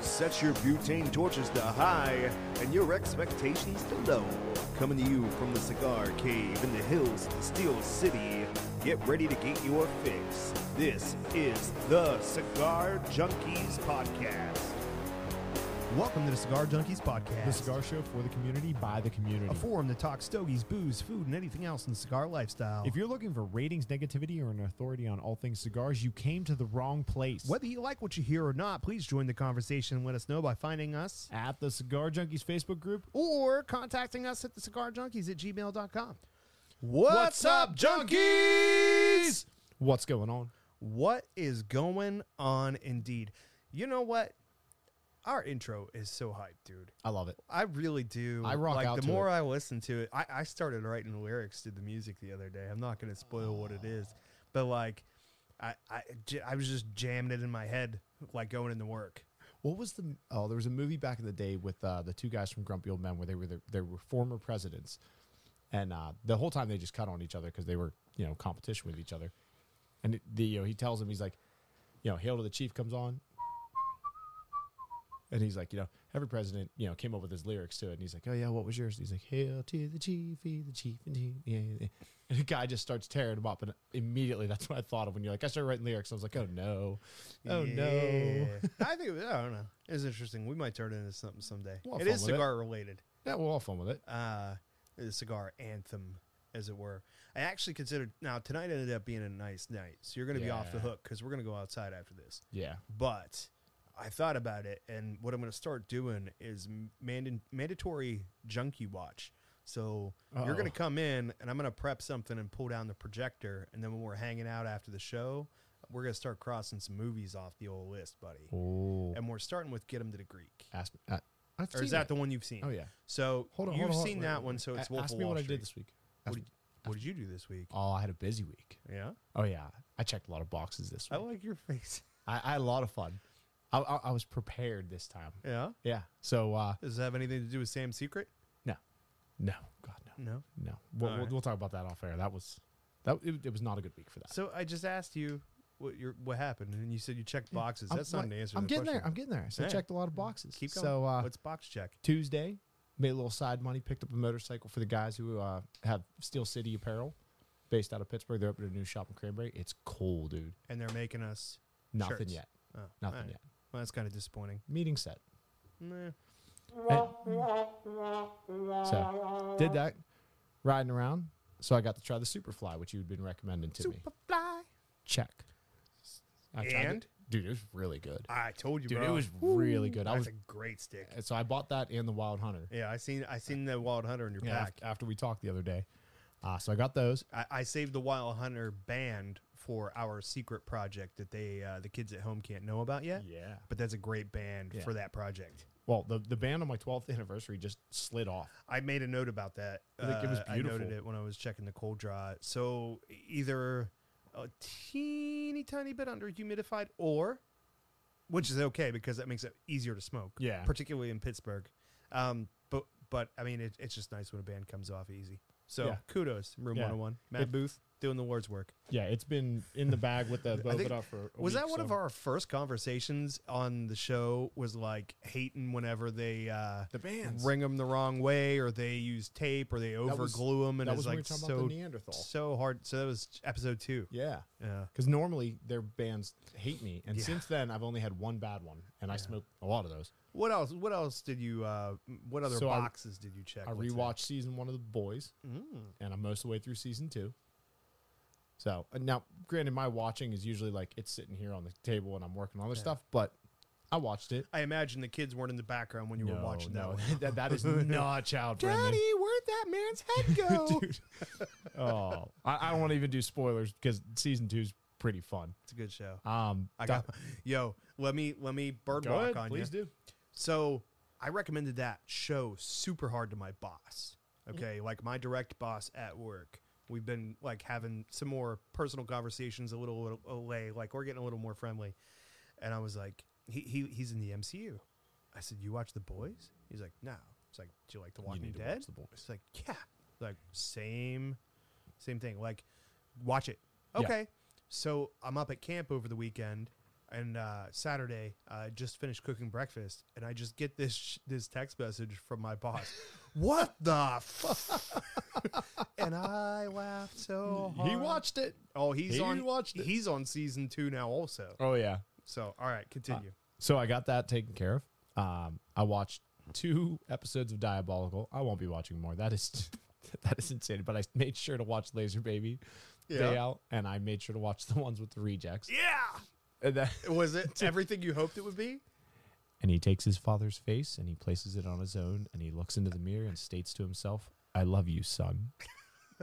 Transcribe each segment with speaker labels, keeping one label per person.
Speaker 1: sets your butane torches to high and your expectations to low. Coming to you from the cigar cave in the hills of the Steel City, get ready to get your fix. This is the Cigar Junkies Podcast.
Speaker 2: Welcome to the Cigar Junkies Podcast,
Speaker 3: The cigar show for the community by the community.
Speaker 2: a forum to talk stogies, booze, food, and anything else in the cigar lifestyle.
Speaker 3: if you're looking for ratings, negativity, or an authority on all things cigars, you came to the wrong place.
Speaker 2: Whether you like what you hear or not, please join the conversation and let us know by finding us
Speaker 3: At the Cigar Junkies Facebook group.
Speaker 2: or contacting us at thecigarjunkies at gmail.com.
Speaker 3: What's up, Junkies? What's going on?
Speaker 2: What is going on indeed? You know what? Our intro is so hype, dude.
Speaker 3: I love it.
Speaker 2: I really do.
Speaker 3: I rock
Speaker 2: like
Speaker 3: out
Speaker 2: the
Speaker 3: to
Speaker 2: more
Speaker 3: it.
Speaker 2: I listen to it. I, I started writing lyrics to the music the other day. I'm not going to spoil what it is, but like, I, I j- I was just jamming it in my head, like going into work.
Speaker 3: What was the? Oh, there was a movie back in the day with uh, the two guys from Grumpy Old Men where they were the, they were former presidents, and uh, the whole time they just cut on each other because they were you know competition with each other, and it, the you know, he tells him he's like, you know, hail to the chief comes on, and he's like, you know, every president you know came up with his lyrics to it, and he's like, oh yeah, what was yours? he's like, hail to the chief, he the chief, and he, yeah, yeah. and the guy just starts tearing him up, and immediately that's what I thought of when you're like, I started writing lyrics, I was like, oh no, oh no.
Speaker 2: Yeah. I think it was- I don't know. It was interesting. We might turn it into something someday.
Speaker 3: We'll have
Speaker 2: it is
Speaker 3: fun with it.
Speaker 2: cigar related.
Speaker 3: Yeah, we'll all fun with it.
Speaker 2: uh, the cigar anthem, as it were. I actually considered now tonight ended up being a nice night, so you're going to be off the
Speaker 3: Yeah.
Speaker 2: hook because we're going to go outside after this.
Speaker 3: Yeah.
Speaker 2: But I thought about it, and what I'm going to start doing is mand- mandatory junkie watch. So you're going
Speaker 3: Uh-oh.
Speaker 2: to come in, and I'm going to prep something and pull down the projector, and then when we're hanging out after the show, we're going to start crossing some movies off the old list, buddy.
Speaker 3: Oh.
Speaker 2: And we're starting with Get 'em to the Greek.
Speaker 3: Ask me. I, I've
Speaker 2: Or is that the one you've seen?
Speaker 3: Oh yeah.
Speaker 2: So
Speaker 3: Hold on.
Speaker 2: you've
Speaker 3: hold on, hold on.
Speaker 2: seen
Speaker 3: Wait,
Speaker 2: that
Speaker 3: wait,
Speaker 2: one,
Speaker 3: wait.
Speaker 2: so it's
Speaker 3: A-
Speaker 2: Wolf
Speaker 3: Ask
Speaker 2: of
Speaker 3: me
Speaker 2: Wall
Speaker 3: what I
Speaker 2: Street.
Speaker 3: did this week.
Speaker 2: What
Speaker 3: Ask
Speaker 2: did,
Speaker 3: me-
Speaker 2: what did you do this week?
Speaker 3: Oh, I had a busy week.
Speaker 2: Yeah,
Speaker 3: Oh yeah, I checked a lot of boxes this
Speaker 2: I
Speaker 3: week.
Speaker 2: like your face.
Speaker 3: I, I had a lot of fun. I, I, I was prepared this time.
Speaker 2: Yeah,
Speaker 3: Yeah. So uh,
Speaker 2: does it have anything to do with Sam's secret?
Speaker 3: no, no, God no,
Speaker 2: No.
Speaker 3: no. We'll,
Speaker 2: All
Speaker 3: we'll,
Speaker 2: right.
Speaker 3: we'll talk about that off air. That was that. It, it was not a good week for that.
Speaker 2: So I just asked you what your what happened, and you said you checked boxes. That's not
Speaker 3: I'm,
Speaker 2: an
Speaker 3: like-
Speaker 2: answer.
Speaker 3: I'm
Speaker 2: to the
Speaker 3: getting
Speaker 2: question.
Speaker 3: there. I'm getting there. So
Speaker 2: Yeah.
Speaker 3: I checked a lot of boxes.
Speaker 2: Keep going.
Speaker 3: So uh,
Speaker 2: Let's box check.
Speaker 3: Tuesday. Made a little side money, picked up a motorcycle for the guys who uh, have Steel City Apparel, based out of Pittsburgh. They're opening a new shop in Cranberry. It's cool, dude.
Speaker 2: And they're making us
Speaker 3: Nothing
Speaker 2: Shirts.
Speaker 3: yet.
Speaker 2: oh,
Speaker 3: Nothing
Speaker 2: alright.
Speaker 3: yet.
Speaker 2: Well, that's kind of disappointing.
Speaker 3: Meeting set.
Speaker 2: Nah.
Speaker 3: So did that, riding around. So I got to try the Superfly, which you'd been recommending to me.
Speaker 2: Superfly.
Speaker 3: Check. I tried it.
Speaker 2: And?
Speaker 3: dude, it was really good.
Speaker 2: I told you,
Speaker 3: Dude,
Speaker 2: bro.
Speaker 3: it was really good. I
Speaker 2: That's
Speaker 3: was Uh,
Speaker 2: a great stick.
Speaker 3: so I bought that and the Wild Hunter.
Speaker 2: Yeah, I seen I seen the Wild Hunter in your
Speaker 3: Yeah,
Speaker 2: pack.
Speaker 3: af- after we talked the other day, uh, so I got those.
Speaker 2: I, I saved the Wild Hunter band for our secret project that they uh, the kids at home can't know about yet.
Speaker 3: Yeah.
Speaker 2: But that's a great band
Speaker 3: Yeah.
Speaker 2: for that project.
Speaker 3: Well, the the band on my 12th anniversary just slid off.
Speaker 2: I made a note about that.
Speaker 3: I think it was
Speaker 2: Uh, I noted
Speaker 3: beautiful.
Speaker 2: it when I was checking the cold draw. So either a teeny tiny bit under humidified, or which is okay because that makes it easier to smoke.
Speaker 3: Yeah.
Speaker 2: particularly in Pittsburgh. Um, but but I mean, it, it's just nice when a band comes off easy. So
Speaker 3: Yeah.
Speaker 2: kudos, Room
Speaker 3: Yeah.
Speaker 2: 101, Matt
Speaker 3: If-
Speaker 2: Booth doing the Lord's work.
Speaker 3: Yeah, it's been in the bag with the
Speaker 2: I think-
Speaker 3: Bovada for. A
Speaker 2: was
Speaker 3: week,
Speaker 2: that one
Speaker 3: so-
Speaker 2: of our first conversations on the show was like hating whenever they uh
Speaker 3: The bands.
Speaker 2: ring them the wrong way or they use tape or they over
Speaker 3: was-
Speaker 2: glue them and
Speaker 3: That
Speaker 2: it's
Speaker 3: was when we
Speaker 2: like
Speaker 3: were talking about
Speaker 2: so
Speaker 3: the Neanderthal.
Speaker 2: so hard so that was episode two
Speaker 3: Yeah.
Speaker 2: yeah
Speaker 3: Because normally their bands hate me, and
Speaker 2: Yeah.
Speaker 3: since then I've only had one bad one, and I smoked a lot of those.
Speaker 2: what else what else did you uh what other
Speaker 3: So I-
Speaker 2: boxes did you check
Speaker 3: I
Speaker 2: What's that? Mm.
Speaker 3: rewatched season one of the boys, and I'm most of the way through season two. So and now, granted, my watching is usually like it's sitting here on the table and I'm working on other stuff, but I watched it.
Speaker 2: i imagine the kids weren't in the background when you were watching that one
Speaker 3: that that is not child friendly.
Speaker 2: where'd that man's head go
Speaker 3: Dude. oh, I, I won't even do spoilers because season two's pretty fun.
Speaker 2: it's a good show
Speaker 3: Um,
Speaker 2: i got yo let me let me bird
Speaker 3: go
Speaker 2: walk
Speaker 3: ahead,
Speaker 2: on you
Speaker 3: please do.
Speaker 2: So I recommended that show super hard to my boss. Okay, like my direct boss at work. We've been like having some more personal conversations a little, little away, like we're getting a little more friendly. And I was like, he, he he's in the MCU. I said, You watch the boys? He's like, No. It's like, Do you like The Walking
Speaker 3: need to
Speaker 2: Dead?
Speaker 3: watch The Boys.
Speaker 2: It's like, Yeah. Like same same thing. Like, watch it.
Speaker 3: Yeah.
Speaker 2: Okay. So I'm up at camp over the weekend. and uh, Saturday I just finished cooking breakfast, and I just get this sh- this text message from my boss. what the? F-? and I laughed so hard.
Speaker 3: He watched it.
Speaker 2: Oh, he's
Speaker 3: he
Speaker 2: on.
Speaker 3: watched it.
Speaker 2: He's on season two now, also.
Speaker 3: Oh yeah.
Speaker 2: So, all right, continue.
Speaker 3: So I got that taken care of. Um, I watched two episodes of Diabolical. I won't be watching more. That is that is insane. But I made sure to watch Laser Baby Day
Speaker 2: Yeah.
Speaker 3: Out, and I made sure to watch the ones with the rejects.
Speaker 2: yeah.
Speaker 3: And, that,
Speaker 2: Was it everything you hoped it would be?
Speaker 3: and he takes his father's face and he places it on his own, and he looks into the mirror and states to himself, "I love you, son."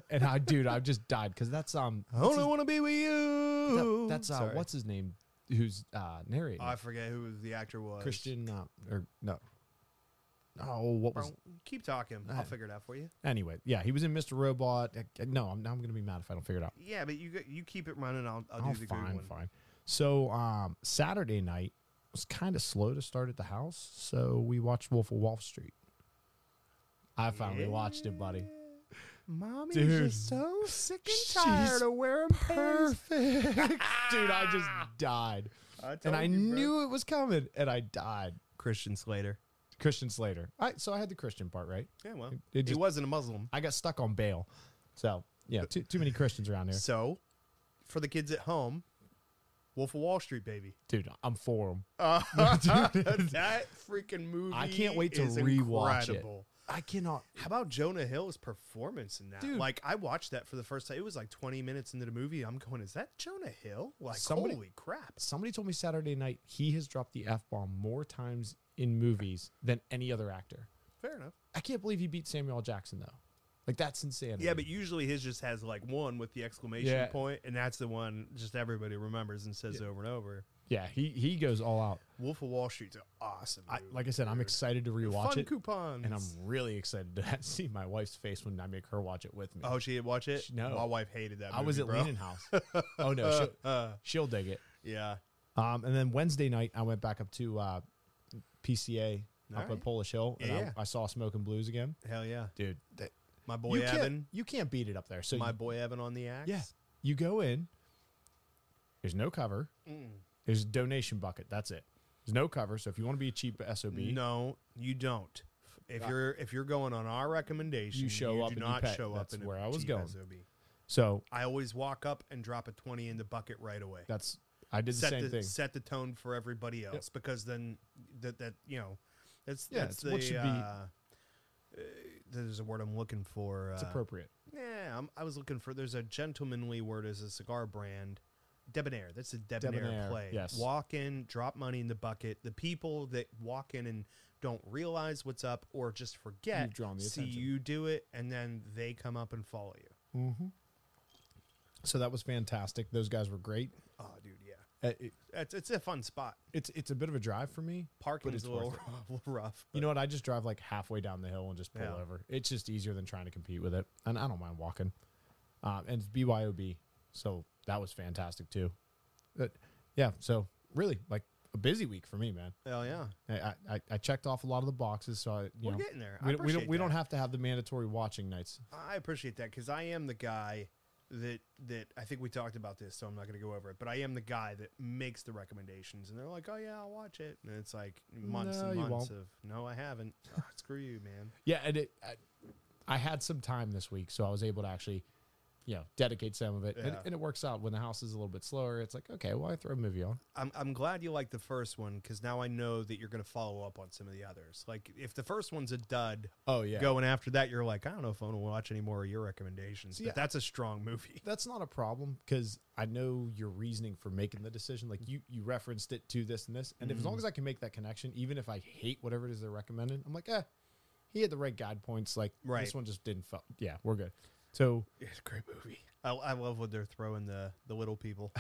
Speaker 3: and I, dude, I just died because that's um,
Speaker 2: I only want to be with
Speaker 3: that-
Speaker 2: you.
Speaker 3: that's uh,
Speaker 2: Sorry.
Speaker 3: what's his name, who's uh narrating
Speaker 2: I
Speaker 3: it?
Speaker 2: forget who the actor was.
Speaker 3: Christian uh, or no. Oh, what was
Speaker 2: Bro, keep talking. I'll figure it out for you.
Speaker 3: Anyway, yeah, he was in Mr. Robot. Uh, No, I'm, now I'm going to be mad if I don't figure it out.
Speaker 2: Yeah, but you go- you keep it running. I'll, I'll do
Speaker 3: Oh,
Speaker 2: the
Speaker 3: fine,
Speaker 2: good one.
Speaker 3: fine. So um, Saturday night was kind of slow to start at the house, so we watched Wolf of Wall Street. I finally watched it, buddy.
Speaker 2: Mommy's
Speaker 3: Dude.
Speaker 2: just so sick
Speaker 3: She's
Speaker 2: and tired of wearing pants.
Speaker 3: Perfect, dude. I just died,
Speaker 2: I
Speaker 3: and
Speaker 2: told
Speaker 3: I
Speaker 2: you, bro.
Speaker 3: knew it was coming, and I died.
Speaker 2: Christian Slater.
Speaker 3: Christian Slater. I so I had the Christian part right.
Speaker 2: Yeah, well,
Speaker 3: it
Speaker 2: he
Speaker 3: just-
Speaker 2: wasn't a Muslim.
Speaker 3: I got stuck on bail, so yeah, too, too many Christians around here,
Speaker 2: So, for the kids at home, Wolf of Wall Street, baby.
Speaker 3: dude. I'm for them.
Speaker 2: Uh, that freaking movie.
Speaker 3: I can't wait to
Speaker 2: is
Speaker 3: rewatch it.
Speaker 2: incredible.
Speaker 3: I cannot.
Speaker 2: How about Jonah Hill's performance in that?
Speaker 3: Dude.
Speaker 2: Like, I watched that for the first time. It was like 20 minutes into the movie. I'm going, is that Jonah Hill? Like,
Speaker 3: Somebody-
Speaker 2: holy crap.
Speaker 3: somebody told me Saturday night he has dropped the F bomb more times in movies than any other actor.
Speaker 2: Fair enough.
Speaker 3: I can't believe he beat Samuel L. Jackson though. Like that's insanity.
Speaker 2: Yeah, but usually his just has like one with the exclamation
Speaker 3: Yeah.
Speaker 2: point, and that's the one just everybody remembers and says over and over.
Speaker 3: yeah, he he goes all out.
Speaker 2: Wolf of Wall Street's an awesome.
Speaker 3: I,
Speaker 2: movie,
Speaker 3: like I said, I'm
Speaker 2: dude.
Speaker 3: excited to rewatch
Speaker 2: Fun
Speaker 3: it,
Speaker 2: coupons.
Speaker 3: and I'm really excited to see my wife's face when I make her watch it with me.
Speaker 2: oh, she didn't watch it.
Speaker 3: She- no.
Speaker 2: my wife hated that.
Speaker 3: I was
Speaker 2: movie,
Speaker 3: at
Speaker 2: bro.
Speaker 3: Leaning House. oh no, she'll,
Speaker 2: Uh,
Speaker 3: she'll dig it.
Speaker 2: yeah,
Speaker 3: Um, and then Wednesday night I went back up to uh, PCA up
Speaker 2: Alright.
Speaker 3: at Polish Hill, and
Speaker 2: Yeah.
Speaker 3: I, I saw Smoking Blues again,
Speaker 2: hell yeah,
Speaker 3: dude. that-
Speaker 2: my boy
Speaker 3: you can't
Speaker 2: Evan,
Speaker 3: you can't beat it up there. So
Speaker 2: my boy Evan on the axe.
Speaker 3: Yeah. You go in. There's no cover.
Speaker 2: Mm.
Speaker 3: There's a donation bucket. That's it. There's no cover. So if you want to be a cheap SOB,
Speaker 2: No, you don't. If you're if you're going on our recommendation,
Speaker 3: You show up
Speaker 2: do
Speaker 3: and you
Speaker 2: not
Speaker 3: pay.
Speaker 2: show
Speaker 3: That's
Speaker 2: up. in a
Speaker 3: where I was
Speaker 2: cheap
Speaker 3: going.
Speaker 2: SOB.
Speaker 3: so
Speaker 2: I always walk up and drop a twenty in the bucket right away.
Speaker 3: that's I did the
Speaker 2: set
Speaker 3: same
Speaker 2: the
Speaker 3: thing.
Speaker 2: set the tone for everybody else because then that that you know that's
Speaker 3: Yeah,
Speaker 2: that's
Speaker 3: it's
Speaker 2: the
Speaker 3: what should be-
Speaker 2: uh, uh, there's a word I'm looking for. Uh,
Speaker 3: It's appropriate.
Speaker 2: Yeah, I'm, I was looking for. There's a gentlemanly word as a cigar brand. Debonair. That's a debonair,
Speaker 3: Debonair,
Speaker 2: play.
Speaker 3: yes.
Speaker 2: Walk in, drop money in the bucket. The people that walk in and don't realize what's up or just forget
Speaker 3: You've drawn the
Speaker 2: see
Speaker 3: attention.
Speaker 2: you do it and then they come up and follow you.
Speaker 3: So that was fantastic. Those guys were great.
Speaker 2: Oh, dude, yeah.
Speaker 3: Uh, it-
Speaker 2: It's, it's a fun spot.
Speaker 3: it's it's a bit of a drive for me.
Speaker 2: Parking's
Speaker 3: it's
Speaker 2: a
Speaker 3: worth
Speaker 2: little, rough.
Speaker 3: You know what? I just drive like halfway down the hill and just pull
Speaker 2: Yeah.
Speaker 3: over. It's just easier than trying to compete with it, and I don't mind walking. Um, and it's BYOB, so that was fantastic too. But yeah, so really like a busy week for me, man.
Speaker 2: Hell yeah.
Speaker 3: I, I, I checked off a lot of the boxes, so I, you
Speaker 2: We're
Speaker 3: know,
Speaker 2: getting there. I
Speaker 3: We, don't- we don't
Speaker 2: appreciate
Speaker 3: we don't
Speaker 2: that.
Speaker 3: have to have the mandatory watching nights.
Speaker 2: I appreciate that because I am the guy that that I think we talked about this, so I'm not going to go over it. But I am the guy that makes the recommendations, and they're like, "Oh yeah, I'll watch it," and it's like months
Speaker 3: No,
Speaker 2: and
Speaker 3: you
Speaker 2: months
Speaker 3: won't.
Speaker 2: of, "No, I haven't." Ah, screw you, man.
Speaker 3: Yeah, and it, I, I had some time this week, so I was able to actually, you know, dedicate some of it, and,
Speaker 2: Yeah.
Speaker 3: and it works out when the house is a little bit slower. It's like okay, well, I throw a movie on.
Speaker 2: I'm I'm glad you liked the first one because now I know that you're going to follow up on some of the others. Like if the first one's a dud,
Speaker 3: Oh yeah,
Speaker 2: going after that, you're like, I don't know if I want to watch any more of your recommendations.
Speaker 3: Yeah.
Speaker 2: But that's a strong movie.
Speaker 3: that's not a problem because I know your reasoning for making the decision. Like you you referenced it to this and this, and if,
Speaker 2: Mm.
Speaker 3: as long as I can make that connection, even if I hate whatever it is they're recommending, I'm like, eh, he had the right guide points. Like
Speaker 2: Right.
Speaker 3: this one just didn't. Felt, yeah, we're good. So
Speaker 2: It's a great movie. I, I love when they're throwing the the little people.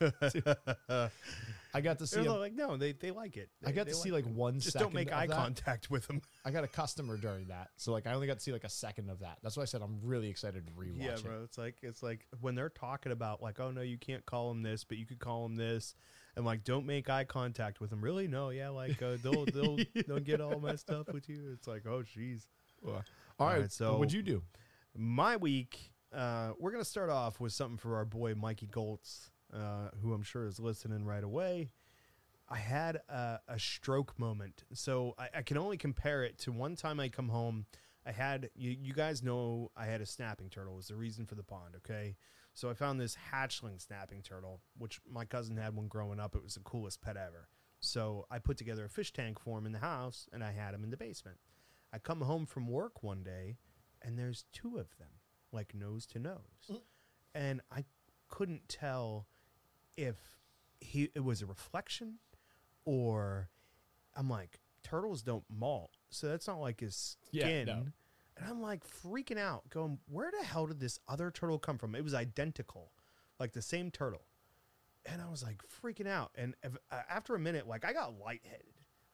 Speaker 3: I got to see.
Speaker 2: They're
Speaker 3: a-
Speaker 2: like, no, they, they like it.
Speaker 3: I
Speaker 2: They-
Speaker 3: got
Speaker 2: they
Speaker 3: to see
Speaker 2: like
Speaker 3: like one
Speaker 2: just don't
Speaker 3: second
Speaker 2: make
Speaker 3: of
Speaker 2: eye
Speaker 3: that.
Speaker 2: contact with them.
Speaker 3: I got a customer during that, so like I only got to see like a second of that. That's why I said I'm really excited to rewatch
Speaker 2: Yeah,
Speaker 3: it.
Speaker 2: bro. It's like it's like when they're talking about like, oh no, you can't call them this, but you could call them this, and like, don't make eye contact with them. Really? No, yeah, like uh, they'll they'll they'll get all messed up with you. It's like, oh jeez.
Speaker 3: All right,
Speaker 2: right,
Speaker 3: so what'd
Speaker 2: so-
Speaker 3: you do?
Speaker 2: My week, uh, we're gonna start off with something for our boy Mikey Goltz. uh, who I'm sure is listening right away. I had a, a stroke moment. So I, I can only compare it to one time I come home. I had, you, you guys know, I had a snapping turtle, was the reason for the pond, okay? So I found this hatchling snapping turtle, which my cousin had when growing up. It was the coolest pet ever. So I put together a fish tank for him in the house and I had him in the basement. I come home from work one day and there's two of them, like nose to nose. And I couldn't tell if he it was a reflection or I'm like, turtles don't molt. So that's not like his
Speaker 3: Yeah,
Speaker 2: skin.
Speaker 3: no.
Speaker 2: And I'm like freaking out, going, where the hell did this other turtle come from? It was identical, like the same turtle. And I was like freaking out. And if, uh, after a minute, like I got lightheaded.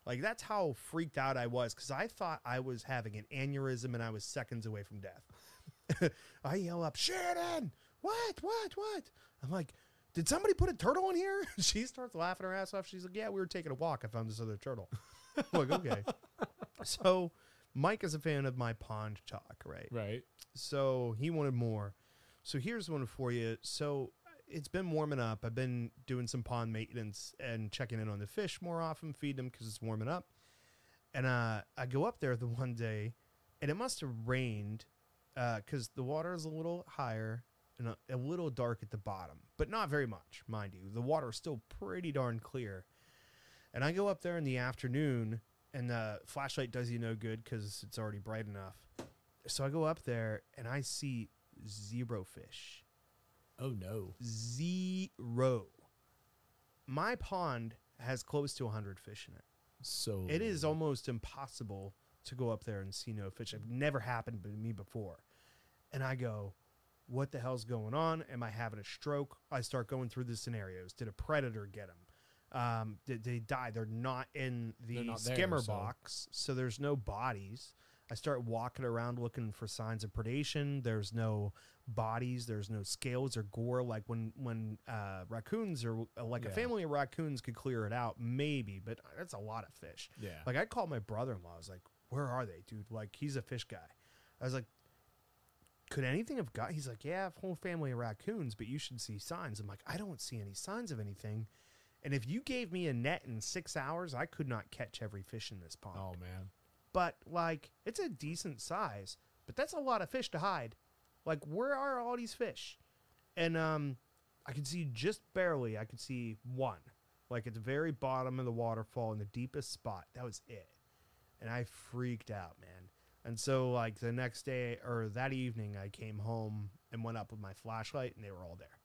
Speaker 2: Like that's how freaked out I was because I thought I was having an aneurysm and I was seconds away from death. I yell up, Sheridan, what, what, what? I'm like, did somebody put a turtle in here? she starts laughing her ass off. She's like, yeah, we were taking a walk. I found this other turtle. I'm like, okay. so Mike is a fan of my pond talk, right?
Speaker 3: Right.
Speaker 2: So he wanted more. So here's one for you. So it's been warming up. I've been doing some pond maintenance and checking in on the fish more often, feed them because it's warming up. And uh, I go up there the one day, and it must have rained because the water is a little higher and a, a little dark at the bottom, but not very much, mind you. The water is still pretty darn clear. And I go up there in the afternoon, and the flashlight does you no good because it's already bright enough. So I go up there and I see zero fish.
Speaker 3: Oh no.
Speaker 2: Zero. My pond has close to 100 fish in it.
Speaker 3: So
Speaker 2: It is almost impossible to go up there and see no fish. I've never happened to me before. And I go, what the hell's going on? Am I having a stroke? I start going through the scenarios. Did a predator get them? Um, did they die? They're not in the
Speaker 3: They're not there,
Speaker 2: skimmer
Speaker 3: so-
Speaker 2: box, so there's no bodies. I start walking around looking for signs of predation. There's no bodies. There's no scales or gore. Like when when uh, raccoons or uh, like a
Speaker 3: Yeah.
Speaker 2: family of raccoons could clear it out, maybe, but that's a lot of fish.
Speaker 3: Yeah.
Speaker 2: Like I called my brother in law. I was like, "Where are they, dude? Like he's a fish guy." I was like, "Could anything have got?" He's like, "Yeah, whole family of raccoons, but you should see signs." I'm like, "I don't see any signs of anything." And if you gave me a net in six hours, I could not catch every fish in this pond.
Speaker 3: oh man.
Speaker 2: But like, it's a decent size, but that's a lot of fish to hide. Like, where are all these fish? And um, I could see just barely. I could see one, like at the very bottom of the waterfall in the deepest spot. That was it and I freaked out, man. And so like the next day or that evening, I came home and went up with my flashlight, and they were all there,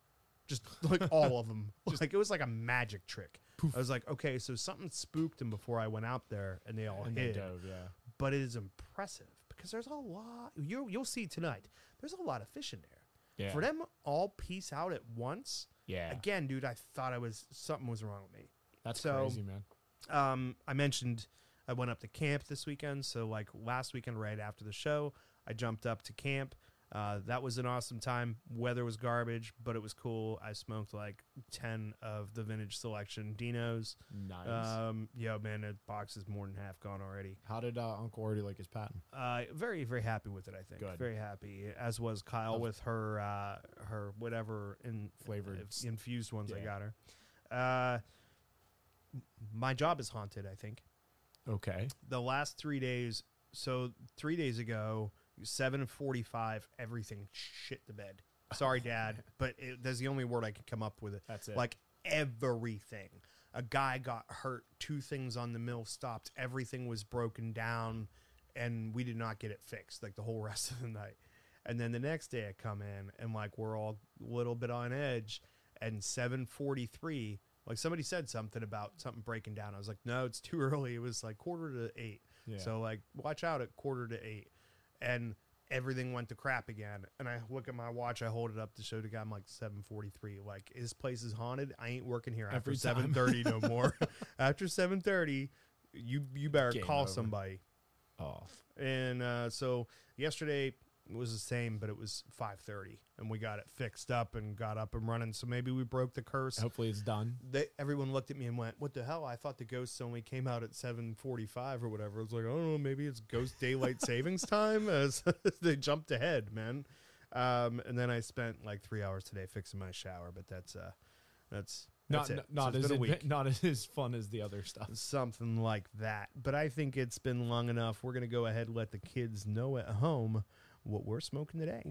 Speaker 2: just like all of them. like it was like a magic trick. I was like, okay, so something spooked them before I went out there, and they all
Speaker 3: And they
Speaker 2: hid.
Speaker 3: dove, yeah.
Speaker 2: But it is impressive because there's a lot. You you'll see tonight. There's a lot of fish in there.
Speaker 3: Yeah.
Speaker 2: For them all piece out at once.
Speaker 3: Yeah.
Speaker 2: Again, dude, I thought I was something was wrong with me.
Speaker 3: That's
Speaker 2: so-
Speaker 3: crazy, man.
Speaker 2: Um, I mentioned I went up to camp this weekend. So like last weekend, right after the show, I jumped up to camp. Uh, that was an awesome time. Weather was garbage, but it was cool. I smoked like ten of the vintage selection Dinos.
Speaker 3: Nice.
Speaker 2: Um, yo, man, that box is more than half gone already.
Speaker 3: How did uh, Uncle Artie like his patent?
Speaker 2: Uh, very, very happy with it. I think
Speaker 3: Good.
Speaker 2: very happy, as was Kyle with her, uh, her whatever in
Speaker 3: Flavored
Speaker 2: uh,
Speaker 3: s-
Speaker 2: infused ones I
Speaker 3: yeah.
Speaker 2: got her. Uh, my job is haunted. I think
Speaker 3: Okay.
Speaker 2: the last three days so three days ago 7.45 everything shit the bed sorry dad but it, that's the only word i could come up with
Speaker 3: That's it.
Speaker 2: like everything a guy got hurt two things on the mill stopped everything was broken down and we did not get it fixed like the whole rest of the night and then the next day i come in and like we're all a little bit on edge and 743 like somebody said something about something breaking down i was like no it's too early it was like quarter to eight
Speaker 3: Yeah.
Speaker 2: so like watch out at quarter to eight and everything went to crap again and i look at my watch i hold it up to show the guy i'm like 743 like his place is haunted i ain't working here after
Speaker 3: Every time.
Speaker 2: 730 no more after 730 you you better
Speaker 3: Game
Speaker 2: call
Speaker 3: over.
Speaker 2: somebody
Speaker 3: oh.
Speaker 2: and uh, so yesterday was the same, but it was 5:30, and we got it fixed up and got up and running. So maybe we broke the curse.
Speaker 3: Hopefully it's done.
Speaker 2: They, everyone looked at me and went, "What the hell? I thought the ghosts only came out at 7:45 or whatever." I was like, "I don't know. Maybe it's ghost daylight savings time." As they jumped ahead, man. Um, and then I spent like three hours today fixing my shower, but that's uh, That's
Speaker 3: Not
Speaker 2: that's it.
Speaker 3: n-
Speaker 2: So
Speaker 3: not
Speaker 2: it's been
Speaker 3: as
Speaker 2: a
Speaker 3: adve-
Speaker 2: week.
Speaker 3: not as fun as the other stuff.
Speaker 2: something like that. But I think it's been long enough. We're gonna go ahead and let the kids know at home what we're smoking today.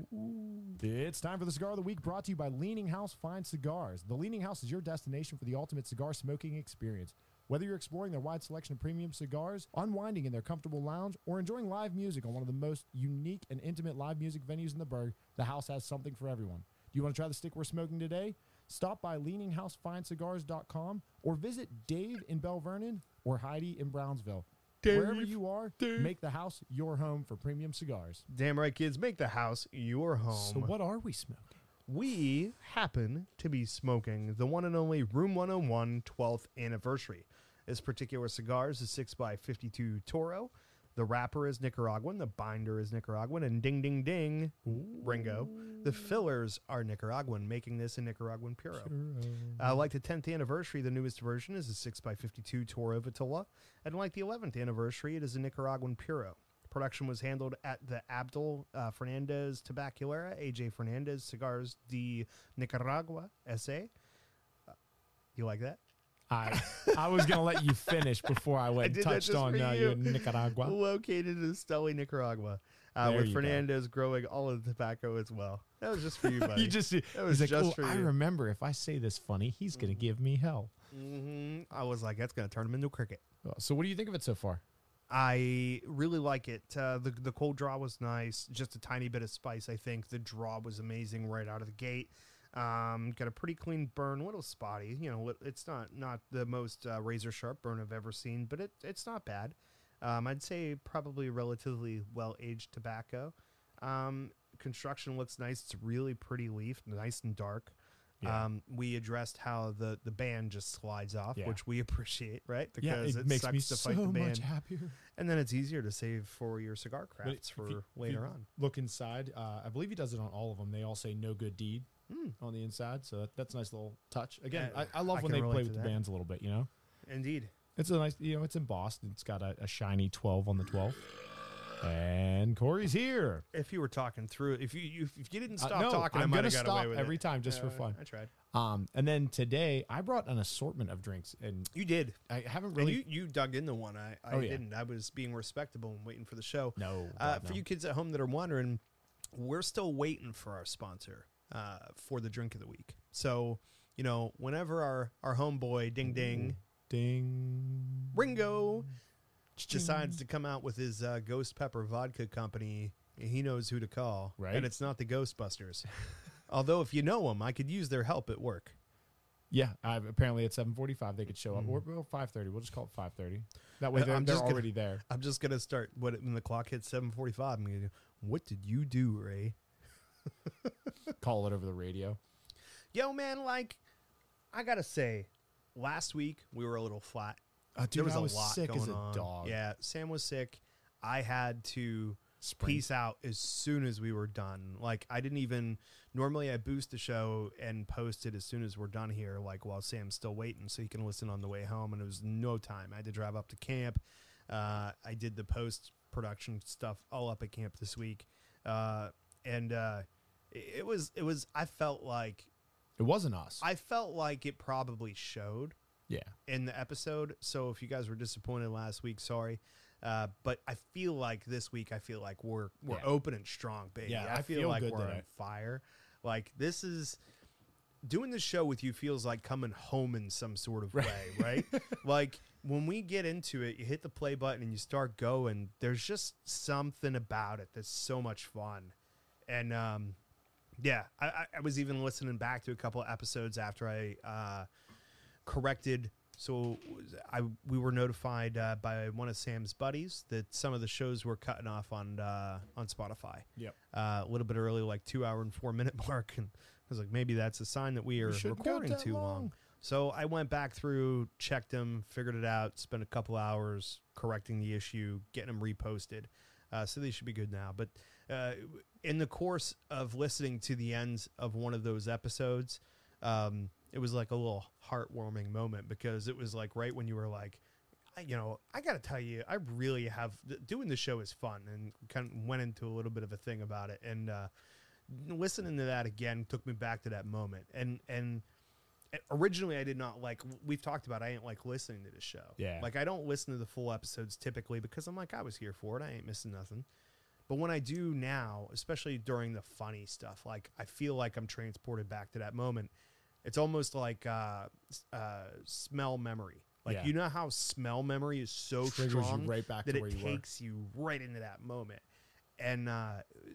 Speaker 3: It's time for the cigar of the week brought to you by Leaning House Fine Cigars. The Leaning House is your destination for the ultimate cigar smoking experience. Whether you're exploring their wide selection of premium cigars, unwinding in their comfortable lounge, or enjoying live music on one of the most unique and intimate live music venues in the burg, the house has something for everyone. Do you want to try the stick we're smoking today? Stop by leaninghousefindcigars.com or visit Dave in Bell Vernon or Heidi in Brownsville. Wherever
Speaker 2: Dave,
Speaker 3: you are,
Speaker 2: Dave.
Speaker 3: make the house your home for premium cigars.
Speaker 2: Damn right, kids, make the house your home.
Speaker 3: So, what are we smoking?
Speaker 2: we happen to be smoking the one and only Room 101 12th anniversary. This particular cigar is a 6x52 Toro. The wrapper is Nicaraguan, the binder is Nicaraguan, and ding, ding, ding, Ringo. The fillers are Nicaraguan, making this a Nicaraguan Puro. Uh, like the 10th anniversary, the newest version is a 6x52 Toro Vitola. And like the 11th anniversary, it is a Nicaraguan Puro. Production was handled at the Abdul uh, Fernandez Tabaculera, AJ Fernandez Cigars de Nicaragua, SA. Uh, You like that?
Speaker 3: I I was gonna let you finish before I went
Speaker 2: did
Speaker 3: and
Speaker 2: that
Speaker 3: touched
Speaker 2: just
Speaker 3: on
Speaker 2: for
Speaker 3: uh,
Speaker 2: you.
Speaker 3: your Nicaragua.
Speaker 2: Located in Esteli, Nicaragua, uh,
Speaker 3: There
Speaker 2: with
Speaker 3: you go.
Speaker 2: Fernandez growing all of the tobacco as well. That was just for you, buddy.
Speaker 3: You just that
Speaker 2: was
Speaker 3: like,
Speaker 2: just
Speaker 3: "Oh,
Speaker 2: for
Speaker 3: I
Speaker 2: you." Mm-hmm.
Speaker 3: remember if I say this funny, he's gonna give me hell.
Speaker 2: Mhm. I was like, that's going to turn him into a cricket.
Speaker 3: So what do you think of it so far?
Speaker 2: I really like it. Uh, the the cold draw was nice, just a tiny bit of spice. I think the draw was amazing right out of the gate. Um, got a pretty clean burn, little spotty. You know, it- it's not not the most uh, razor sharp burn I've ever seen, but it it's not bad. Um, I'd say probably relatively well aged tobacco. Um, construction looks nice. It's really pretty leaf, nice and dark.
Speaker 3: Yeah.
Speaker 2: Um, we addressed how the the band just slides off,
Speaker 3: Yeah.
Speaker 2: which we appreciate, right?
Speaker 3: yeah, it, makes me so much happier.
Speaker 2: and then it's easier to save for your cigar
Speaker 3: But
Speaker 2: crafts
Speaker 3: if you-
Speaker 2: for
Speaker 3: if you
Speaker 2: later on.
Speaker 3: Look inside. Uh, I believe he does it on all of them. They all say "no good deed" on the inside, so that, that's a nice little touch. Again,
Speaker 2: Hmm. Yeah,
Speaker 3: I, I love
Speaker 2: I
Speaker 3: when
Speaker 2: can
Speaker 3: they
Speaker 2: relate
Speaker 3: play
Speaker 2: to
Speaker 3: with the
Speaker 2: that.
Speaker 3: bands a little bit. You know,
Speaker 2: Indeed.
Speaker 3: it's a nice. You know, it's embossed. It's got a, a shiny twelve on the twelve. And Corey's here.
Speaker 2: If you were talking through it, if you, you if you didn't
Speaker 3: Uh,
Speaker 2: stop
Speaker 3: no,
Speaker 2: talking, I
Speaker 3: I'm
Speaker 2: might
Speaker 3: gonna
Speaker 2: have got
Speaker 3: stop
Speaker 2: away with
Speaker 3: every
Speaker 2: it.
Speaker 3: time just for
Speaker 2: Uh,
Speaker 3: fun.
Speaker 2: I tried.
Speaker 3: Um, and then today I brought an assortment of drinks, and
Speaker 2: You did.
Speaker 3: I haven't
Speaker 2: And
Speaker 3: really.
Speaker 2: you, you dug into one. I, I
Speaker 3: Oh, yeah.
Speaker 2: didn't. I was being respectable and waiting for the show.
Speaker 3: No,
Speaker 2: Uh,
Speaker 3: God,
Speaker 2: for
Speaker 3: no.
Speaker 2: you kids at home that are wondering, we're still waiting for our sponsor uh, for the drink of the week. So, you know, whenever our, our homeboy, Ding Ding,
Speaker 3: Ding.
Speaker 2: Ringo decides
Speaker 3: Mm.
Speaker 2: to come out with his uh, Ghost Pepper Vodka Company. He knows who to call,
Speaker 3: Right.
Speaker 2: And it's not the Ghostbusters. Although, if you know them, I could use their help at work.
Speaker 3: Yeah, i apparently at seven forty-five they could show up, or well, five thirty. We'll just call it five thirty. That way
Speaker 2: Hmm. Uh,
Speaker 3: they're,
Speaker 2: I'm
Speaker 3: they're
Speaker 2: just gonna-
Speaker 3: already there.
Speaker 2: I'm just gonna start when, it- when the clock hits 7:45. I'm gonna do. What did you do, Ray?
Speaker 3: Call it over the radio.
Speaker 2: Yo, man, like I gotta say, last week we were a little flat.
Speaker 3: Uh, dude,
Speaker 2: there was
Speaker 3: I
Speaker 2: a
Speaker 3: was
Speaker 2: lot
Speaker 3: sick
Speaker 2: going
Speaker 3: as a
Speaker 2: on.
Speaker 3: dog.
Speaker 2: Yeah, Sam was sick. I had to
Speaker 3: Spring.
Speaker 2: peace out as soon as we were done. Like I didn't even normally I boost the show and post it as soon as we're done here, like while Sam's still waiting, so he can listen on the way home. And it was no time. I had to drive up to camp. Uh, I did the post production stuff all up at camp this week, uh, and uh, it it was it was. I felt like
Speaker 3: It wasn't us.
Speaker 2: I felt like it probably showed
Speaker 3: yeah,
Speaker 2: in the episode. So if you guys were disappointed last week, sorry. Uh, but I feel like this week, I feel like we're we're
Speaker 3: Yeah.
Speaker 2: open and strong, baby.
Speaker 3: Yeah,
Speaker 2: I,
Speaker 3: I
Speaker 2: feel,
Speaker 3: feel
Speaker 2: like
Speaker 3: good
Speaker 2: we're
Speaker 3: today.
Speaker 2: on fire. Like this is doing this show with you feels like coming home in some sort of way, right? like when we get into it, you hit the play button and you start going. There's just something about it that's so much fun, and um, yeah, I, I, I was even listening back to a couple of episodes after I uh, corrected. So I we were notified uh, by one of Sam's buddies that some of the shows were cutting off on uh, on Spotify.
Speaker 3: Yep.
Speaker 2: uh, a little bit early, like two hour and four minute mark, and I was like, maybe that's a sign that we are
Speaker 3: shouldn't go
Speaker 2: recording
Speaker 3: that
Speaker 2: too long.
Speaker 3: long.
Speaker 2: So I went back through, checked them, figured it out, spent a couple hours correcting the issue, getting them reposted. Uh, so they should be good now. But uh, in the course of listening to the ends of one of those episodes, um, it was like a little heartwarming moment because it was like right when you were like, I- you know, I got to tell you, I really have th- doing the show is fun and kind of went into a little bit of a thing about it. And uh, listening to that again took me back to that moment. And, and, originally I did not like. We've talked about I ain't like listening to this show.
Speaker 3: Yeah.
Speaker 2: like I don't listen to the full episodes typically because I'm like I was here for it. I ain't missing nothing. But when I do now, especially during the funny stuff, like I feel like I'm transported back to that moment. It's almost like uh, s- uh, smell memory. Like
Speaker 3: Yeah.
Speaker 2: you know how smell memory is so
Speaker 3: Triggers you
Speaker 2: strong
Speaker 3: right back
Speaker 2: that
Speaker 3: to
Speaker 2: it
Speaker 3: where you were.
Speaker 2: takes you right into that moment. And uh,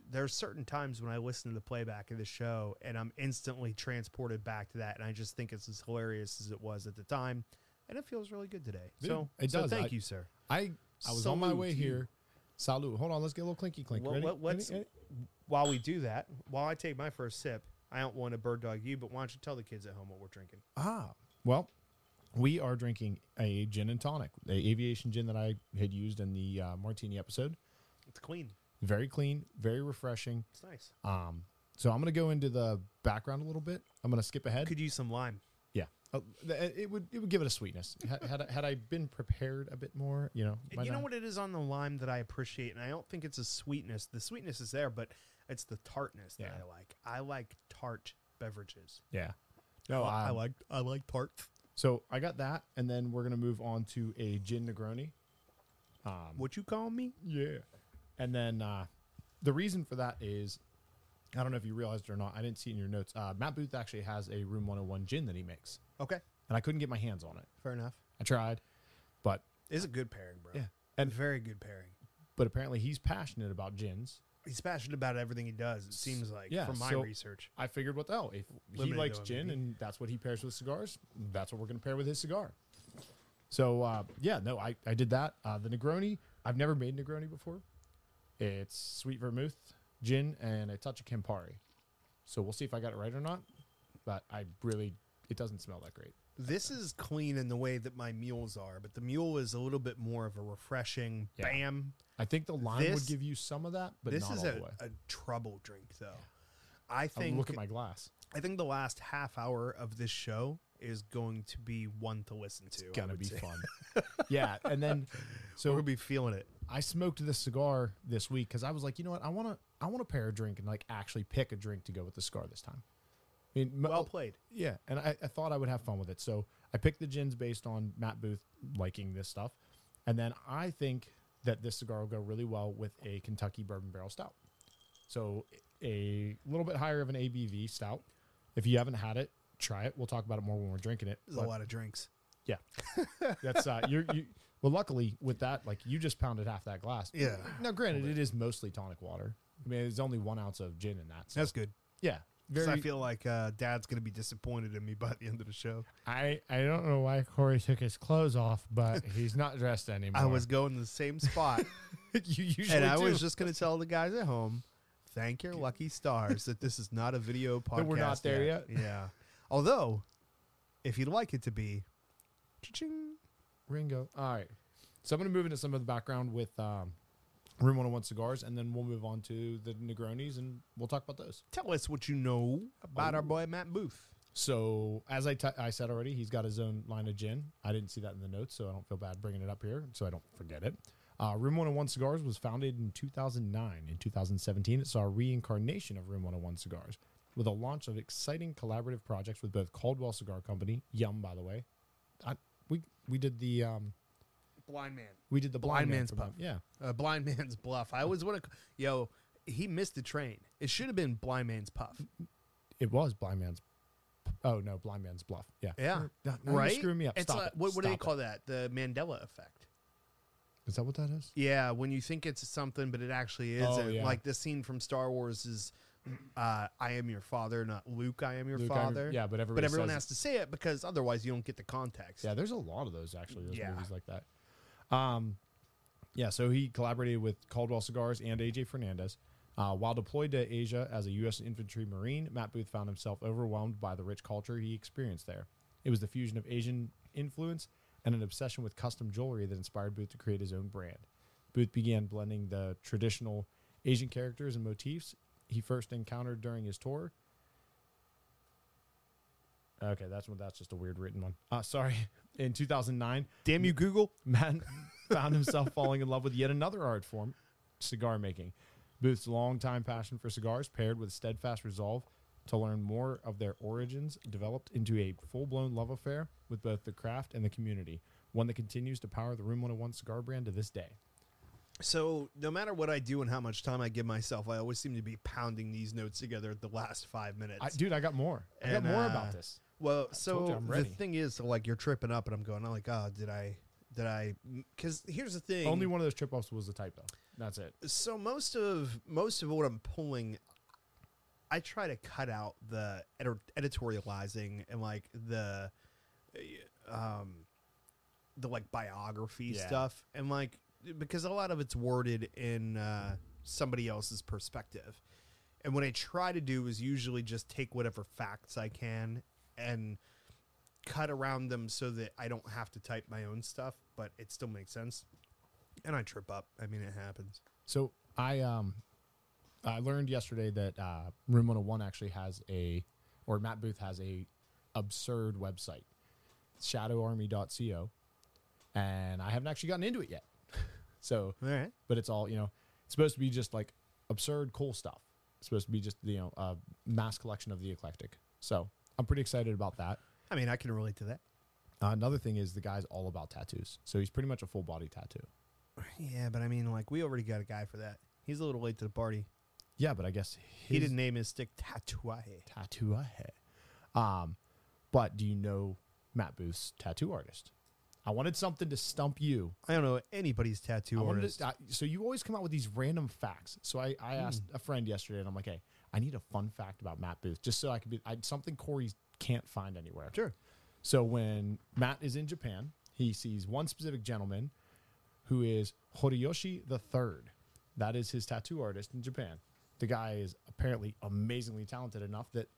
Speaker 2: there are certain times when I listen to the playback of the show and I'm instantly transported back to that, and I just think it's as hilarious as it was at the time, and it feels really good today.
Speaker 3: Dude,
Speaker 2: so
Speaker 3: it
Speaker 2: so
Speaker 3: does.
Speaker 2: thank
Speaker 3: I-
Speaker 2: you, sir.
Speaker 3: I I was on my
Speaker 2: Salute
Speaker 3: way
Speaker 2: you.
Speaker 3: here. Salute. Hold on, let's get a little clinky clink.
Speaker 2: Well,
Speaker 3: Ready?
Speaker 2: let- let's-
Speaker 3: Ready?
Speaker 2: While we do that, while I take my first sip, I don't want to bird dog you, but why don't you tell the kids at home what we're drinking?
Speaker 3: Ah, well, we are drinking a gin and tonic, the aviation gin that I had used in the uh, martini episode.
Speaker 2: It's clean.
Speaker 3: Very clean, very refreshing.
Speaker 2: It's nice.
Speaker 3: Um, so I'm going to go into the background a little bit. I'm going to skip ahead.
Speaker 2: Could use some lime.
Speaker 3: yeah, Uh, th- it would it would give it a sweetness. had, had I- had I been prepared a bit more, you know,
Speaker 2: And
Speaker 3: by
Speaker 2: you know
Speaker 3: now-
Speaker 2: what it is on the lime that I appreciate, and I don't think it's a sweetness. The sweetness is there, but it's the tartness that
Speaker 3: Yeah.
Speaker 2: I like. I like tart beverages.
Speaker 3: Yeah. No,
Speaker 2: I
Speaker 3: um,
Speaker 2: like I like tart.
Speaker 3: So I got that, and then we're gonna move on to a gin Negroni. Um,
Speaker 2: What you call me?
Speaker 3: Yeah. And then uh, the reason for that is, I don't know if you realized it or not. I didn't see it in your notes. Uh, Matt Booth actually has a Room 101 gin that he makes,
Speaker 2: Okay,
Speaker 3: and I couldn't get my hands on it.
Speaker 2: fair enough.
Speaker 3: I tried, but
Speaker 2: It's a good pairing, bro.
Speaker 3: Yeah.
Speaker 2: and very good pairing.
Speaker 3: but apparently he's passionate about gins.
Speaker 2: He's passionate about everything he does. It seems like
Speaker 3: Yeah,
Speaker 2: from my
Speaker 3: so-
Speaker 2: research.
Speaker 3: I figured, what the hell? If he
Speaker 2: Limited
Speaker 3: likes
Speaker 2: to him.
Speaker 3: gin and that's what he pairs with cigars, that's what we're going to pair with his cigar. So, uh, yeah, no, I, I did that. Uh, the Negroni, I've never made Negroni before. It's sweet vermouth, gin, and a touch of Campari. So we'll see if I got it right or not. But I really, it doesn't smell that great.
Speaker 2: This is clean in the way that my mules are, but the mule is a little bit more of a refreshing
Speaker 3: Yeah.
Speaker 2: bam.
Speaker 3: I think the lime
Speaker 2: This-
Speaker 3: would give you some of that, but
Speaker 2: this
Speaker 3: not
Speaker 2: is
Speaker 3: all
Speaker 2: a,
Speaker 3: the way.
Speaker 2: a trouble drink though. I
Speaker 3: I
Speaker 2: think
Speaker 3: look at my glass.
Speaker 2: I think the last half hour of this show is going to be one to listen to.
Speaker 3: It's gonna be fun. yeah, and then so
Speaker 2: We'll be feeling it.
Speaker 3: I smoked this cigar this week because I was like, you know what, I want to, I want to pair a drink and like actually pick a drink to go with the cigar this time. I mean, m- oh,
Speaker 2: Well played.
Speaker 3: yeah, and I, I thought I would have fun with it, so I picked the gins based on Matt Booth liking this stuff, and then I think that this cigar will go really well with a Kentucky Bourbon Barrel Stout. So a little bit higher of an ABV stout. If you haven't had it, try it. We'll talk about it more when we're drinking it.
Speaker 2: There's a
Speaker 3: but-
Speaker 2: lot of drinks.
Speaker 3: yeah, that's uh, you're, you. Well, luckily with that, like you just pounded half that glass.
Speaker 2: Yeah.
Speaker 3: Now, granted, it is mostly tonic water. I mean, there's only one ounce of gin in that. So
Speaker 2: That's good.
Speaker 3: yeah,
Speaker 2: 'Cause
Speaker 3: very. I,
Speaker 2: I feel like uh, Dad's gonna be disappointed in me by the end of the show.
Speaker 3: I don't know why Corey took his clothes off, but he's not dressed anymore.
Speaker 2: I was going to the same spot,
Speaker 3: you usually
Speaker 2: and I
Speaker 3: do.
Speaker 2: was just gonna tell the guys at home, thank your lucky stars that this is not a video podcast.
Speaker 3: That we're not there
Speaker 2: Yeah. Although, if you'd like it to be, cha-ching.
Speaker 3: Ringo. All right, so I'm gonna move into some of the background with um, Room 101 cigars, and then we'll move on to the Negronis, and we'll talk about those.
Speaker 2: tell us what you know
Speaker 3: Oh.
Speaker 2: about our boy Matt Booth.
Speaker 3: So, as I, t- I said already, he's got his own line of gin. I didn't see that in the notes, so I don't feel bad bringing it up here, so I don't forget it. Uh, Room 101 Cigars was founded in 2009. In 2017, it saw a reincarnation of Room 101 Cigars with a launch of exciting collaborative projects with both Caldwell Cigar Company, Yum, by the way. I, we we did the um,
Speaker 2: Blind man.
Speaker 3: we did the
Speaker 2: Blind
Speaker 3: blind, Man
Speaker 2: Man's
Speaker 3: promo-
Speaker 2: Puff.
Speaker 3: Yeah,
Speaker 2: Uh, blind man's bluff. I always want to. Yo, he missed the train. It should have been blind man's puff.
Speaker 3: it was Blind Man's. Oh no, Blind Man's Bluff. Yeah,
Speaker 2: Yeah,
Speaker 3: Now you're
Speaker 2: right.
Speaker 3: screwing me up.
Speaker 2: It's
Speaker 3: Stop
Speaker 2: like-
Speaker 3: it.
Speaker 2: What, what do they
Speaker 3: Stop it.
Speaker 2: call that? The Mandela effect.
Speaker 3: Is that what that is?
Speaker 2: Yeah, when you think it's something, but it actually
Speaker 3: Oh,
Speaker 2: isn't.
Speaker 3: yeah.
Speaker 2: Like the scene from Star Wars is, uh, "I am your father," not Luke. I am your
Speaker 3: Luke, I rem-
Speaker 2: father.
Speaker 3: yeah, but
Speaker 2: but
Speaker 3: everybody
Speaker 2: everyone
Speaker 3: says
Speaker 2: has to say it because otherwise you don't get the context.
Speaker 3: Yeah, there's a lot of those actually. Those
Speaker 2: Yeah.
Speaker 3: movies like that. Um, yeah. So he collaborated with Caldwell Cigars and AJ Fernandez. Uh, while deployed to Asia as a U.S. infantry marine, Matt Booth found himself overwhelmed by the rich culture he experienced there. It was the fusion of Asian influence and an obsession with custom jewelry that inspired Booth to create his own brand. Booth began blending the traditional Asian characters and motifs he first encountered during his tour Okay, that's one. That's just a weird written one. Uh, sorry. In 2009,
Speaker 2: Damn you, Google.
Speaker 3: Matt found himself falling in love with yet another art form, cigar making. Booth's longtime passion for cigars, paired with steadfast resolve to learn more of their origins developed into a full blown love affair with both the craft and the community, one that continues to power the Room 101 cigar brand to this day.
Speaker 2: So no matter what I do and how much time I give myself, I always seem to be pounding these notes together at the last five minutes.
Speaker 3: I, dude, I got more. I got
Speaker 2: And,
Speaker 3: more
Speaker 2: uh,
Speaker 3: about this.
Speaker 2: Well,
Speaker 3: told you
Speaker 2: so
Speaker 3: I'm
Speaker 2: the
Speaker 3: ready.
Speaker 2: thing is, so like you're tripping up, and I'm going, I'm like, oh, did I, did I? Because here's the thing.
Speaker 3: Only one of those trip ups was the typo. That's it.
Speaker 2: so most of most of what I'm pulling, I try to cut out the edit- editorializing and like the, uh, um, the like biography
Speaker 3: Yeah.
Speaker 2: stuff and like because a lot of it's worded in uh, somebody else's perspective, and what I try to do is usually just take whatever facts I can and cut around them so that I don't have to type my own stuff, but it still makes sense. And I trip up. I mean, it happens.
Speaker 3: So I um I learned yesterday that uh, Room 101 actually has a or Matt Booth has a absurd website, shadowarmy.co, and I haven't actually gotten into it yet. so,
Speaker 2: All right.
Speaker 3: but it's all you know. It's supposed to be just like absurd, cool stuff. It's supposed to be just you know a mass collection of the eclectic. So I'm pretty excited about that.
Speaker 2: I mean, I can relate to that.
Speaker 3: Uh, another thing is the guy's all about tattoos, so he's pretty much a full body tattoo.
Speaker 2: Yeah, but I mean, like, we already got a guy for that. He's a little late to the party.
Speaker 3: Yeah, but I guess
Speaker 2: he
Speaker 3: his-
Speaker 2: didn't name his stick Tatuaje.
Speaker 3: tattoo I had. Um, but do you know Matt Booth's tattoo artist? I wanted something to stump you.
Speaker 2: I don't know anybody's tattoo
Speaker 3: I wanted
Speaker 2: artist.
Speaker 3: To, I- so you always come out with these random facts. So I, I asked a friend yesterday, and I'm like, hey, I need a fun fact about Matt Booth, just so I could be I, something Corey can't find anywhere.
Speaker 2: Sure.
Speaker 3: So when Matt is in Japan, he sees one specific gentleman who is Horiyoshi the Third. That is his tattoo artist in Japan. The guy is apparently amazingly talented enough that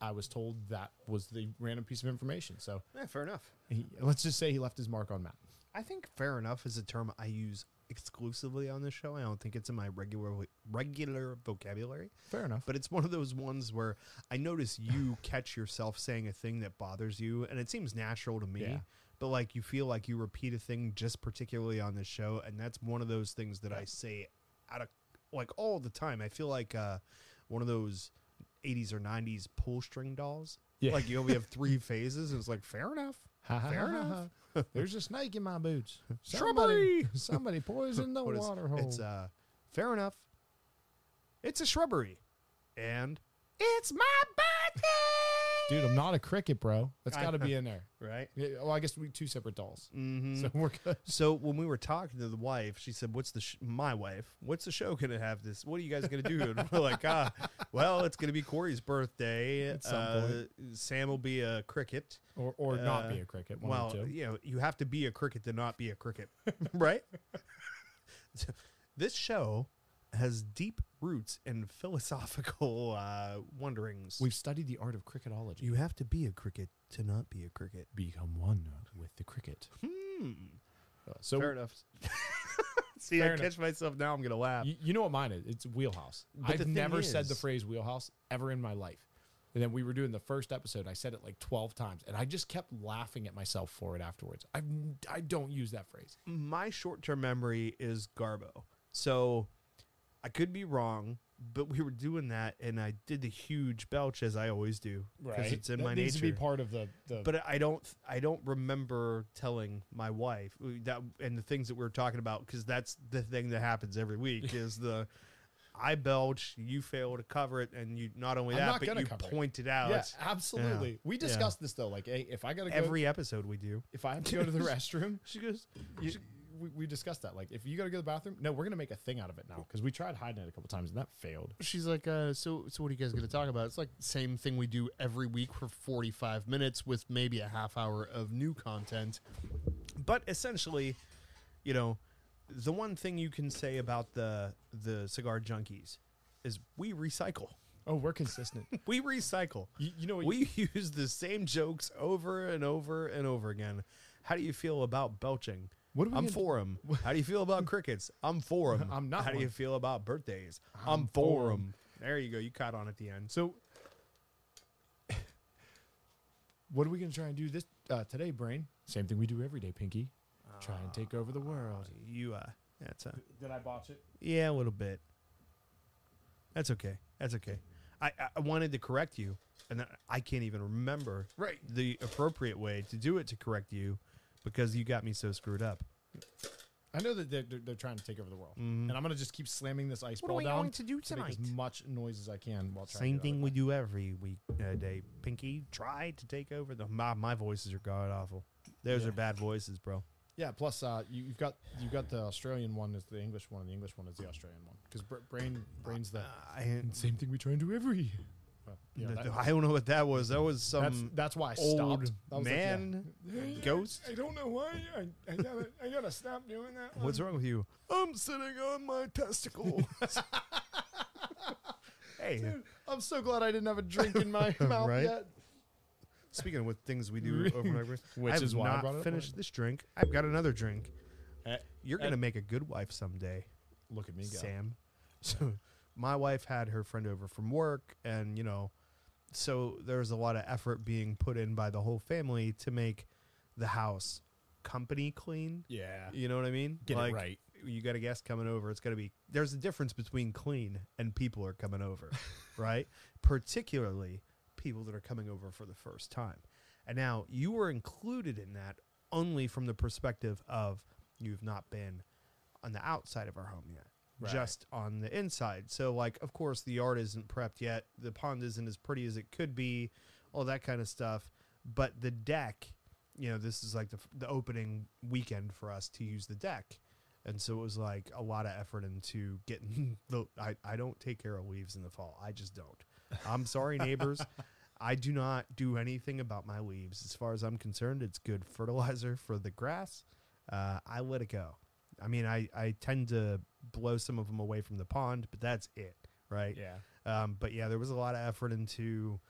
Speaker 3: I was told that was the random piece of information. So
Speaker 2: Yeah, fair enough.
Speaker 3: he, let's just say he left his mark on Matt.
Speaker 2: I think fair enough is a term I use exclusively on this show. I don't think it's in my regular regular vocabulary,
Speaker 3: Fair enough.
Speaker 2: but it's one of those ones where I notice you catch yourself saying a thing that bothers you, and it seems natural to me.
Speaker 3: Yeah.
Speaker 2: But like you feel like you repeat a thing just particularly on this show, and that's one of those things that I say out of like all the time. I feel like uh, one of those '80s or '90s pull string dolls.
Speaker 3: Yeah.
Speaker 2: Like you only have three phases. And it's like fair enough.
Speaker 3: Ha, ha,
Speaker 2: Fair
Speaker 3: ha, ha,
Speaker 2: enough.
Speaker 3: ha. There's a snake in my boots. Somebody, somebody poisoned the
Speaker 2: What is-
Speaker 3: water hole.
Speaker 2: It's uh, fair enough. It's a shrubbery, and it's my birthday.
Speaker 3: Dude, I'm not a cricket, bro. That's
Speaker 2: I-
Speaker 3: got to be in there.
Speaker 2: Right.
Speaker 3: Yeah, well, I guess we two separate dolls.
Speaker 2: Mm-hmm.
Speaker 3: So we're good.
Speaker 2: So when we were talking to the wife, she said, "What's the sh- my wife? What's the show gonna have this? What are you guys gonna do?" And we're like, "Ah, well, it's gonna be Corey's birthday.
Speaker 3: At some
Speaker 2: uh, Sam will be a cricket.
Speaker 3: Or, or
Speaker 2: Uh,
Speaker 3: not be a cricket. One
Speaker 2: well,
Speaker 3: or two.
Speaker 2: you know, you have to be a cricket to not be a cricket, right? So this show has deep roots in philosophical uh, wonderings.
Speaker 3: We've studied the art of cricketology.
Speaker 2: you have to be a cricket to not be a cricket.
Speaker 3: become one with the cricket.
Speaker 2: Hmm.
Speaker 3: so
Speaker 2: Fair enough. See, I
Speaker 3: Fair enough.
Speaker 2: catch myself now. I'm gonna laugh.
Speaker 3: you, you know what mine is? It's wheelhouse.
Speaker 2: Uh, But the
Speaker 3: I've
Speaker 2: thing
Speaker 3: never said the
Speaker 2: is-
Speaker 3: phrase wheelhouse ever in my life. And then we were doing the first episode. I said it like twelve times, and I just kept laughing at myself for it afterwards. I I don't use that phrase.
Speaker 2: my short term memory is Garbo. So I could be wrong, but we were doing that and I did the huge belch as I always do. Because it's in
Speaker 3: That
Speaker 2: my
Speaker 3: needs to be
Speaker 2: nature.
Speaker 3: part of the. the
Speaker 2: but I don't I don't remember telling my wife uh, that and the things that we were talking about because that's the thing that happens every week is the I belch, you fail to cover it, and you not only
Speaker 3: I'm
Speaker 2: that,
Speaker 3: not
Speaker 2: but
Speaker 3: gonna
Speaker 2: you
Speaker 3: cover it.
Speaker 2: pointed out
Speaker 3: yeah, absolutely. We
Speaker 2: Yeah.
Speaker 3: discussed this though. Like, hey, if I gotta go,
Speaker 2: every episode we do.
Speaker 3: if I have to go to the restroom,
Speaker 2: She goes,
Speaker 3: you, we, we discussed that. Like, if you gotta go to the bathroom, no, we're gonna make a thing out of it now because we tried hiding it a couple times and that failed.
Speaker 2: she's like, uh, so so what are you guys gonna talk about? It's like same thing we do every week for forty five minutes with maybe a half hour of new content. But essentially, you know, the one thing you can say about the the cigar junkies is we recycle.
Speaker 3: Oh, we're consistent.
Speaker 2: We recycle.
Speaker 3: you, you know what?
Speaker 2: We use the same jokes over and over and over again. How do you feel about belching?
Speaker 3: What are we
Speaker 2: I'm
Speaker 3: gonna-
Speaker 2: for 'em. How do you feel about crickets? I'm for 'em.
Speaker 3: I'm not
Speaker 2: How do you
Speaker 3: one.
Speaker 2: feel about birthdays? I'm,
Speaker 3: I'm
Speaker 2: for
Speaker 3: for 'em.
Speaker 2: 'em. There you go. You caught on at the end.
Speaker 3: So, what are we going to try and do this uh, today, Brain? Same thing we do every day, Pinky. try and take over the
Speaker 2: Ah,
Speaker 3: world.
Speaker 2: You uh that's a
Speaker 3: Did I botch it?
Speaker 2: yeah, a little bit. That's okay. That's okay. I, I- I wanted to correct you, and I- I can't even remember
Speaker 3: Right.
Speaker 2: the appropriate way to do it to correct you because you got me so screwed up.
Speaker 3: I know that they're, they're, they're trying to take over the world, and I'm gonna just keep slamming this ice
Speaker 2: What are
Speaker 3: ball
Speaker 2: we
Speaker 3: down
Speaker 2: going to do
Speaker 3: make
Speaker 2: tonight?
Speaker 3: as much noise as I can while trying.
Speaker 2: Same
Speaker 3: to get out of
Speaker 2: thing
Speaker 3: it.
Speaker 2: we do every week uh, day. Pinky, try to take over the. My, my voices are god awful. Those
Speaker 3: Yeah.
Speaker 2: are bad voices, bro.
Speaker 3: Yeah. Plus, uh, you, you've got you've got the Australian one is the English one, and the English one is the Australian one because brain brains the
Speaker 2: I,
Speaker 3: same thing we try and do every. Well, yeah,
Speaker 2: th-
Speaker 3: that-
Speaker 2: th- I don't know what that was. That was
Speaker 3: that's
Speaker 2: some
Speaker 3: that's why I
Speaker 2: old
Speaker 3: stopped. I was like, yeah.
Speaker 2: man ghost.
Speaker 3: I don't know why. I, I gotta I gotta stop doing that.
Speaker 2: What's wrong with you? I'm sitting on my testicle. hey,
Speaker 3: I'm so glad I didn't have a drink in my mouth
Speaker 2: Right?
Speaker 3: yet.
Speaker 2: speaking of what things we do over and over,
Speaker 3: Which
Speaker 2: I have
Speaker 3: is why I
Speaker 2: not
Speaker 3: brought it up.
Speaker 2: finished this drink. I've got another drink.
Speaker 3: Eh,
Speaker 2: You're
Speaker 3: eh.
Speaker 2: gonna make a good wife someday,
Speaker 3: Look at me go.
Speaker 2: Sam. So, my wife had her friend over from work, and you know, so there was a lot of effort being put in by the whole family to make the house company clean.
Speaker 3: Yeah.
Speaker 2: You know what I mean?
Speaker 3: Get it
Speaker 2: like,
Speaker 3: right.
Speaker 2: You got a guest coming over. It's gonna be there's a difference between clean and people are coming over, right? Particularly people that are coming over for the first time. And now you were included in that only from the perspective of you've not been on the outside of our home yet.
Speaker 3: Right.
Speaker 2: Just on the inside. So like of course the yard isn't prepped yet. The pond isn't as pretty as it could be, all that kind of stuff. But the deck, you know, this is like the f- the opening weekend for us to use the deck. And so it was like a lot of effort into getting the I, I don't take care of leaves in the fall. I just don't. I'm sorry neighbors. I do not do anything about my leaves. As far as I'm concerned, it's good fertilizer for the grass. Uh, I let it go. I mean, I, I tend to blow some of them away from the pond, but that's it, right?
Speaker 3: Yeah.
Speaker 2: Um, but yeah, there was a lot of effort into,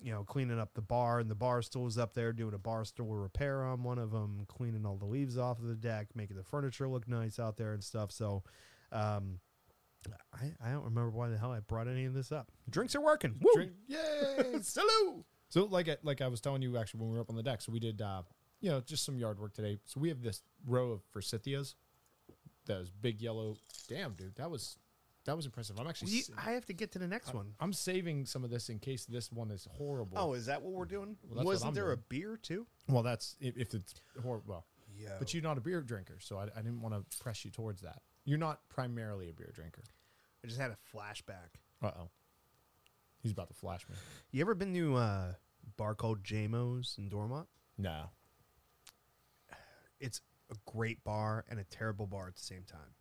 Speaker 2: you know, cleaning up the bar and the bar stool was up there doing a bar stool repair on one of them, cleaning all the leaves off of the deck, making the furniture look nice out there and stuff. So, um, I, I don't remember why the hell I brought any of this up. Drinks are working. Woo!
Speaker 3: Drink. Yay.
Speaker 2: Salute.
Speaker 3: So like I, like I was telling you actually when we were up on the deck, so we did uh, you know just some yard work today. So we have this row of forsythias, those big yellow. Damn, dude, that was that was impressive. I'm actually
Speaker 2: You-
Speaker 3: s-
Speaker 2: I have to get to the next one.
Speaker 3: I'm saving some of this in case this one is horrible.
Speaker 2: Uh, Oh, is that what we're doing?
Speaker 3: Well, that's what
Speaker 2: Wasn't
Speaker 3: I'm
Speaker 2: there
Speaker 3: doing.
Speaker 2: a beer too?
Speaker 3: well, that's if, if it's horrible. Well,
Speaker 2: Yeah.
Speaker 3: but you're not a beer drinker, so I, I didn't want to press you towards that. You're not primarily a beer drinker.
Speaker 2: I just had a flashback.
Speaker 3: Uh oh, he's about to flash me.
Speaker 2: You ever been to a bar called JMO's in Dormont?
Speaker 3: No,
Speaker 2: It's a great bar and a terrible bar at the same time.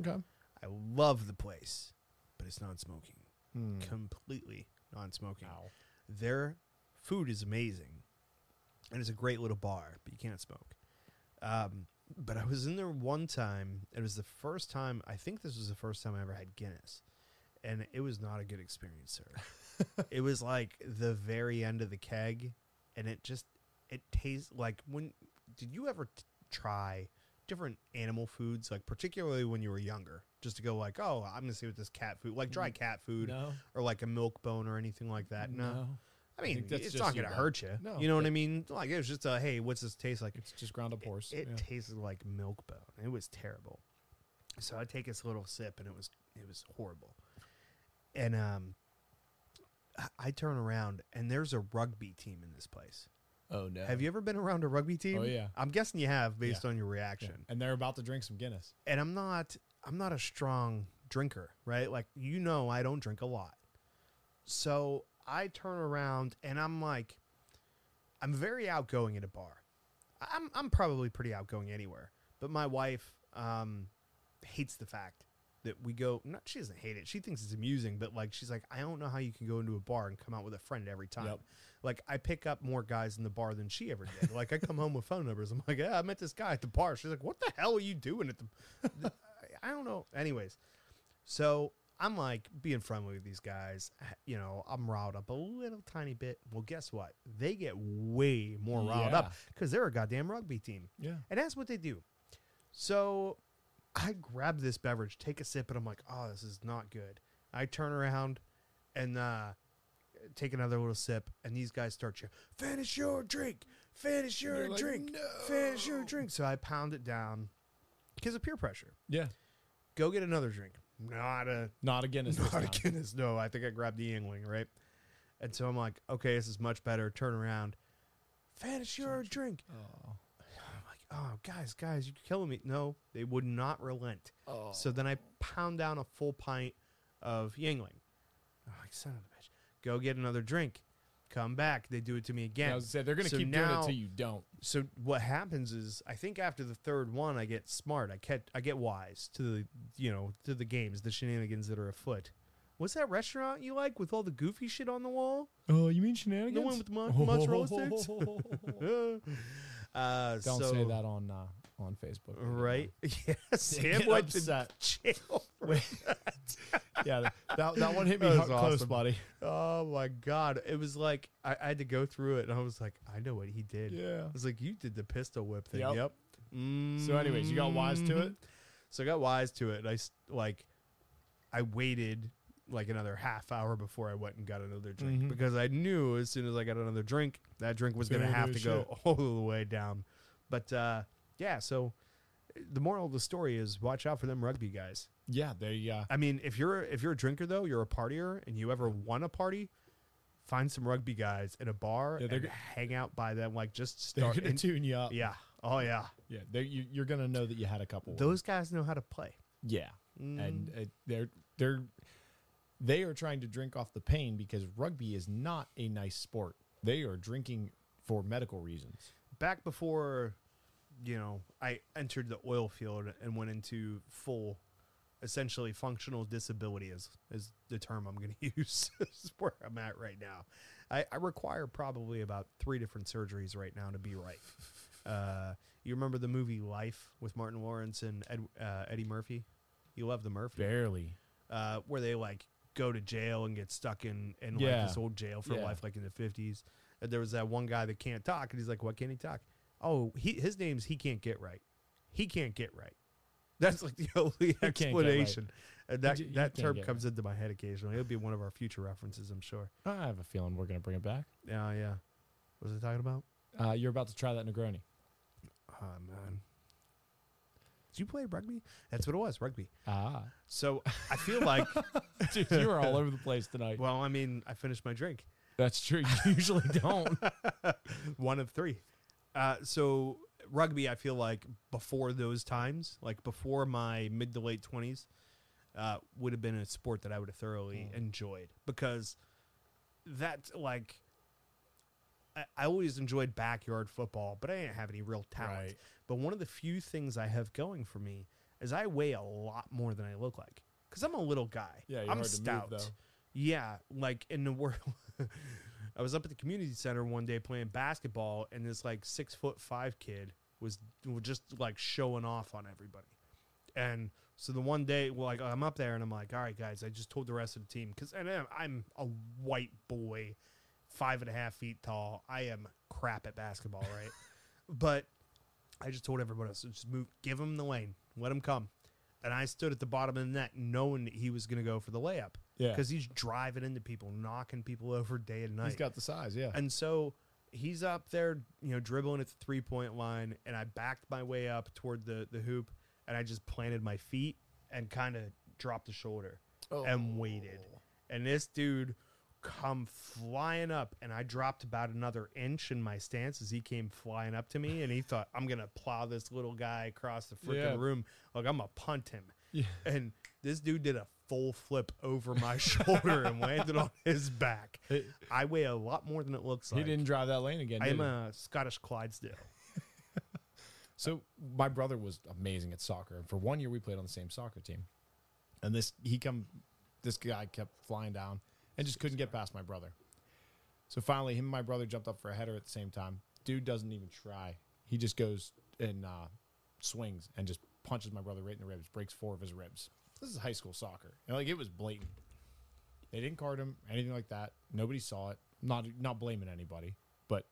Speaker 3: okay,
Speaker 2: I love the place, but it's non-smoking.
Speaker 3: Hmm.
Speaker 2: Completely non-smoking.
Speaker 3: Ow.
Speaker 2: Their food is amazing, and it's a great little bar, but you can't smoke. Um, but I was in there one time. It was the first time. I think this was the first time I ever had Guinness, and it was not a good experience, sir. it was like the very end of the keg, and it just it tastes like when did you ever t- try different animal foods like particularly when you were younger just to go like oh i'm gonna see what this cat food like dry cat food
Speaker 3: Mm. No.
Speaker 2: or like a milk bone or anything like that no, i mean
Speaker 3: think that's
Speaker 2: it's
Speaker 3: just
Speaker 2: not
Speaker 3: you,
Speaker 2: gonna
Speaker 3: bud.
Speaker 2: hurt you
Speaker 3: No,
Speaker 2: you know what i mean like it was just a hey what's this taste like
Speaker 3: It's just ground up horse.
Speaker 2: it
Speaker 3: yeah.
Speaker 2: tasted like milk bone. It was terrible. So I take this little sip and it was it was horrible. And um I- I turn around and there's a rugby team in this place.
Speaker 3: oh no.
Speaker 2: Have you ever been around a rugby team?
Speaker 3: Oh, yeah.
Speaker 2: I'm guessing you have based
Speaker 3: Yeah.
Speaker 2: on your
Speaker 3: Yeah.
Speaker 2: reaction.
Speaker 3: And they're about to drink some Guinness.
Speaker 2: And I'm not I'm not a strong drinker, right? Like you know I don't drink a lot. So I turn around and I'm like I'm very outgoing at a bar. I'm I'm probably pretty outgoing anywhere, but my wife um, hates the fact that we go. Not she doesn't hate it. She thinks it's amusing, but like she's like, I don't know how you can go into a bar and come out with a friend every time.
Speaker 3: Yep.
Speaker 2: Like I pick up more guys in the bar than she ever did. Like I come home with phone numbers. I'm like, yeah, I met this guy at the bar. She's like, what the hell are you doing at the? the I don't know. Anyways, so I'm like being friendly with these guys. You know, I'm riled up a little tiny bit. Well, guess what? They get way more riled up because they're a goddamn rugby team.
Speaker 3: Yeah.
Speaker 2: And that's what they do. So I grab this beverage, take a sip, and I'm like, oh, this is not good. I turn around and uh, take another little sip, and these guys start you, finish your drink, finish your
Speaker 3: you're like,
Speaker 2: drink, finish your drink. So I pound it down because of peer pressure.
Speaker 3: Yeah.
Speaker 2: Go get another drink. not a
Speaker 3: Not again. Is
Speaker 2: not a Guinness. No, I think I grabbed the Yingling, right? And so I'm like, okay, this is much better. Turn around. Vanish your drink.
Speaker 3: Oh.
Speaker 2: I'm like, oh, guys, guys, you're killing me. No, they would not relent.
Speaker 3: Oh.
Speaker 2: So then I pound down a full pint of Yingling. I'm like, son of a bitch. Go get another drink. Come back. They do it to me again.
Speaker 3: I was saying they're gonna
Speaker 2: So
Speaker 3: keep doing
Speaker 2: now-
Speaker 3: it till you don't.
Speaker 2: so what happens is I think after the third one I get smart. I get I get wise to the you know to the games, the shenanigans that are afoot. What's that restaurant you like with all the goofy shit on the wall?
Speaker 3: Oh, you mean shenanigans?
Speaker 2: The one with the mon- mozzarella sticks? uh,
Speaker 3: Don't
Speaker 2: so-
Speaker 3: say that on uh, on Facebook.
Speaker 2: Right? Yeah, Sam
Speaker 3: get
Speaker 2: went to
Speaker 3: upset.
Speaker 2: jail.
Speaker 3: yeah, that- that that one hit me
Speaker 2: That
Speaker 3: hu-
Speaker 2: was
Speaker 3: close,
Speaker 2: awesome.
Speaker 3: buddy.
Speaker 2: Oh my god! It was like I, I had to go through it, and I was like, I know what he did.
Speaker 3: Yeah.
Speaker 2: I was like, you did the pistol whip thing.
Speaker 3: Yep.
Speaker 2: Yep.
Speaker 3: So, anyways, you got wise to it.
Speaker 2: Mhm. So I got wise to it, and I s- like, I waited like another half hour before I went and got another drink
Speaker 3: Mhm.
Speaker 2: because I knew as soon as I got another drink, that drink was gonna
Speaker 3: Gonna
Speaker 2: have
Speaker 3: do
Speaker 2: to go all the way down. But uh, yeah, so the moral of the story is watch out for them rugby guys.
Speaker 3: Yeah, they. Uh,
Speaker 2: I mean, if you're if you're a drinker though, you're a partier, and you ever won a party, find some rugby guys in a bar
Speaker 3: Yeah, they're
Speaker 2: and
Speaker 3: go-
Speaker 2: hang out by them. Like just
Speaker 3: they're
Speaker 2: start.
Speaker 3: gonna
Speaker 2: and-
Speaker 3: tune you up.
Speaker 2: yeah. Oh yeah.
Speaker 3: yeah. They're, you, you're gonna know that you had a couple.
Speaker 2: Those Mm. guys know how to play.
Speaker 3: Yeah, and uh, they're they're they are trying to drink off the pain because rugby is not a nice sport. They are drinking for medical reasons.
Speaker 2: Back before, you know, I entered the oil field and went into full, essentially functional disability is is the term I'm going to use. is where I'm at right now. I, I require probably about three different surgeries right now to be right. Uh, you remember the movie Life with Martin Lawrence and Ed, uh, Eddie Murphy? You love the Murphy
Speaker 3: Barely.
Speaker 2: uh, where they like go to jail and get stuck in in
Speaker 3: Yeah.
Speaker 2: like this old jail for
Speaker 3: Yeah.
Speaker 2: life, like in the fifties. And there was that one guy that can't talk, and he's like, "Why can't he talk? Oh, he, his name's he can't get right. He can't get right. That's like the only
Speaker 3: right.
Speaker 2: explanation." And that
Speaker 3: j- he
Speaker 2: that
Speaker 3: can't
Speaker 2: term
Speaker 3: get
Speaker 2: comes into my head occasionally. It'll be one of our future references, I'm sure.
Speaker 3: I have a feeling we're gonna bring it back.
Speaker 2: Yeah, yeah. What was I talking about?
Speaker 3: Uh, you're about to try that Negroni.
Speaker 2: Oh man, did you play rugby? That's what it was, rugby.
Speaker 3: Ah,
Speaker 2: So I feel like,
Speaker 3: Dude, you were all over the place tonight.
Speaker 2: well, I mean, I finished my drink.
Speaker 3: That's true. You usually don't.
Speaker 2: one of three. Uh, so rugby, I feel like before those times, like before my mid to late twenties, uh, would have been a sport that I would have thoroughly enjoyed because that like. I- I always enjoyed backyard football, but I didn't have any real talent.
Speaker 3: Right.
Speaker 2: But one of the few things I have going for me is I weigh a lot more than I look like because I'm a little guy.
Speaker 3: Yeah, you're
Speaker 2: I'm
Speaker 3: hard to move,
Speaker 2: stout.
Speaker 3: though.
Speaker 2: Yeah, like in the world. I was up at the community center one day playing basketball, and this like six foot five kid was was just like showing off on everybody. And so the one day, well, like I'm up there, and I'm like, all right, guys, I just told the rest of the team because and I'm, I'm a white boy, five and a half feet tall. I am crap at basketball, right? but I just told everyone else, just move, give him the lane, let him come. And I stood at the bottom of the net, knowing that he was going to go for the layup.
Speaker 3: Yeah.
Speaker 2: because he's driving into people, knocking people over day and night.
Speaker 3: He's got the size. Yeah.
Speaker 2: And so he's up there, you know, dribbling at the three point line, and I backed my way up toward the the hoop, and I just planted my feet and kind of dropped the shoulder
Speaker 3: Oh.
Speaker 2: and waited. And this dude come flying up, and I dropped about another inch in my stance as he came flying up to me, and he thought I'm gonna plow this little guy across the freaking
Speaker 3: Yeah.
Speaker 2: room like I'm gonna punt him.
Speaker 3: Yeah.
Speaker 2: And this dude did a full flip over my shoulder and landed on his back.
Speaker 3: It-
Speaker 2: I weigh a lot more than it looks
Speaker 3: He
Speaker 2: like.
Speaker 3: didn't drive that lane again.
Speaker 2: I
Speaker 3: did
Speaker 2: am
Speaker 3: he?
Speaker 2: a Scottish Clydesdale.
Speaker 3: So my brother was amazing at soccer, and for one year we played on the same soccer team. And this he come, this guy kept flying down and just couldn't get past my brother. So finally, him and my brother jumped up for a header at the same time. Dude doesn't even try. He just goes and uh, swings and just punches my brother right in the ribs, breaks four of his ribs. This is high school soccer, and like it was blatant. They didn't card him, anything like that. Nobody saw it. Not not blaming anybody, but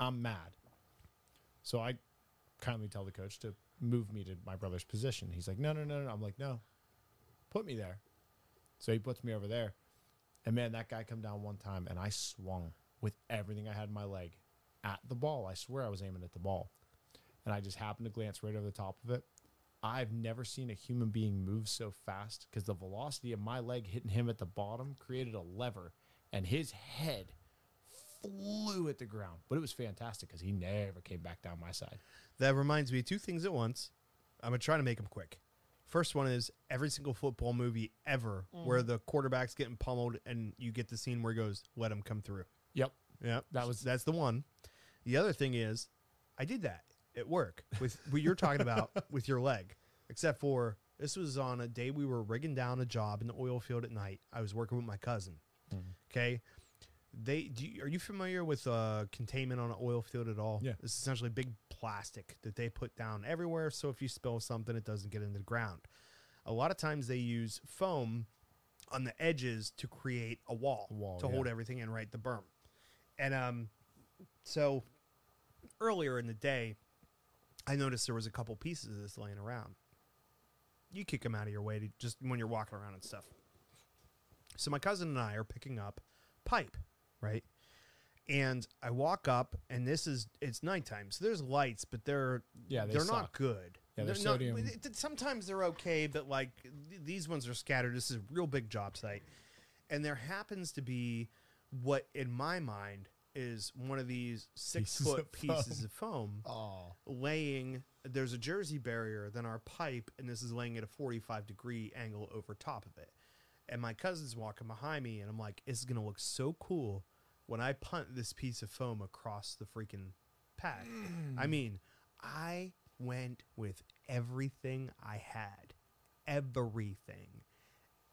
Speaker 3: I'm mad. So I kindly tell the coach to move me to my brother's position. He's like, no, no, no, no. I'm like, no, put me there. So he puts me over there. And man, that guy come down one time and I swung with everything I had in my leg at the ball. I swear I was aiming at the ball. And I just happened to glance right over the top of it. I've never seen a human being move so fast because the velocity of my leg hitting him at the bottom created a lever, and his head flew at the ground. But it was fantastic because he never came back down my side.
Speaker 2: That reminds me of two things at once. I'm going to try to make them quick. First one is every single football movie ever where the quarterback's getting pummeled and you get the scene where he goes, let him come through.
Speaker 3: Yep.
Speaker 2: Yeah,
Speaker 3: That was-
Speaker 2: that's the one. The other thing is, I did that at work with what you're talking about with your leg. Except for this was on a day we were rigging down a job in the oil field at night. I was working with my cousin. Okay, they do. You, are you familiar with uh, containment on an oil field at all?
Speaker 3: Yeah.
Speaker 2: it's essentially big plastic that they put down everywhere. So if you spill something, it doesn't get into the ground. A lot of times they use foam on the edges to create a wall,
Speaker 3: wall,
Speaker 2: to
Speaker 3: yeah.
Speaker 2: hold everything in, right? The berm. And um, so earlier in the day, I noticed there was a couple pieces of this laying around. You kick them out of your way to just when you're walking around and stuff. So my cousin and I are picking up pipe, right? And I walk up, and this is it's nighttime, so there's lights, but they're
Speaker 3: Yeah, they
Speaker 2: they are not
Speaker 3: suck.
Speaker 2: good.
Speaker 3: Yeah, they're
Speaker 2: not-
Speaker 3: sodium-
Speaker 2: it- it- sometimes they're okay, but like th- these ones are scattered. This is a real big job site, and there happens to be what in my mind is one of these six
Speaker 3: Pieces
Speaker 2: foot
Speaker 3: of
Speaker 2: pieces
Speaker 3: foam.
Speaker 2: of foam
Speaker 3: Oh,
Speaker 2: laying there's a jersey barrier then our pipe and this is laying at a 45 degree angle over top of it and my cousin's walking behind me and i'm like this is going to look so cool when i punt this piece of foam across the freaking pad i
Speaker 3: Mm.
Speaker 2: mean i went with everything i had everything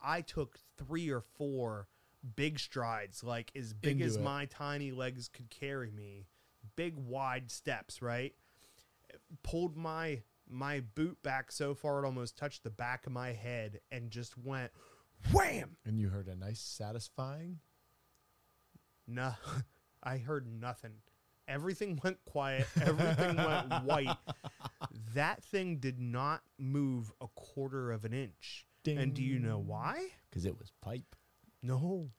Speaker 2: i took three or four big strides like as big
Speaker 3: Into
Speaker 2: as
Speaker 3: it.
Speaker 2: my tiny legs could carry me big wide steps right pulled my my boot back so far it almost touched the back of my head and just went wham
Speaker 3: and you heard a nice, satisfying.
Speaker 2: no i heard nothing everything went quiet everything went white that thing did not move a quarter of an inch and do you know
Speaker 3: Ding.
Speaker 2: why
Speaker 3: Because it was pipe.
Speaker 2: No.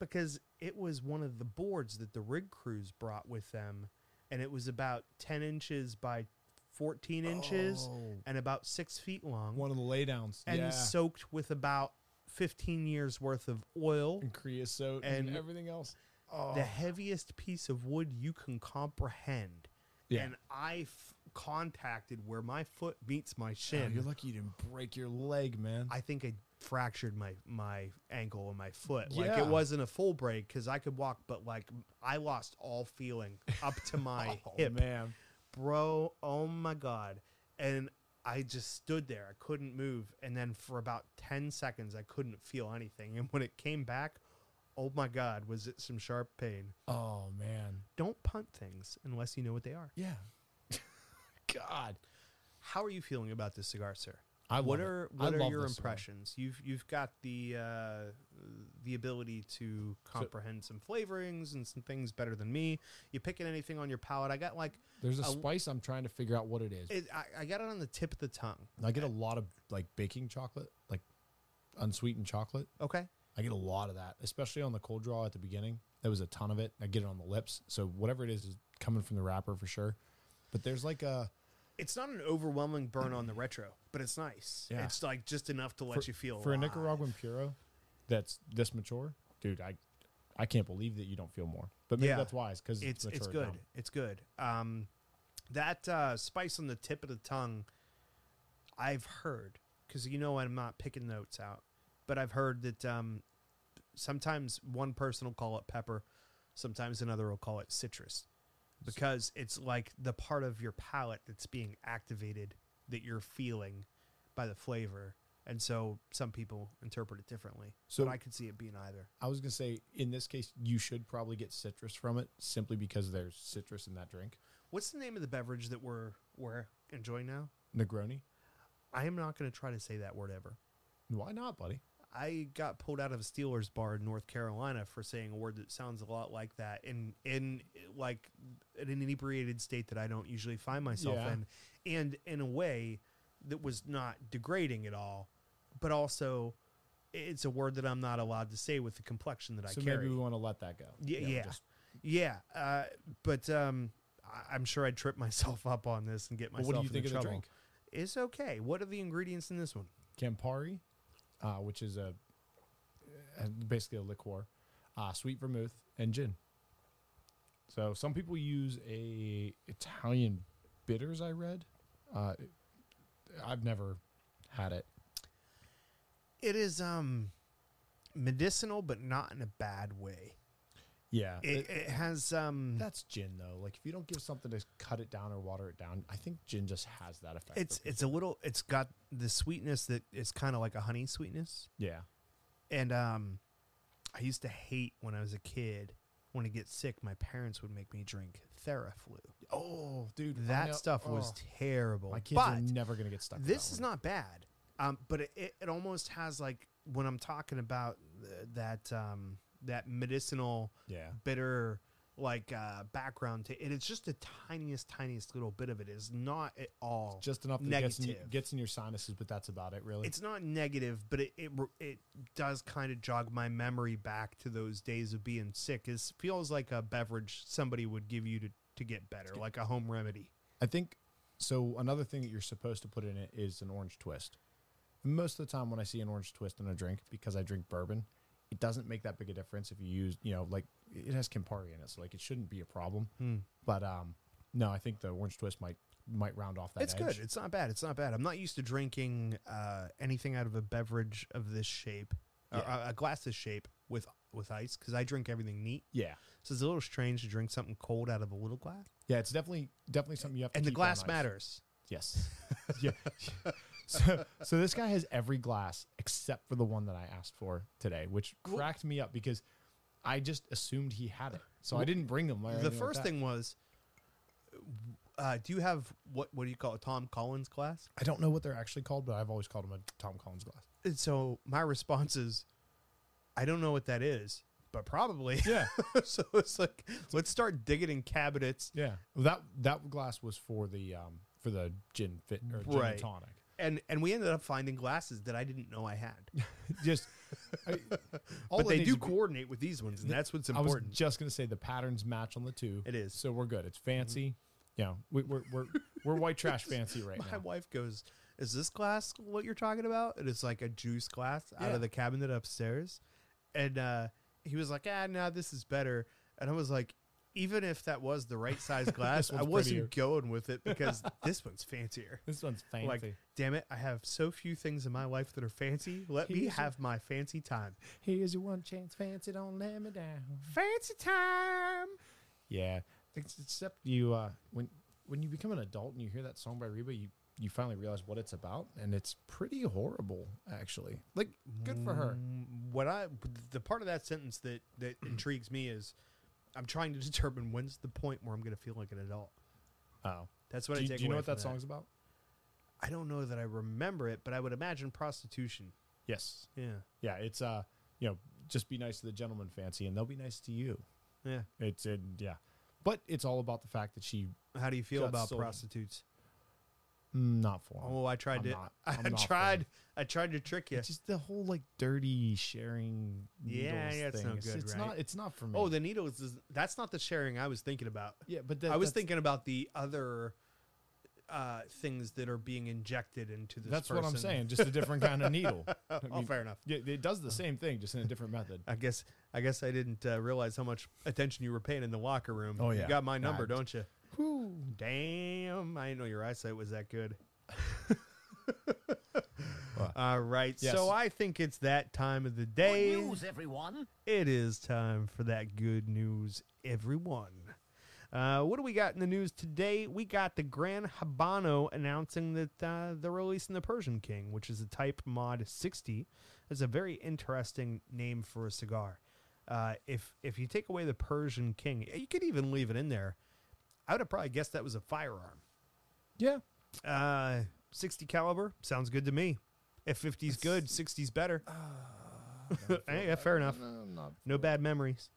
Speaker 2: Because it was one of the boards that the rig crews brought with them, and it was about 10 inches by 14 inches
Speaker 3: Oh.
Speaker 2: and about six feet long
Speaker 3: One of the laydowns.
Speaker 2: and
Speaker 3: yeah.
Speaker 2: soaked with about 15 years worth of oil.
Speaker 3: and creosote
Speaker 2: and-
Speaker 3: and everything else.
Speaker 2: The
Speaker 3: Oh.
Speaker 2: heaviest piece of wood you can comprehend.
Speaker 3: Yeah.
Speaker 2: And I f- contacted where my foot meets my shin.
Speaker 3: Oh, you're lucky you didn't break your leg, man.
Speaker 2: I think I fractured my my ankle and my foot. Like
Speaker 3: Yeah.
Speaker 2: it wasn't a full break because I could walk, but like I lost all feeling up to my hip,
Speaker 3: Oh, man.
Speaker 2: bro. Oh my god! And I just stood there. I couldn't move. And then for about ten seconds, I couldn't feel anything. And when it came back, oh my god, was it some sharp pain?
Speaker 3: Oh man.
Speaker 2: Don't punt things unless you know what they are.
Speaker 3: Yeah. God.
Speaker 2: How are you feeling about this cigar, sir?
Speaker 3: I
Speaker 2: what
Speaker 3: love it.
Speaker 2: are
Speaker 3: I
Speaker 2: what are
Speaker 3: love
Speaker 2: your
Speaker 3: this cigar.
Speaker 2: impressions? You've you've got the uh, the ability to comprehend some flavorings and some things better than me. You picking anything on your palate? I got like
Speaker 3: There's a
Speaker 2: I-
Speaker 3: spice I'm trying to figure out what it is.
Speaker 2: it, I, I got it on the tip of the tongue.
Speaker 3: I get a lot of like baking chocolate, like unsweetened chocolate.
Speaker 2: Okay,
Speaker 3: I get a lot of that, especially on the cold draw at the beginning. There was a ton of it. I get it on the lips. So whatever it is is coming from the wrapper for sure. But there's like a
Speaker 2: it's not an overwhelming burn on the retro, but it's nice.
Speaker 3: Yeah.
Speaker 2: It's like just enough to let you feel
Speaker 3: for a
Speaker 2: alive.
Speaker 3: Nicaraguan puro that's this mature, dude. I I can't believe that you don't feel more. But maybe
Speaker 2: Yeah.
Speaker 3: that's wise because
Speaker 2: It's it's
Speaker 3: matured
Speaker 2: good.
Speaker 3: now.
Speaker 2: It's good. Um, that uh, spice on the tip of the tongue, I've heard because you know I'm not picking notes out, but I've heard that um, sometimes one person will call it pepper, sometimes another will call it citrus, because it's like the part of your palate that's being activated that you're feeling by the flavor. And so some people interpret it differently. So
Speaker 3: So-
Speaker 2: but I could see it being either.
Speaker 3: I was gonna say in this case you should probably get citrus from it simply because there's citrus in that drink.
Speaker 2: What's the name of the beverage that we're we're enjoying now?
Speaker 3: Negroni.
Speaker 2: I am not going to try to say that word ever.
Speaker 3: Why not, buddy?
Speaker 2: I got pulled out of a Steelers bar in North Carolina for saying a word that sounds a lot like that in in like an inebriated state that I don't usually find myself
Speaker 3: Yeah.
Speaker 2: in, and in a way that was not degrading at all, but also it's a word that I'm not allowed to say with the complexion that
Speaker 3: So
Speaker 2: I carry.
Speaker 3: maybe we want to let that go.
Speaker 2: Yeah,
Speaker 3: we'll
Speaker 2: yeah,
Speaker 3: just-
Speaker 2: yeah. Uh, but um, I- I'm sure I'd trip myself up on this and get
Speaker 3: Well,
Speaker 2: myself.
Speaker 3: what do you
Speaker 2: into
Speaker 3: think of the
Speaker 2: trouble.
Speaker 3: drink?
Speaker 2: is okay. What are the ingredients in this one?
Speaker 3: Campari, uh, which is a, uh basically a liqueur, uh, sweet vermouth, and gin. So some people use a Italian bitters. I read. Uh, I've never had it.
Speaker 2: It is um medicinal, but not in a bad way.
Speaker 3: Yeah,
Speaker 2: It, it has um.
Speaker 3: that's gin though. Like if you don't give something to cut it down or water it down, I think gin just has that effect. for
Speaker 2: It's
Speaker 3: people.
Speaker 2: it's a little. It's got the sweetness that is kind of like a honey sweetness.
Speaker 3: yeah.
Speaker 2: And um, I used to hate when I was a kid. When I get sick, my parents would make me drink Theraflu.
Speaker 3: Oh, dude, I know-
Speaker 2: That stuff was
Speaker 3: oh,
Speaker 2: terrible.
Speaker 3: my kids are
Speaker 2: but
Speaker 3: never gonna get stuck. with
Speaker 2: this
Speaker 3: that
Speaker 2: is
Speaker 3: one.
Speaker 2: not bad. Um, but it, it, it almost has like when I'm talking about th- that um that medicinal
Speaker 3: Yeah.
Speaker 2: bitter like uh background to it. It's just the tiniest, tiniest little bit of it. It's not at all
Speaker 3: just enough that gets in,
Speaker 2: negative.
Speaker 3: gets in your sinuses, but that's about it, really.
Speaker 2: it's not negative, but it it, re- it does kind of jog my memory back to those days of being sick. It feels like a beverage somebody would give you to, to get better, like a home remedy.
Speaker 3: I think so. Another thing that you're supposed to put in it is an orange twist. And most of the time, when I see an orange twist in a drink, because I drink bourbon, it doesn't make that big a difference if you use, you know, like it has Campari in it, so like it shouldn't be a problem.
Speaker 2: Hmm.
Speaker 3: But um, no, I think the orange twist might might round off that.
Speaker 2: it's
Speaker 3: edge.
Speaker 2: good. It's not bad. It's not bad. I'm not used to drinking uh, anything out of a beverage of this shape, or a- a glass this shape with with ice, because I drink everything neat.
Speaker 3: Yeah,
Speaker 2: So it's a little strange to drink something cold out of a little glass.
Speaker 3: yeah. It's definitely definitely something you have to.
Speaker 2: And the
Speaker 3: keep on
Speaker 2: glass
Speaker 3: ice.
Speaker 2: matters.
Speaker 3: Yes. yeah. So, so this guy has every glass except for the one that I asked for today, which cracked me up because I just assumed he had it. So I didn't bring them.
Speaker 2: the
Speaker 3: or anything like
Speaker 2: first
Speaker 3: that.
Speaker 2: thing was, uh, do you have what what do you call it, Tom Collins glass?
Speaker 3: I don't know what they're actually called, but I've always called them a Tom Collins glass.
Speaker 2: And so my response is, I don't know what that is, but probably.
Speaker 3: Yeah.
Speaker 2: so it's like, let's start digging in cabinets.
Speaker 3: Yeah. Well, that that glass was for the um for the gin fit or gin
Speaker 2: Right.
Speaker 3: and tonic.
Speaker 2: And and we ended up finding glasses that I didn't know I had.
Speaker 3: Just I, all
Speaker 2: but
Speaker 3: it
Speaker 2: they
Speaker 3: needs
Speaker 2: do
Speaker 3: to be-
Speaker 2: coordinate with these ones, and that's what's
Speaker 3: I was
Speaker 2: important.
Speaker 3: just gonna say the patterns match on the two.
Speaker 2: It is. Mm-hmm.
Speaker 3: So we're good. It's fancy. Yeah. We, we're we're we're white trash fancy right
Speaker 2: My
Speaker 3: now.
Speaker 2: wife goes, "Is this glass what you're talking about?" And it's like a juice glass out
Speaker 3: Yeah.
Speaker 2: of the cabinet upstairs. And uh, he was like, "Ah, no, this is better." And I was like, "Even if that was the right size glass, I
Speaker 3: one's
Speaker 2: wasn't going with it because this one's fancier."
Speaker 3: This one's fancy.
Speaker 2: Like, damn it, I have so few things in my life that are fancy. Let me
Speaker 3: Here's a-
Speaker 2: have my fancy time.
Speaker 3: Here's your one chance, fancy, don't let me down.
Speaker 2: Fancy time.
Speaker 3: Yeah, ex- except you uh, when when you become an adult and you hear that song by Reba, you you finally realize what it's about, and it's pretty horrible, actually. Like, good for her.
Speaker 2: Mm, What I the part of that sentence that that intrigues me is I'm trying to determine when's the point where I'm going to feel like an adult.
Speaker 3: Oh,
Speaker 2: That's Mm. what
Speaker 3: do
Speaker 2: I
Speaker 3: you,
Speaker 2: take
Speaker 3: do you know
Speaker 2: away
Speaker 3: what
Speaker 2: from
Speaker 3: that song's about?
Speaker 2: I don't know that I remember it, but I would imagine prostitution.
Speaker 3: Yes.
Speaker 2: Yeah.
Speaker 3: Yeah, it's uh, you know, just be nice to the gentleman, fancy, and they'll be nice to you.
Speaker 2: Yeah.
Speaker 3: It's it, yeah, but it's all about the fact that she
Speaker 2: How do you feel
Speaker 3: Got
Speaker 2: about
Speaker 3: sold.
Speaker 2: prostitutes?
Speaker 3: mm, not for him.
Speaker 2: Oh, I tried
Speaker 3: I'm
Speaker 2: to
Speaker 3: not-
Speaker 2: I
Speaker 3: I'm not for
Speaker 2: tried I tried to trick you.
Speaker 3: It's just the whole like dirty sharing.
Speaker 2: Yeah,
Speaker 3: needles
Speaker 2: yeah, it's
Speaker 3: thing.
Speaker 2: no
Speaker 3: it's,
Speaker 2: good,
Speaker 3: it's
Speaker 2: right?
Speaker 3: not. It's not for me.
Speaker 2: Oh, the needles is that's not the sharing I was thinking about.
Speaker 3: yeah, but that,
Speaker 2: I was
Speaker 3: that's-
Speaker 2: thinking about the other uh, things that are being injected into this
Speaker 3: That's what I'm
Speaker 2: person.
Speaker 3: saying. Just a different kind of needle. I
Speaker 2: Oh,
Speaker 3: mean,
Speaker 2: fair enough.
Speaker 3: yeah, it does the same thing, just in a different method.
Speaker 2: I guess I guess I didn't uh, realize how much attention you were paying in the locker room.
Speaker 3: Oh,
Speaker 2: You
Speaker 3: yeah.
Speaker 2: got my
Speaker 3: Nah,
Speaker 2: number,
Speaker 3: it's-
Speaker 2: don't you? Damn, I didn't know your eyesight was that good. All right,
Speaker 3: Yes.
Speaker 2: so I think it's that time of the day.
Speaker 4: Good news, everyone.
Speaker 2: It is time for that good news, everyone. Uh, what do we got in the news today? We got the Gran Habano announcing that uh, they're releasing the Persian King, which is a Type Mod 60. It's a very interesting name for a cigar. Uh, if if you take away the Persian King, you could even leave it in there. I would have probably guessed that was a firearm.
Speaker 3: Yeah,
Speaker 2: Uh, 60 caliber sounds good to me. If 50's good, 60's better.
Speaker 3: Ah,
Speaker 2: hey, yeah, fair enough. no bad memories.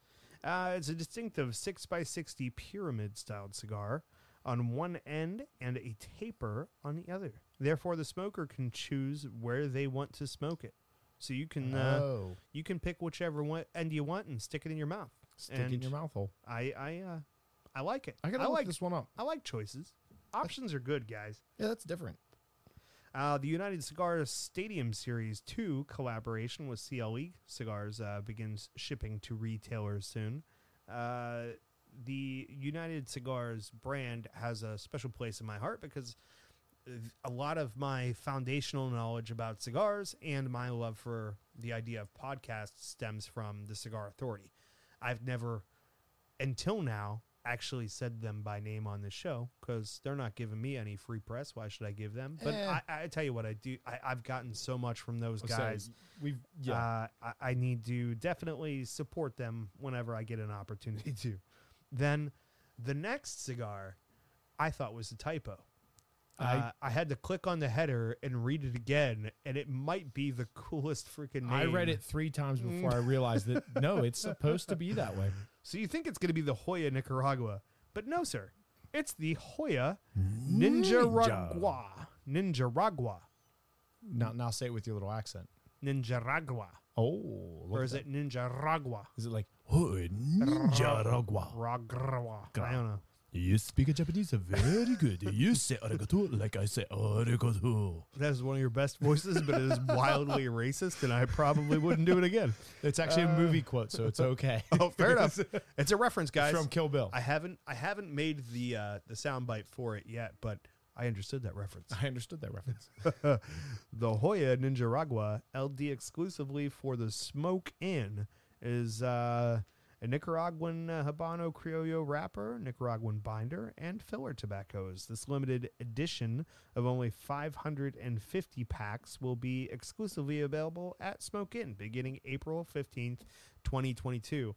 Speaker 2: Uh, it's a distinctive 6x60 pyramid styled cigar on one end and a taper on the other. Therefore, the smoker can choose where they want to smoke it. So you can uh,
Speaker 3: Oh.
Speaker 2: you can pick whichever one end you want and stick it in your mouth.
Speaker 3: stick it in
Speaker 2: And
Speaker 3: your mouth hole.
Speaker 2: I I uh, I like it.
Speaker 3: I gotta look
Speaker 2: like
Speaker 3: this one up.
Speaker 2: I like choices. Options are good, guys.
Speaker 3: Yeah, that's different.
Speaker 2: Uh, the United Cigars Stadium Series 2 collaboration with CLE Cigars uh, begins shipping to retailers soon. Uh, the United Cigars brand has a special place in my heart because a lot of my foundational knowledge about cigars and my love for the idea of podcasts stems from the Cigar Authority. I've never, until now, actually said them by name on the show because they're not giving me any free press. Why should I give them? But
Speaker 3: Eh.
Speaker 2: I, I tell you what, I do. I, I've gotten so much from those
Speaker 3: So,
Speaker 2: guys.
Speaker 3: we've yeah.
Speaker 2: Uh, I, I need to definitely support them whenever I get an opportunity to. Then the next cigar I thought was a typo. I,
Speaker 3: I-
Speaker 2: uh, I had to click on the header and read it again, and it might be the coolest freaking name.
Speaker 3: I read it three times before I realized that no, it's supposed to be that way.
Speaker 2: So you think it's going to be the Hoya Nicaragua, but no, sir. It's the Hoya Ninja Ragua. Ninja Ragua.
Speaker 3: Now, now say it with your little accent.
Speaker 2: Ninja Ragua.
Speaker 3: Oh,
Speaker 2: Or is it Ninja Ragua?
Speaker 3: Is it like
Speaker 4: Jaragua.
Speaker 2: Ragua. I don't know.
Speaker 4: You speak Japanese very good. You say arigato like I say arigato.
Speaker 2: That is one of your best voices, but it is wildly racist, and I probably wouldn't do it again. Uh,
Speaker 3: it's actually a movie quote, so it's okay.
Speaker 2: Oh, fair enough. It's a reference, guys.
Speaker 3: From Kill Bill.
Speaker 2: I haven't I haven't made the uh, the soundbite for it yet, but I understood that reference.
Speaker 3: I understood that reference.
Speaker 2: The Hoya Ninja Ragua LD exclusively for the Smoke Inn is uh, a Nicaraguan uh, Habano Criollo wrapper, Nicaraguan binder, and filler tobaccos. This limited edition of only 550 packs will be exclusively available at Smoke Inn beginning April 15th, 2022.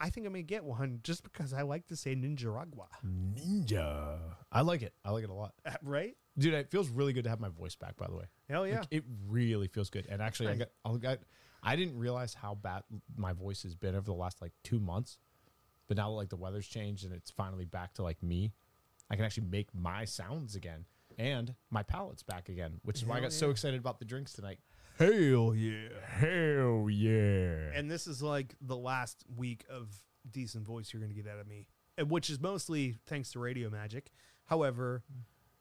Speaker 2: I think I'm going to get one just because I like to say Ninja Ragua,
Speaker 4: Mm. Ninja.
Speaker 3: I like it. I like it a lot.
Speaker 2: right?
Speaker 3: Dude, it feels really good to have my voice back, by the way.
Speaker 2: Hell yeah.
Speaker 3: Like, it really feels good. And actually, I
Speaker 2: Nice.
Speaker 3: got, I got, I didn't realize how bad my voice has been over the last like two months, but now that like the weather's changed and it's finally back to like me, I can actually make my sounds again and my palate's back again, which is why I got so excited about the drinks tonight.
Speaker 4: Hell yeah. Hell yeah.
Speaker 2: And this is like the last week of decent voice you're going to get out of me, and which is mostly thanks to Radio Magic. However,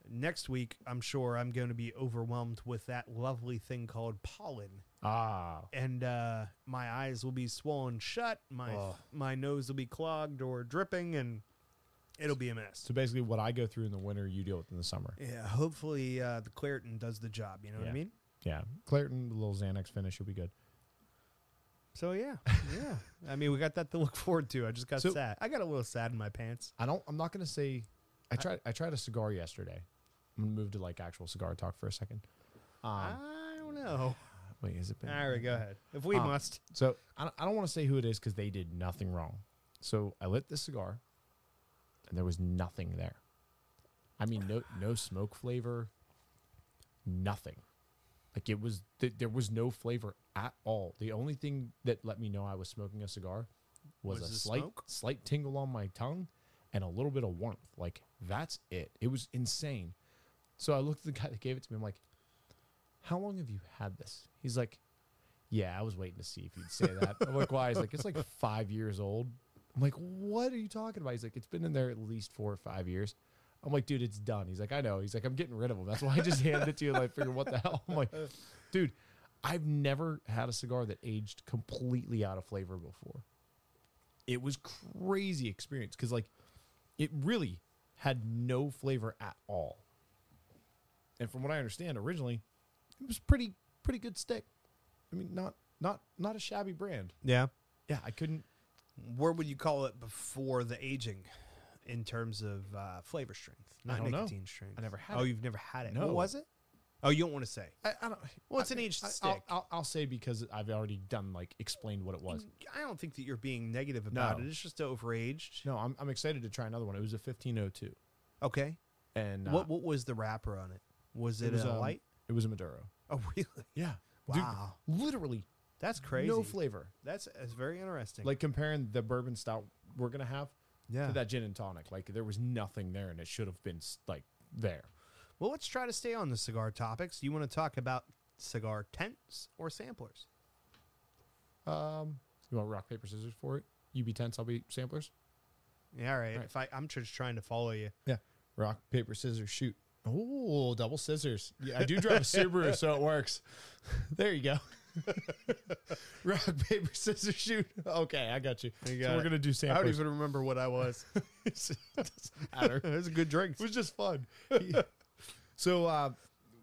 Speaker 2: next week, I'm sure I'm going to be overwhelmed with that lovely thing called pollen.
Speaker 3: Ah,
Speaker 2: And uh, my eyes will be swollen shut, my
Speaker 3: Ugh.
Speaker 2: my nose will be clogged or dripping, and it'll be a mess.
Speaker 3: so basically, what I go through in the winter, you deal with in the summer.
Speaker 2: Yeah, hopefully uh, the Claritin does the job. You know what I
Speaker 3: Yeah.
Speaker 2: mean?
Speaker 3: Yeah, Claritin, a little Xanax finish, you'll be good.
Speaker 2: So yeah, yeah. I mean, we got that to look forward to. I just got
Speaker 3: So-
Speaker 2: sad. I got a little sad in my pants.
Speaker 3: I don't. I'm not gonna say. I tried. I tried a cigar yesterday. I'm gonna move to like actual cigar talk for a second. Um,
Speaker 2: I don't know.
Speaker 3: wait, is it been?
Speaker 2: Ah. All right, go ahead. If we
Speaker 3: Um,
Speaker 2: must.
Speaker 3: So I don't, I don't want to say who it is because they did nothing wrong. So I lit this cigar, and there was nothing there. I mean, no no smoke flavor, nothing. Like it was, th- there was no flavor at all. The only thing that let me know I was smoking a cigar was,
Speaker 2: Was
Speaker 3: a
Speaker 2: the
Speaker 3: slight
Speaker 2: smoke?
Speaker 3: slight tingle on my tongue and a little bit of warmth. Like that's it. It was insane. So I looked at the guy that gave it to me. I'm like, "How long have you had this?" He's like, yeah, I was waiting to see if you'd say that. I'm like, why? He's like, it's like five years old. I'm like, what are you talking about? He's like, it's been in there at least four or five years. I'm like, dude, it's done. He's like, I know. He's like, I'm getting rid of them. That's why I just handed it to you. And I figured, what the hell? I'm like, dude, I've never had a cigar that aged completely out of flavor before. It was crazy experience because like, it really had no flavor at all. And from what I understand, originally, it was pretty pretty good stick. I mean, not not not a shabby brand.
Speaker 2: Yeah.
Speaker 3: Yeah, I couldn't.
Speaker 2: Where would you call it before the aging in terms of uh, flavor strength? Not
Speaker 3: don't know.
Speaker 2: nicotine strength.
Speaker 3: I never had
Speaker 2: Oh,
Speaker 3: it.
Speaker 2: you've never had it.
Speaker 3: No.
Speaker 2: What was it? Oh, you don't want to say.
Speaker 3: I, I don't.
Speaker 2: Well, it's an aged
Speaker 3: I,
Speaker 2: stick.
Speaker 3: I'll, I'll, I'll say because I've already done like explained what it was.
Speaker 2: I don't think that you're being negative about
Speaker 3: No.
Speaker 2: it. It's just overaged.
Speaker 3: No, I'm, I'm excited to try another one. It was a 1502,
Speaker 2: Okay.
Speaker 3: and uh,
Speaker 2: What what was the wrapper on it? Was it,
Speaker 3: was
Speaker 2: a
Speaker 3: um,
Speaker 2: light?
Speaker 3: It was a Maduro.
Speaker 2: Oh, really?
Speaker 3: Yeah.
Speaker 2: Wow.
Speaker 3: literally
Speaker 2: That's crazy.
Speaker 3: no flavor.
Speaker 2: that's, that's very interesting.
Speaker 3: Like comparing the bourbon stout we're gonna have
Speaker 2: yeah.
Speaker 3: to that gin and tonic. Like there was nothing there, and it should have been s- like there.
Speaker 2: Well, let's try to stay on the cigar topics. Do you want to talk about cigar tents or samplers?
Speaker 3: Um, you want rock paper scissors for it? You be tense. I'll be samplers.
Speaker 2: Yeah, all right.
Speaker 3: All right.
Speaker 2: If I, I'm just trying to follow you.
Speaker 3: Yeah. Rock paper scissors shoot. Oh, double scissors. Yeah, I do drive a Subaru, so it works. There you go. Rock, paper, scissors, shoot. Okay, I got you.
Speaker 2: You
Speaker 3: so
Speaker 2: got
Speaker 3: we're
Speaker 2: it.
Speaker 3: going to do Sam
Speaker 2: I don't
Speaker 3: first.
Speaker 2: even remember what I was.
Speaker 3: It doesn't matter.
Speaker 2: it was a good drink.
Speaker 3: It was just fun. so uh,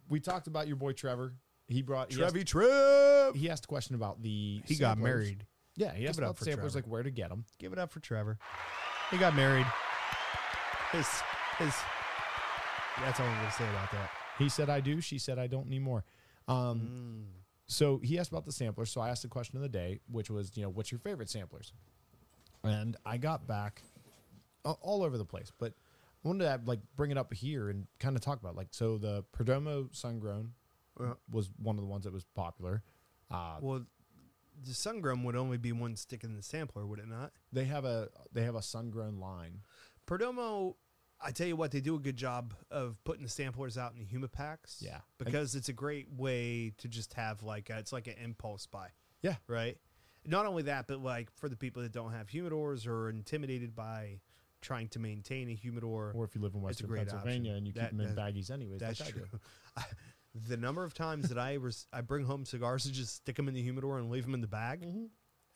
Speaker 3: we talked about your boy Trevor. He brought he asked-
Speaker 2: Trevi Trip.
Speaker 3: He asked a question about the.
Speaker 2: He got
Speaker 3: samplers.
Speaker 2: married.
Speaker 3: Yeah, he asked
Speaker 2: it up
Speaker 3: about
Speaker 2: for
Speaker 3: samplers,
Speaker 2: Trevor.
Speaker 3: like where to get them.
Speaker 2: Give it up for Trevor. He got married. His his. That's all I'm gonna say about that.
Speaker 3: He said, "I do." She said, "I don't anymore." Um,
Speaker 2: Mm.
Speaker 3: So he asked about the samplers. So I asked the question of the day, which was, you know, what's your favorite samplers? And I got back a- all over the place, but I wanted to have, like bring it up here and kind of talk about like so the Perdomo Sungrown
Speaker 2: Uh.
Speaker 3: was one of the ones that was popular. Uh,
Speaker 2: Well, the sungrown would only be one stick in the sampler, would it not?
Speaker 3: they have a they have a Sungrown line.
Speaker 2: Perdomo, I tell you what, they do a good job of putting the samplers out in the humipacks.
Speaker 3: Yeah.
Speaker 2: because it's a great way to just have like a, it's like an impulse buy.
Speaker 3: Yeah,
Speaker 2: right? Not only that, but like for the people that don't have humidors or are intimidated by trying to maintain a humidor,
Speaker 3: or if you live in
Speaker 2: It's a
Speaker 3: Western
Speaker 2: great
Speaker 3: Pennsylvania
Speaker 2: option.
Speaker 3: and you keep
Speaker 2: That-
Speaker 3: them in
Speaker 2: that-
Speaker 3: baggies anyways.
Speaker 2: that's
Speaker 3: like I do.
Speaker 2: true. I, the number of times that I res- I bring home cigars and just stick them in the humidor and leave them in the bag,
Speaker 3: Mm-hmm.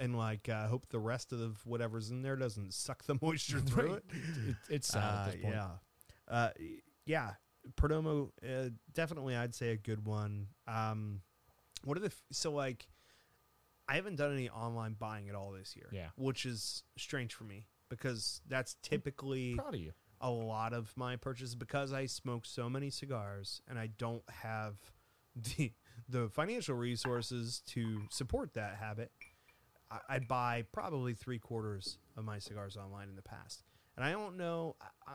Speaker 2: and like uh, hope the rest of whatever's in there doesn't suck the moisture through
Speaker 3: Right.
Speaker 2: it.
Speaker 3: It, it's sad
Speaker 2: Uh,
Speaker 3: at this point.
Speaker 2: Yeah. Uh, y- yeah. Perdomo, uh, definitely, I'd say a good one. Um, what are the f- so like? I haven't done any online buying at all this year.
Speaker 3: Yeah.
Speaker 2: which is strange for me because that's typically
Speaker 3: Proud of you.
Speaker 2: a lot of my purchases because I smoke so many cigars and I don't have the the financial resources to support that habit. I, I buy probably three quarters of my cigars online in the past, and I don't know. I, I,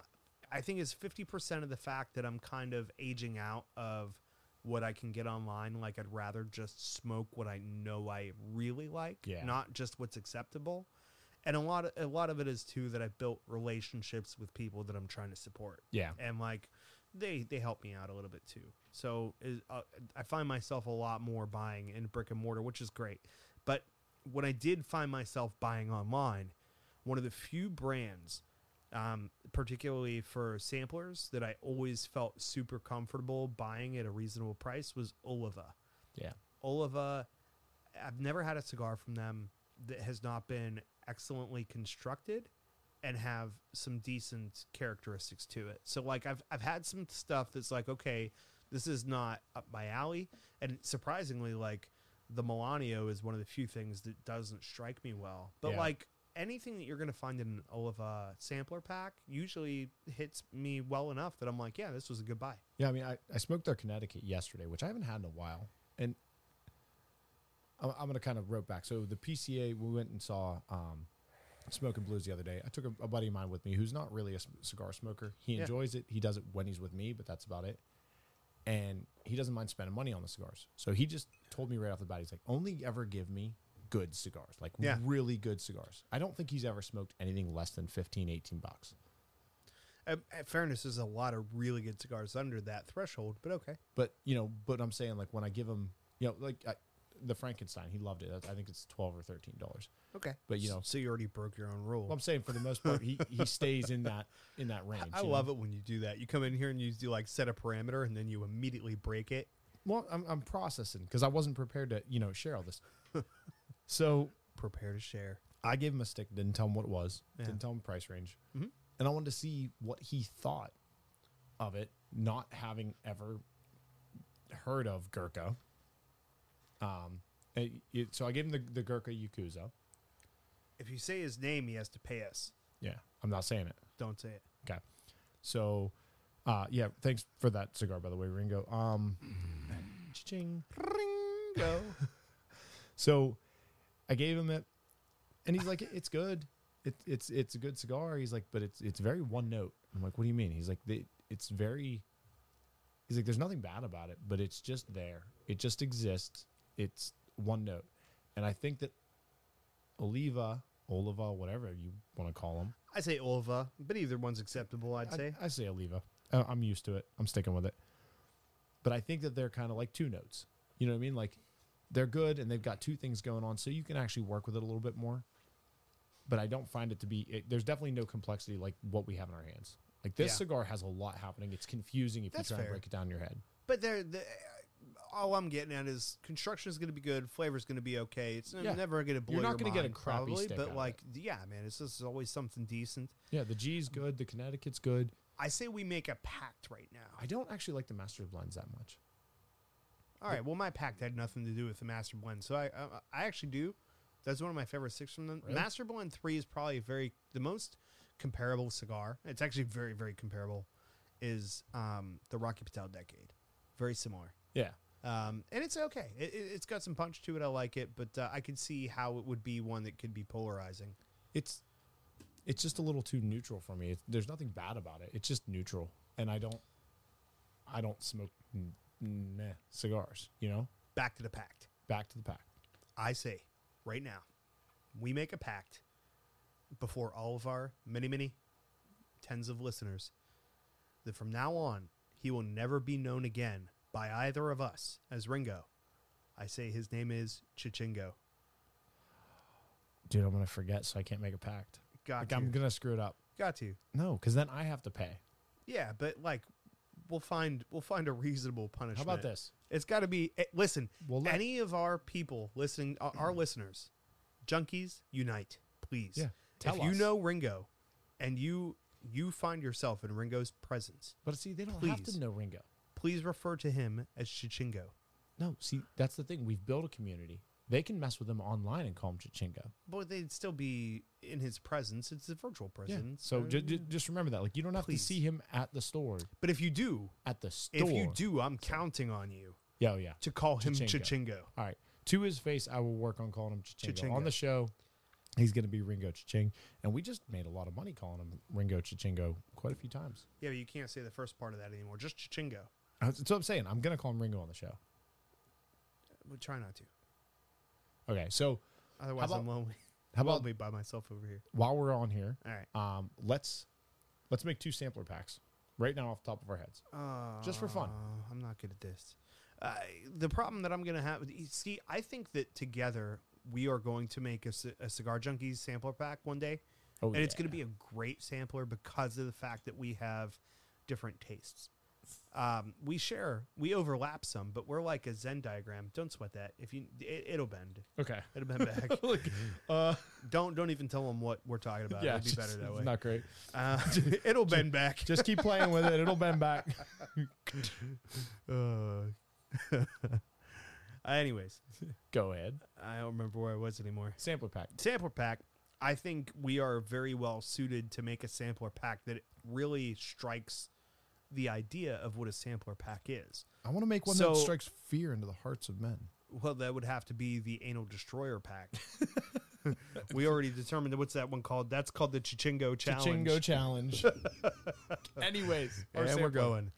Speaker 2: I think it's fifty percent of the fact that I'm kind of aging out of what I can get online. Like I'd rather just smoke what I know I really like,
Speaker 3: Yeah.
Speaker 2: not just what's acceptable and a lot of, a lot of it is too that I built relationships with people that I'm trying to support.
Speaker 3: Yeah.
Speaker 2: And like they they help me out a little bit too. So is, uh, I find myself a lot more buying in brick and mortar, which is great. But when I did find myself buying online, one of the few brands um, particularly for samplers that I always felt super comfortable buying at a reasonable price was Oliva.
Speaker 3: Yeah.
Speaker 2: Oliva. I've never had a cigar from them that has not been excellently constructed and have some decent characteristics to it. So like I've I've had some stuff that's like okay, this is not up my alley and surprisingly like the Milanio is one of the few things that doesn't strike me well. But
Speaker 3: Yeah.
Speaker 2: like anything that you're going to find in an Oliva sampler pack usually hits me well enough that I'm like, yeah, this was a good buy.
Speaker 3: Yeah, I mean, I, I smoked their Connecticut yesterday, which I haven't had in a while. And I'm, I'm going to kind of rope back. So the PCA, we went and saw um, Smoking Blues the other day. I took a, a buddy of mine with me who's not really a c- cigar smoker. He
Speaker 2: Yeah.
Speaker 3: enjoys it. He does it when he's with me, but that's about it. And he doesn't mind spending money on the cigars. So he just told me right off the bat, he's like, only ever give me good cigars, like
Speaker 2: Yeah.
Speaker 3: really good cigars. I don't think he's ever smoked anything less than 15, 18 bucks.
Speaker 2: Um, uh, fairness, there's a lot of really good cigars under that threshold, but okay.
Speaker 3: but you know, but I'm saying like when I give him, you know, like I, the Frankenstein, he loved it. That's- I think it's twelve or thirteen dollars.
Speaker 2: Okay.
Speaker 3: But you know,
Speaker 2: so you already broke your own rule.
Speaker 3: well, I'm saying for the most part, he, he stays in that in that range.
Speaker 2: I love it when you do that. You come in here and you do like set a parameter and then you immediately break it.
Speaker 3: Well, I'm, I'm processing because I wasn't prepared to you know share all this. so
Speaker 2: Prepare to share.
Speaker 3: I gave him a stick, didn't tell him what it was,
Speaker 2: Yeah.
Speaker 3: didn't tell him price range,
Speaker 2: Mhm.
Speaker 3: and I wanted to see what he thought of it, not having ever heard of Gurkha. Um, and it- so I gave him the, the Gurkha Yakuza.
Speaker 2: If you say his name, he has to pay us.
Speaker 3: Yeah, I'm not saying it.
Speaker 2: Don't say it.
Speaker 3: Okay. So, uh, yeah, thanks for that cigar, by the way, Ringo. Um, ching.
Speaker 2: Go.
Speaker 3: So, I gave him it, and he's like, "It's good. It, it's it's a good cigar." He's like, "But it's it's very one note." I'm like, "What do you mean?" He's like, "They- "It's very." He's like, "There's nothing bad about it, but it's just there. It just exists. It's one note." And I think that Oliva, Oliva, whatever you want to call him,
Speaker 2: I say Olva, but either one's acceptable, I'd
Speaker 3: I-
Speaker 2: say.
Speaker 3: I, say Oliva. I- I'm used to it. I'm sticking with it. But I think that they're kind of like two notes. You know what I mean? Like they're good and they've got two things going on, so you can actually work with it a little bit more. But I don't find it to be. It, there's definitely no complexity like what we have in our hands. Like this
Speaker 2: Yeah.
Speaker 3: cigar has a lot happening. It's confusing if
Speaker 2: That's
Speaker 3: you try
Speaker 2: fair.
Speaker 3: and break it down in your head.
Speaker 2: But they're, the uh, all I'm getting at is construction is going to be good, flavor's going to be okay. It's
Speaker 3: Yeah.
Speaker 2: never going to blow.
Speaker 3: You're not
Speaker 2: going
Speaker 3: gonna
Speaker 2: to
Speaker 3: get a crappy
Speaker 2: probably,
Speaker 3: stick out
Speaker 2: but
Speaker 3: of
Speaker 2: like, yeah, man, it's just always something decent.
Speaker 3: Yeah, the G's good. The Connecticut's good.
Speaker 2: I say we make a pact right now.
Speaker 3: I don't actually like the Master Blends that much.
Speaker 2: All right, well, my pact had nothing to do with the Master Blend, so I I, I actually do. That's one of my favorite six from them.
Speaker 3: Really?
Speaker 2: Master Blend Three is probably very the most comparable cigar. It's actually very very comparable. Is um, the Rocky Patel Decade very similar?
Speaker 3: Yeah.
Speaker 2: Um, and it's okay. It, it, it's got some punch to it. I like it, but uh, I could see how it would be one that could be polarizing.
Speaker 3: it's it's just a little too neutral for me. It, there's nothing bad about it. It's just neutral, and I don't I don't smoke n- meh cigars. You know,
Speaker 2: Back to the pact.
Speaker 3: back to the pack.
Speaker 2: I say, right now, we make a pact before all of our many, many tens of listeners that from now on, he will never be known again by either of us as Ringo. I say his name is Chichingo.
Speaker 3: Dude, I'm gonna forget, so I can't make a pact.
Speaker 2: Got
Speaker 3: Like
Speaker 2: to.
Speaker 3: I'm gonna screw it up.
Speaker 2: Got to.
Speaker 3: No, because then I have to pay.
Speaker 2: Yeah, but like, we'll find we'll find a reasonable punishment.
Speaker 3: How about this?
Speaker 2: It's got to be. eh, Listen,
Speaker 3: Well, let-
Speaker 2: any of our people listening, our, our listeners, junkies unite, please.
Speaker 3: Mm-hmm. Yeah, tell
Speaker 2: if you
Speaker 3: us.
Speaker 2: know Ringo, and you you find yourself in Ringo's presence,
Speaker 3: But see, they don't have
Speaker 2: Please.
Speaker 3: to know Ringo.
Speaker 2: please refer to him as Chichingo.
Speaker 3: No, see, that's the thing. We've built a community. They can mess with him online and call him Chichingo.
Speaker 2: But they'd still be in his presence. It's a virtual presence.
Speaker 3: So
Speaker 2: uh,
Speaker 3: ju- ju- just remember that. Like, you don't have
Speaker 2: Please.
Speaker 3: to see him at the store.
Speaker 2: but if you do,
Speaker 3: At the store.
Speaker 2: if you do, I'm counting on you
Speaker 3: Yeah, oh, yeah.
Speaker 2: to call him Chichingo.
Speaker 3: Chichingo. All right. To his face, I will work on calling him Chichingo.
Speaker 2: Chichingo.
Speaker 3: On the show, he's going to be Ringo Chiching. And we just made a lot of money calling him Ringo Chichingo quite a few times.
Speaker 2: Yeah, but you can't say the first part of that anymore. Just Chichingo.
Speaker 3: That's that's what I'm saying. I'm going to call him Ringo on the show.
Speaker 2: But try not to.
Speaker 3: Okay. So
Speaker 2: Otherwise,
Speaker 3: about-
Speaker 2: I'm lonely.
Speaker 3: how about
Speaker 2: lonely by myself over here?
Speaker 3: while we're on here,
Speaker 2: All right.
Speaker 3: um, let's let's make two sampler packs right now off the top of our heads. Just for fun.
Speaker 2: Uh, I'm not good at this. Uh, the problem that I'm going to have, you see, I think that together we are going to make a, ci- a Cigar Junkies sampler pack one day.
Speaker 3: Oh,
Speaker 2: and it's going
Speaker 3: yeah.
Speaker 2: to be a great sampler because of the fact that we have different tastes. Um, we share, we overlap some, but we're like a Zen diagram. Don't sweat that. If you, it, it'll bend.
Speaker 3: Okay.
Speaker 2: It'll bend back.
Speaker 3: Like, uh,
Speaker 2: don't don't even tell them what we're talking about.
Speaker 3: yeah,
Speaker 2: It'd be
Speaker 3: just-
Speaker 2: better that
Speaker 3: it's
Speaker 2: way.
Speaker 3: Not great.
Speaker 2: Uh, it'll bend back.
Speaker 3: Just keep playing with it. It'll bend back.
Speaker 2: Uh, anyways,
Speaker 3: Go ahead.
Speaker 2: I don't remember where I was anymore.
Speaker 3: Sampler pack.
Speaker 2: Sampler pack. I think we are very well suited to make a sampler pack that really strikes the idea of what a sampler pack is.
Speaker 3: I want to make
Speaker 2: one that So- strikes
Speaker 3: fear into the hearts of men.
Speaker 2: Well, that would have to be the anal destroyer pack. we already determined what's that one called? That's called the Chichingo challenge.
Speaker 3: Chingo challenge. Anyways, our
Speaker 2: and we're
Speaker 3: sampler.
Speaker 2: going.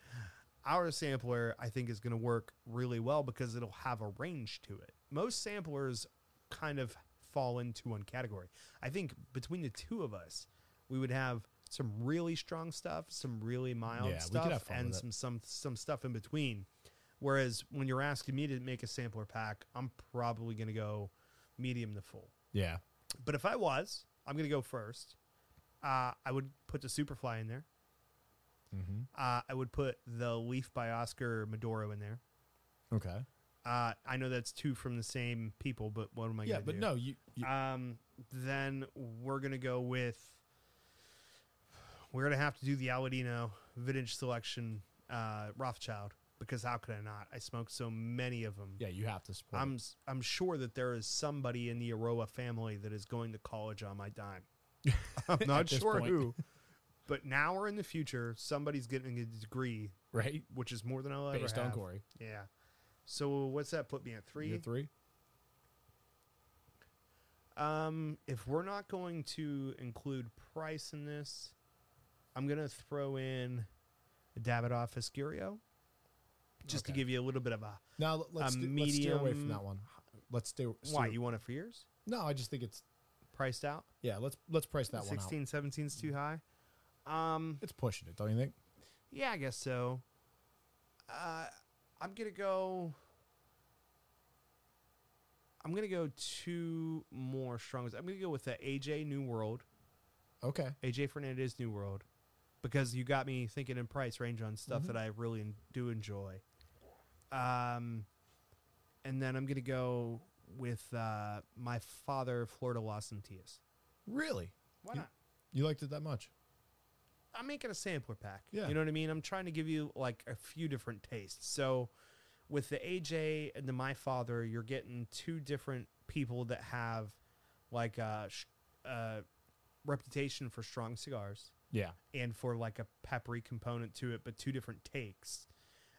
Speaker 2: Our sampler, I think, is going to work really well because it'll have a range to it. Most samplers kind of fall into one category. I think between the two of us, we would have some really strong stuff, some really mild
Speaker 3: Yeah, we could have
Speaker 2: stuff,
Speaker 3: fun
Speaker 2: and
Speaker 3: with it.
Speaker 2: some some some stuff in between. Whereas when you're asking me to make a sampler pack, I'm probably going to go medium to full.
Speaker 3: Yeah.
Speaker 2: But if I was, I'm going to go first. Uh, I would put the Superfly in there.
Speaker 3: Mm-hmm.
Speaker 2: Uh, I would put the Leaf by Oscar Maduro in there.
Speaker 3: Okay.
Speaker 2: Uh, I know that's two from the same people, but what am I?
Speaker 3: Yeah,
Speaker 2: gonna
Speaker 3: but
Speaker 2: do?
Speaker 3: no, you. you
Speaker 2: Um, then we're gonna go with. We're gonna have to do the Aladino vintage selection uh, Rothschild because how could I not? I smoked so many of them.
Speaker 3: yeah, you have to support.
Speaker 2: I'm s- I'm sure that there is somebody in the Aroa family that is going to college on my dime. I'm
Speaker 3: At
Speaker 2: not
Speaker 3: this
Speaker 2: sure
Speaker 3: point.
Speaker 2: who, but now or in the future, somebody's getting a degree
Speaker 3: right.
Speaker 2: which is more than I'll
Speaker 3: Based
Speaker 2: ever
Speaker 3: on
Speaker 2: have.
Speaker 3: Corey,
Speaker 2: Yeah. So what's that put me at
Speaker 3: three,
Speaker 2: three?
Speaker 3: three.
Speaker 2: Um, if we're not going to include price in this, I'm gonna throw in a Davidoff Escurio, just to
Speaker 3: Okay.
Speaker 2: give you a little bit of a
Speaker 3: Now l- let's,
Speaker 2: a
Speaker 3: do, let's steer away
Speaker 2: medium-
Speaker 3: from that one. Let's stay.
Speaker 2: why
Speaker 3: steer-
Speaker 2: you want it for yours?
Speaker 3: No, I just think it's
Speaker 2: Priced out,
Speaker 3: yeah. Let's let's price that one out.
Speaker 2: 16, 17's too high. Um,
Speaker 3: It's pushing it, don't you think?
Speaker 2: yeah, I guess so. Uh, I'm gonna go. I'm gonna go two more strong. I'm gonna go with the AJ New World.
Speaker 3: Okay.
Speaker 2: AJ Fernandez New World. because you got me thinking in price range on stuff that I really en- do enjoy. Um, and then I'm gonna go with uh, my father, Florida Los Antillas.
Speaker 3: Really?
Speaker 2: Why
Speaker 3: You-
Speaker 2: not?
Speaker 4: You liked it that much?
Speaker 2: I'm making a sampler pack.
Speaker 4: Yeah.
Speaker 2: You know what I mean? I'm trying to give you like a few different tastes. So with the AJ and the My Father, you're getting two different people that have like a, sh- a reputation for strong cigars
Speaker 3: Yeah.
Speaker 2: and for like a peppery component to it, but two different takes.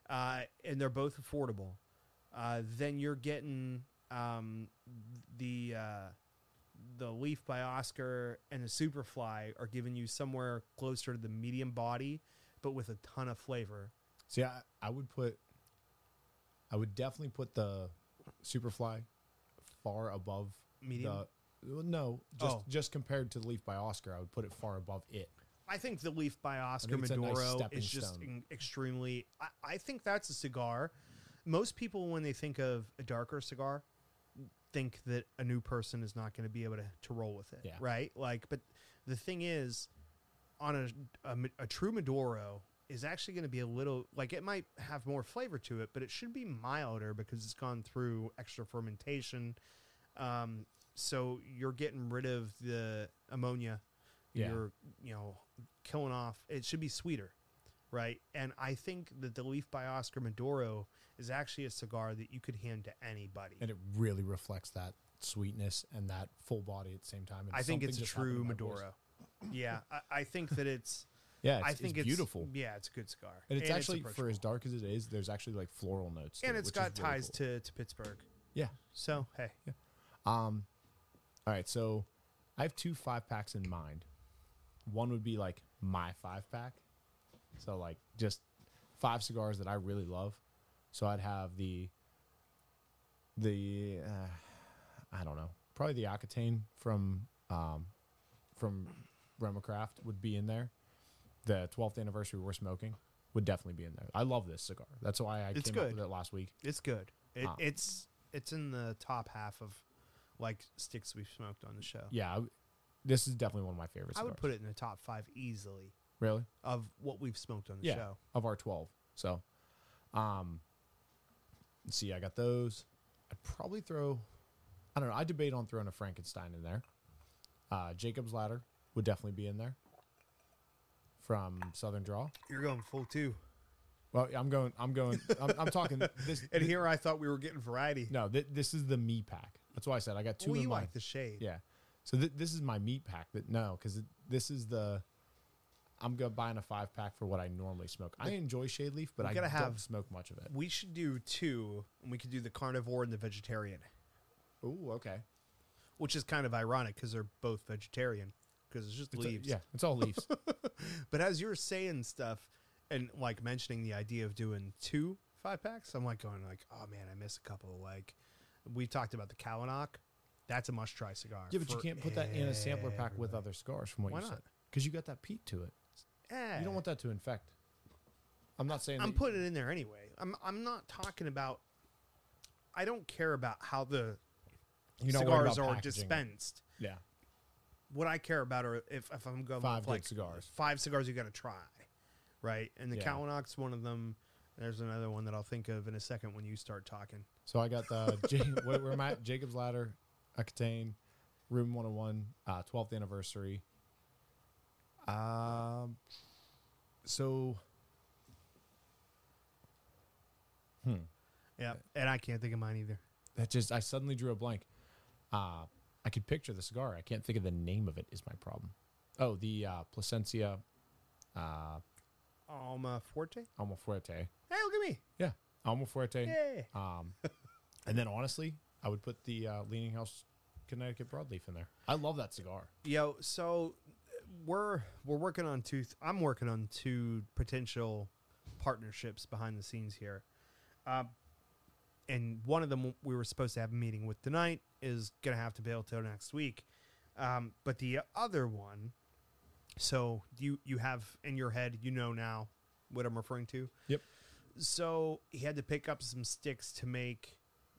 Speaker 2: Uh, and they're both affordable. Uh, then you're getting um, the uh, the Leaf by Oscar and the Superfly are giving you somewhere closer to the medium body, but with a ton of flavor.
Speaker 3: See, I, I would put, I would definitely put the Superfly far above
Speaker 2: Medium?
Speaker 3: the. well, No, just
Speaker 2: Oh.
Speaker 3: just compared to the Leaf by Oscar, I would put it far above it.
Speaker 2: I think the Leaf by Oscar
Speaker 3: it's a nice
Speaker 2: Maduro
Speaker 3: stepping
Speaker 2: is just
Speaker 3: stone.
Speaker 2: in- extremely. I, I think that's a cigar. Most people, when they think of a darker cigar, think that a new person is not going to be able to, to roll with it,
Speaker 3: Yeah.
Speaker 2: right? Like, but the thing is, on a a, Ma- a true Maduro is actually going to be a little like it might have more flavor to it, but it should be milder because it's gone through extra fermentation. Um, so you're getting rid of the ammonia.
Speaker 3: Yeah.
Speaker 2: You're you know killing off. It should be sweeter, right? And I think that the Leaf by Oscar Maduro is actually a cigar that you could hand to anybody.
Speaker 3: And it really reflects that sweetness and that full body at the same time. and
Speaker 2: I think
Speaker 3: something
Speaker 2: it's a
Speaker 3: just happened
Speaker 2: true
Speaker 3: to my voice.
Speaker 2: Maduro. Yeah, I, I think that it's.
Speaker 3: Yeah, it's,
Speaker 2: I think
Speaker 3: it's beautiful.
Speaker 2: Yeah, it's a good cigar,
Speaker 3: and it's actually, for
Speaker 2: approachable.
Speaker 3: as dark as it is, there's actually like floral notes. to
Speaker 2: and
Speaker 3: it,
Speaker 2: it's
Speaker 3: which is
Speaker 2: got
Speaker 3: really
Speaker 2: ties
Speaker 3: cool.
Speaker 2: to, to Pittsburgh.
Speaker 3: Yeah.
Speaker 2: So hey,
Speaker 3: Um, all right, so I have two five packs in mind. One would be like my five pack, so like just five cigars that I really love. So I'd have the the uh, I don't know, probably the Aquitaine from um, from Remacraft would be in there. The 12th anniversary we're smoking would definitely be in there. I love this cigar. That's why I
Speaker 2: It's
Speaker 3: came up
Speaker 2: good.
Speaker 3: with it last week.
Speaker 2: it's good. It,
Speaker 3: Ah.
Speaker 2: It's it's in the top half of like sticks we've smoked on the show.
Speaker 3: Yeah, I, this is definitely one of my favorites.
Speaker 2: I would put it in the top five easily
Speaker 3: really.
Speaker 2: of what we've smoked on the
Speaker 3: yeah,
Speaker 2: show.
Speaker 3: of our 12. So, um, let's see, I got those. I'd probably throw, I don't know, I debate on throwing a Frankenstein in there. Uh, Jacob's Ladder would definitely be in there from Southern Draw.
Speaker 2: You're going full two,
Speaker 3: Well, I'm going, I'm going, I'm, I'm talking this.
Speaker 2: and here I thought we were getting variety.
Speaker 3: No, thi- this is the me pack. That's why I said I got two
Speaker 2: we
Speaker 3: in my,
Speaker 2: like the shade.
Speaker 3: yeah. So th- this is my meat pack. That no, because this is the. I'm going buying a five pack for what I normally smoke. I enjoy shade leaf, but
Speaker 2: We
Speaker 3: I
Speaker 2: gotta
Speaker 3: don't
Speaker 2: have-
Speaker 3: smoke much of it.
Speaker 2: We should do two, and we could do the carnivore and the vegetarian,
Speaker 3: Ooh, okay.
Speaker 2: which is kind of ironic because they're both vegetarian because it's just
Speaker 3: It's a-
Speaker 2: leaves.
Speaker 3: yeah, it's all leaves.
Speaker 2: But as you're saying stuff and like mentioning the idea of doing two five packs, I'm like going like, oh man, I miss a couple. Like we talked about the Kalanok. That's a must try cigar.
Speaker 3: yeah, but you
Speaker 2: for
Speaker 3: can't put that in a sampler pack with other cigars, from what
Speaker 2: Why
Speaker 3: you
Speaker 2: not?
Speaker 3: said, because you got that peat to it.
Speaker 2: everybody.
Speaker 3: You don't
Speaker 2: Eh,
Speaker 3: want that to infect. I'm not saying
Speaker 2: I'm
Speaker 3: that you-
Speaker 2: putting it in there anyway. I'm I'm not talking about. I don't care about how the
Speaker 3: you're not worried
Speaker 2: cigars
Speaker 3: about
Speaker 2: are
Speaker 3: packaging it.
Speaker 2: dispensed.
Speaker 3: Yeah,
Speaker 2: What I care about are if, if I'm going
Speaker 3: Five
Speaker 2: with
Speaker 3: good
Speaker 2: like
Speaker 3: cigars.
Speaker 2: five cigars you got to try, right? And the
Speaker 3: Yeah.
Speaker 2: Kalanok's one of them. There's another one that I'll think of in a second when you start talking.
Speaker 3: so I got the J- where, where am I? at? Jacob's Ladder, Aquitaine, Room 101, uh, 12th anniversary. Um, so
Speaker 2: Yeah, and I can't think of mine either.
Speaker 3: that just I suddenly drew a blank. Uh, I could picture the cigar. I can't think of the name of it. Is my problem? Oh, the uh, Placencia uh,
Speaker 2: Alma Forte.
Speaker 3: Alma Fuerte.
Speaker 2: Hey, look at me!
Speaker 3: Yeah, Alma Fuerte.
Speaker 2: Yay!
Speaker 3: Um, and then honestly, I would put the uh, Leaning House Connecticut Broadleaf in there. I love that cigar.
Speaker 2: Yo, so we're we're working on two. Th- I'm working on two potential partnerships behind the scenes here, um, and one of them we were supposed to have a meeting with tonight is gonna have to bail till next week. Um, but the other one, so you you have in your head, you know now what I'm referring to.
Speaker 3: Yep.
Speaker 2: So he had to pick up some sticks to make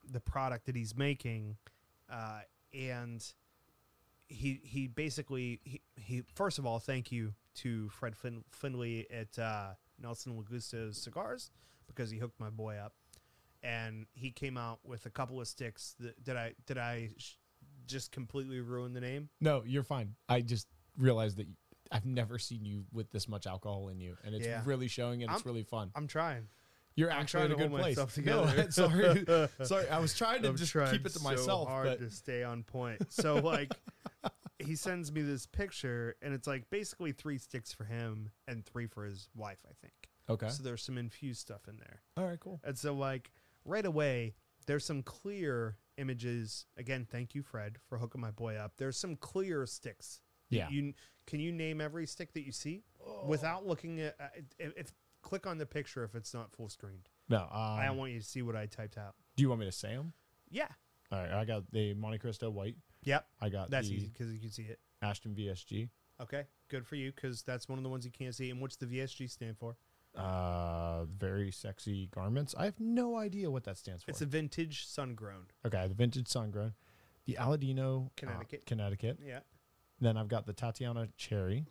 Speaker 2: the product that he's making, uh, and he he basically he, he first of all thank you to Fred fin- Findley at uh, Nelson Lagusto's Cigars because he hooked my boy up, and he came out with a couple of sticks. That, did I did I sh- just completely ruin the name?
Speaker 3: No, you're fine. I just realized that I've never seen you with this much alcohol in you, and it's
Speaker 2: Yeah.
Speaker 3: really showing, and it's
Speaker 2: I'm-
Speaker 3: really fun.
Speaker 2: I'm trying.
Speaker 3: You're actually in
Speaker 2: trying
Speaker 3: a
Speaker 2: to
Speaker 3: good
Speaker 2: hold
Speaker 3: place.
Speaker 2: myself
Speaker 3: No,
Speaker 2: together.
Speaker 3: sorry, sorry. I was trying to
Speaker 2: I'm
Speaker 3: just
Speaker 2: trying
Speaker 3: keep it to
Speaker 2: so
Speaker 3: myself,
Speaker 2: hard
Speaker 3: but
Speaker 2: to stay on point. So like, he sends me this picture, and it's like basically three sticks for him and three for his wife, I think.
Speaker 3: okay.
Speaker 2: So there's some infused stuff in there,
Speaker 3: All right, cool.
Speaker 2: and so like right away, there's some clear images. Again, thank you, Fred, for hooking my boy up. There's some clear sticks. that
Speaker 3: Yeah.
Speaker 2: You can you name every stick that you see without looking at uh, if, if click on the picture if it's not full screened.
Speaker 3: No,
Speaker 2: I
Speaker 3: um,
Speaker 2: want you to see what I typed out.
Speaker 3: do you want me to say them?
Speaker 2: Yeah.
Speaker 3: All right, I got the Monte Cristo white.
Speaker 2: Yep.
Speaker 3: I got
Speaker 2: That's
Speaker 3: the
Speaker 2: easy because you can see it.
Speaker 3: Ashton VSG.
Speaker 2: Okay, good for you because that's one of the ones you can't see. And what's the VSG stand for?
Speaker 3: Uh, very sexy garments. I have no idea what that stands for.
Speaker 2: It's a vintage sun grown.
Speaker 3: okay, the vintage sun grown, the Aladino, uh,
Speaker 2: Connecticut.
Speaker 3: Connecticut.
Speaker 2: Yeah.
Speaker 3: Then I've got the Tatiana Cherry,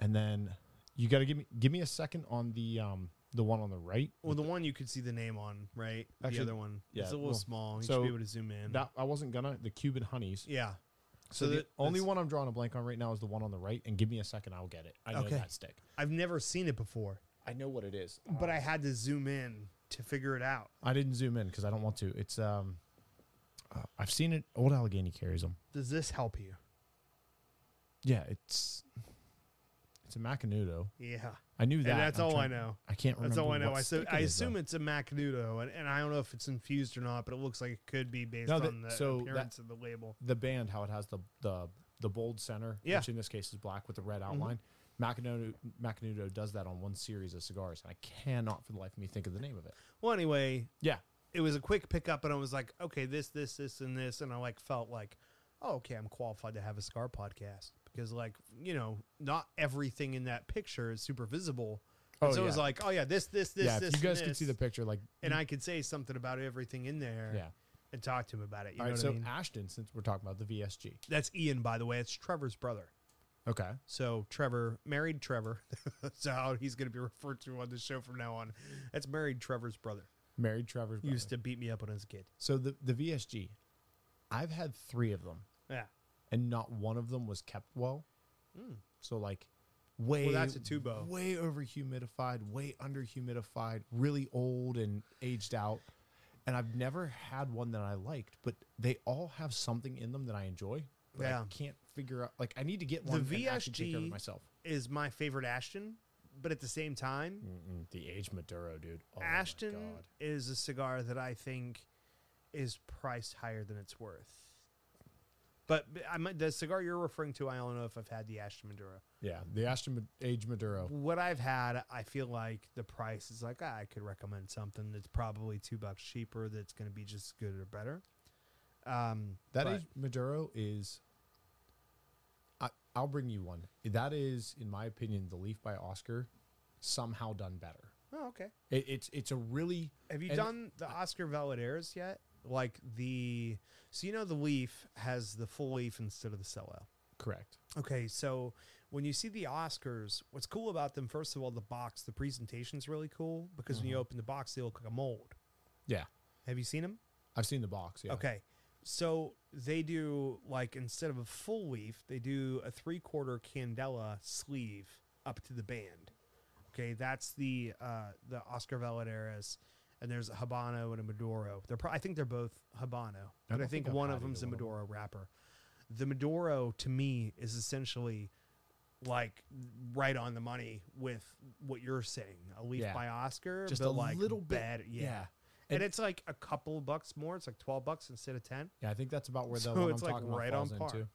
Speaker 3: and then you got to give me give me a second on the um the one on the right.
Speaker 2: Well, the one you could see the name on, right?
Speaker 3: Actually,
Speaker 2: the other one.
Speaker 3: yeah,
Speaker 2: It's a little
Speaker 3: well,
Speaker 2: small. You
Speaker 3: so
Speaker 2: should be able to zoom in.
Speaker 3: That I wasn't gonna the Cuban honeys.
Speaker 2: yeah.
Speaker 3: So,
Speaker 2: So
Speaker 3: the
Speaker 2: that-
Speaker 3: only
Speaker 2: that's-
Speaker 3: one I'm drawing a blank on right now is the one on the right. And give me a second, I'll get it. I know
Speaker 2: Okay.
Speaker 3: that stick.
Speaker 2: I've never seen it before,
Speaker 3: I know what it is,
Speaker 2: but I had to zoom in to figure it out.
Speaker 3: I didn't zoom in because I don't want to. It's um, uh, I've seen it. Old Allegheny carries them.
Speaker 2: Does this help you?
Speaker 3: Yeah, it's it's a Macanudo.
Speaker 2: Yeah.
Speaker 3: I knew that.
Speaker 2: and that's
Speaker 3: I'm
Speaker 2: all I
Speaker 3: trying-
Speaker 2: know.
Speaker 3: I can't remember.
Speaker 2: That's all I know.
Speaker 3: what
Speaker 2: I, su-
Speaker 3: stick
Speaker 2: I
Speaker 3: it is, though.
Speaker 2: assume it's a Macnudo, and, and I don't know if it's infused or not, but it looks like it could be based
Speaker 3: No, that-
Speaker 2: on the
Speaker 3: so that-
Speaker 2: appearance of the label.
Speaker 3: the band how it has the the the bold center,
Speaker 2: Yeah. Mm-hmm.
Speaker 3: which in this case is black with the red outline. Macanudo Macanudo does that on one series of cigars, and I cannot for the life of me think of the name of it.
Speaker 2: Well, anyway,
Speaker 3: Yeah,
Speaker 2: it was a quick pickup and I was like, okay, this, this, this, and this, and I like felt like, oh, okay, I'm qualified to have a scar podcast because like you know, not everything in that picture is super visible. And
Speaker 3: Oh,
Speaker 2: so it was
Speaker 3: yeah.
Speaker 2: like, oh yeah, this, this, this,
Speaker 3: yeah.
Speaker 2: this.
Speaker 3: If you guys
Speaker 2: and
Speaker 3: could see the
Speaker 2: this,
Speaker 3: picture, like
Speaker 2: and I could say something about everything in there,
Speaker 3: yeah.
Speaker 2: and talk to him about it. You
Speaker 3: All
Speaker 2: know
Speaker 3: right,
Speaker 2: what
Speaker 3: so
Speaker 2: I mean?
Speaker 3: Ashton, since we're talking about the VSG,
Speaker 2: That's Ian, by the way. It's Trevor's brother.
Speaker 3: okay,
Speaker 2: So Trevor, married Trevor. That's how he's going to be referred to on the show from now on. That's married Trevor's brother.
Speaker 3: married Trevor's brother.
Speaker 2: Used to beat me up when I was a kid.
Speaker 3: So the the VSG, I've had three of them,
Speaker 2: Yeah.
Speaker 3: and not one of them was kept well. So like, way
Speaker 2: Hmm. that's a tubo.
Speaker 3: way over humidified, way under humidified, really old and aged out. And I've never had one that I liked, but they all have something in them that I enjoy. But I
Speaker 2: Yeah.
Speaker 3: can't figure out. Like I need to get
Speaker 2: The
Speaker 3: one. and actually take care of
Speaker 2: VSG
Speaker 3: it myself.
Speaker 2: is my favorite Ashton, but at the same time,
Speaker 3: The aged Maduro, dude. Mm. Oh my
Speaker 2: Ashton
Speaker 3: God.
Speaker 2: is a cigar that I think is priced higher than it's worth. But b- I might, the cigar you're referring to, I don't know if I've had the Ashton Maduro.
Speaker 3: Yeah, the Ashton Ma- aged Maduro.
Speaker 2: What I've had, I feel like the price is like ah, I could recommend something that's probably two bucks cheaper that's going to be just as good or better. Um,
Speaker 3: That
Speaker 2: but-
Speaker 3: aged Maduro is. I, I'll bring you one. That is, in my opinion, the Leaf by Oscar, somehow done better.
Speaker 2: oh okay.
Speaker 3: It, it's it's a really
Speaker 2: Have you
Speaker 3: and-
Speaker 2: done the Oscar Valadares yet? Like the so you know the leaf has the full leaf instead of the cello.
Speaker 3: correct.
Speaker 2: Okay, so when you see the Oscars, what's cool about them? First of all, the box, the presentation's really cool because when you open the box, they look like a mold.
Speaker 3: Yeah,
Speaker 2: Have you seen them?
Speaker 3: I've seen the box. Yeah.
Speaker 2: Okay, so they do like instead of a full leaf, they do a three-quarter candela sleeve up to the band. Okay, that's the uh, the Oscar Valadares, and there's a Habano and a Maduro. They're pro- I think they're both Habano, but I
Speaker 3: don't
Speaker 2: think,
Speaker 3: think I've
Speaker 2: one
Speaker 3: had
Speaker 2: of them's a
Speaker 3: either one of them.
Speaker 2: Maduro wrapper. The Maduro to me is essentially like right on the money with what you're saying. A leaf
Speaker 3: Yeah.
Speaker 2: by Oscar,
Speaker 3: Just
Speaker 2: but
Speaker 3: a
Speaker 2: like
Speaker 3: little bit-
Speaker 2: better- yeah.
Speaker 3: yeah.
Speaker 2: And,
Speaker 3: And-
Speaker 2: it's like a couple bucks more. It's like twelve bucks instead of ten.
Speaker 3: Yeah, I think that's about where the
Speaker 2: So
Speaker 3: one I'm
Speaker 2: it's, like,
Speaker 3: talking about
Speaker 2: right on
Speaker 3: falls
Speaker 2: par.
Speaker 3: into.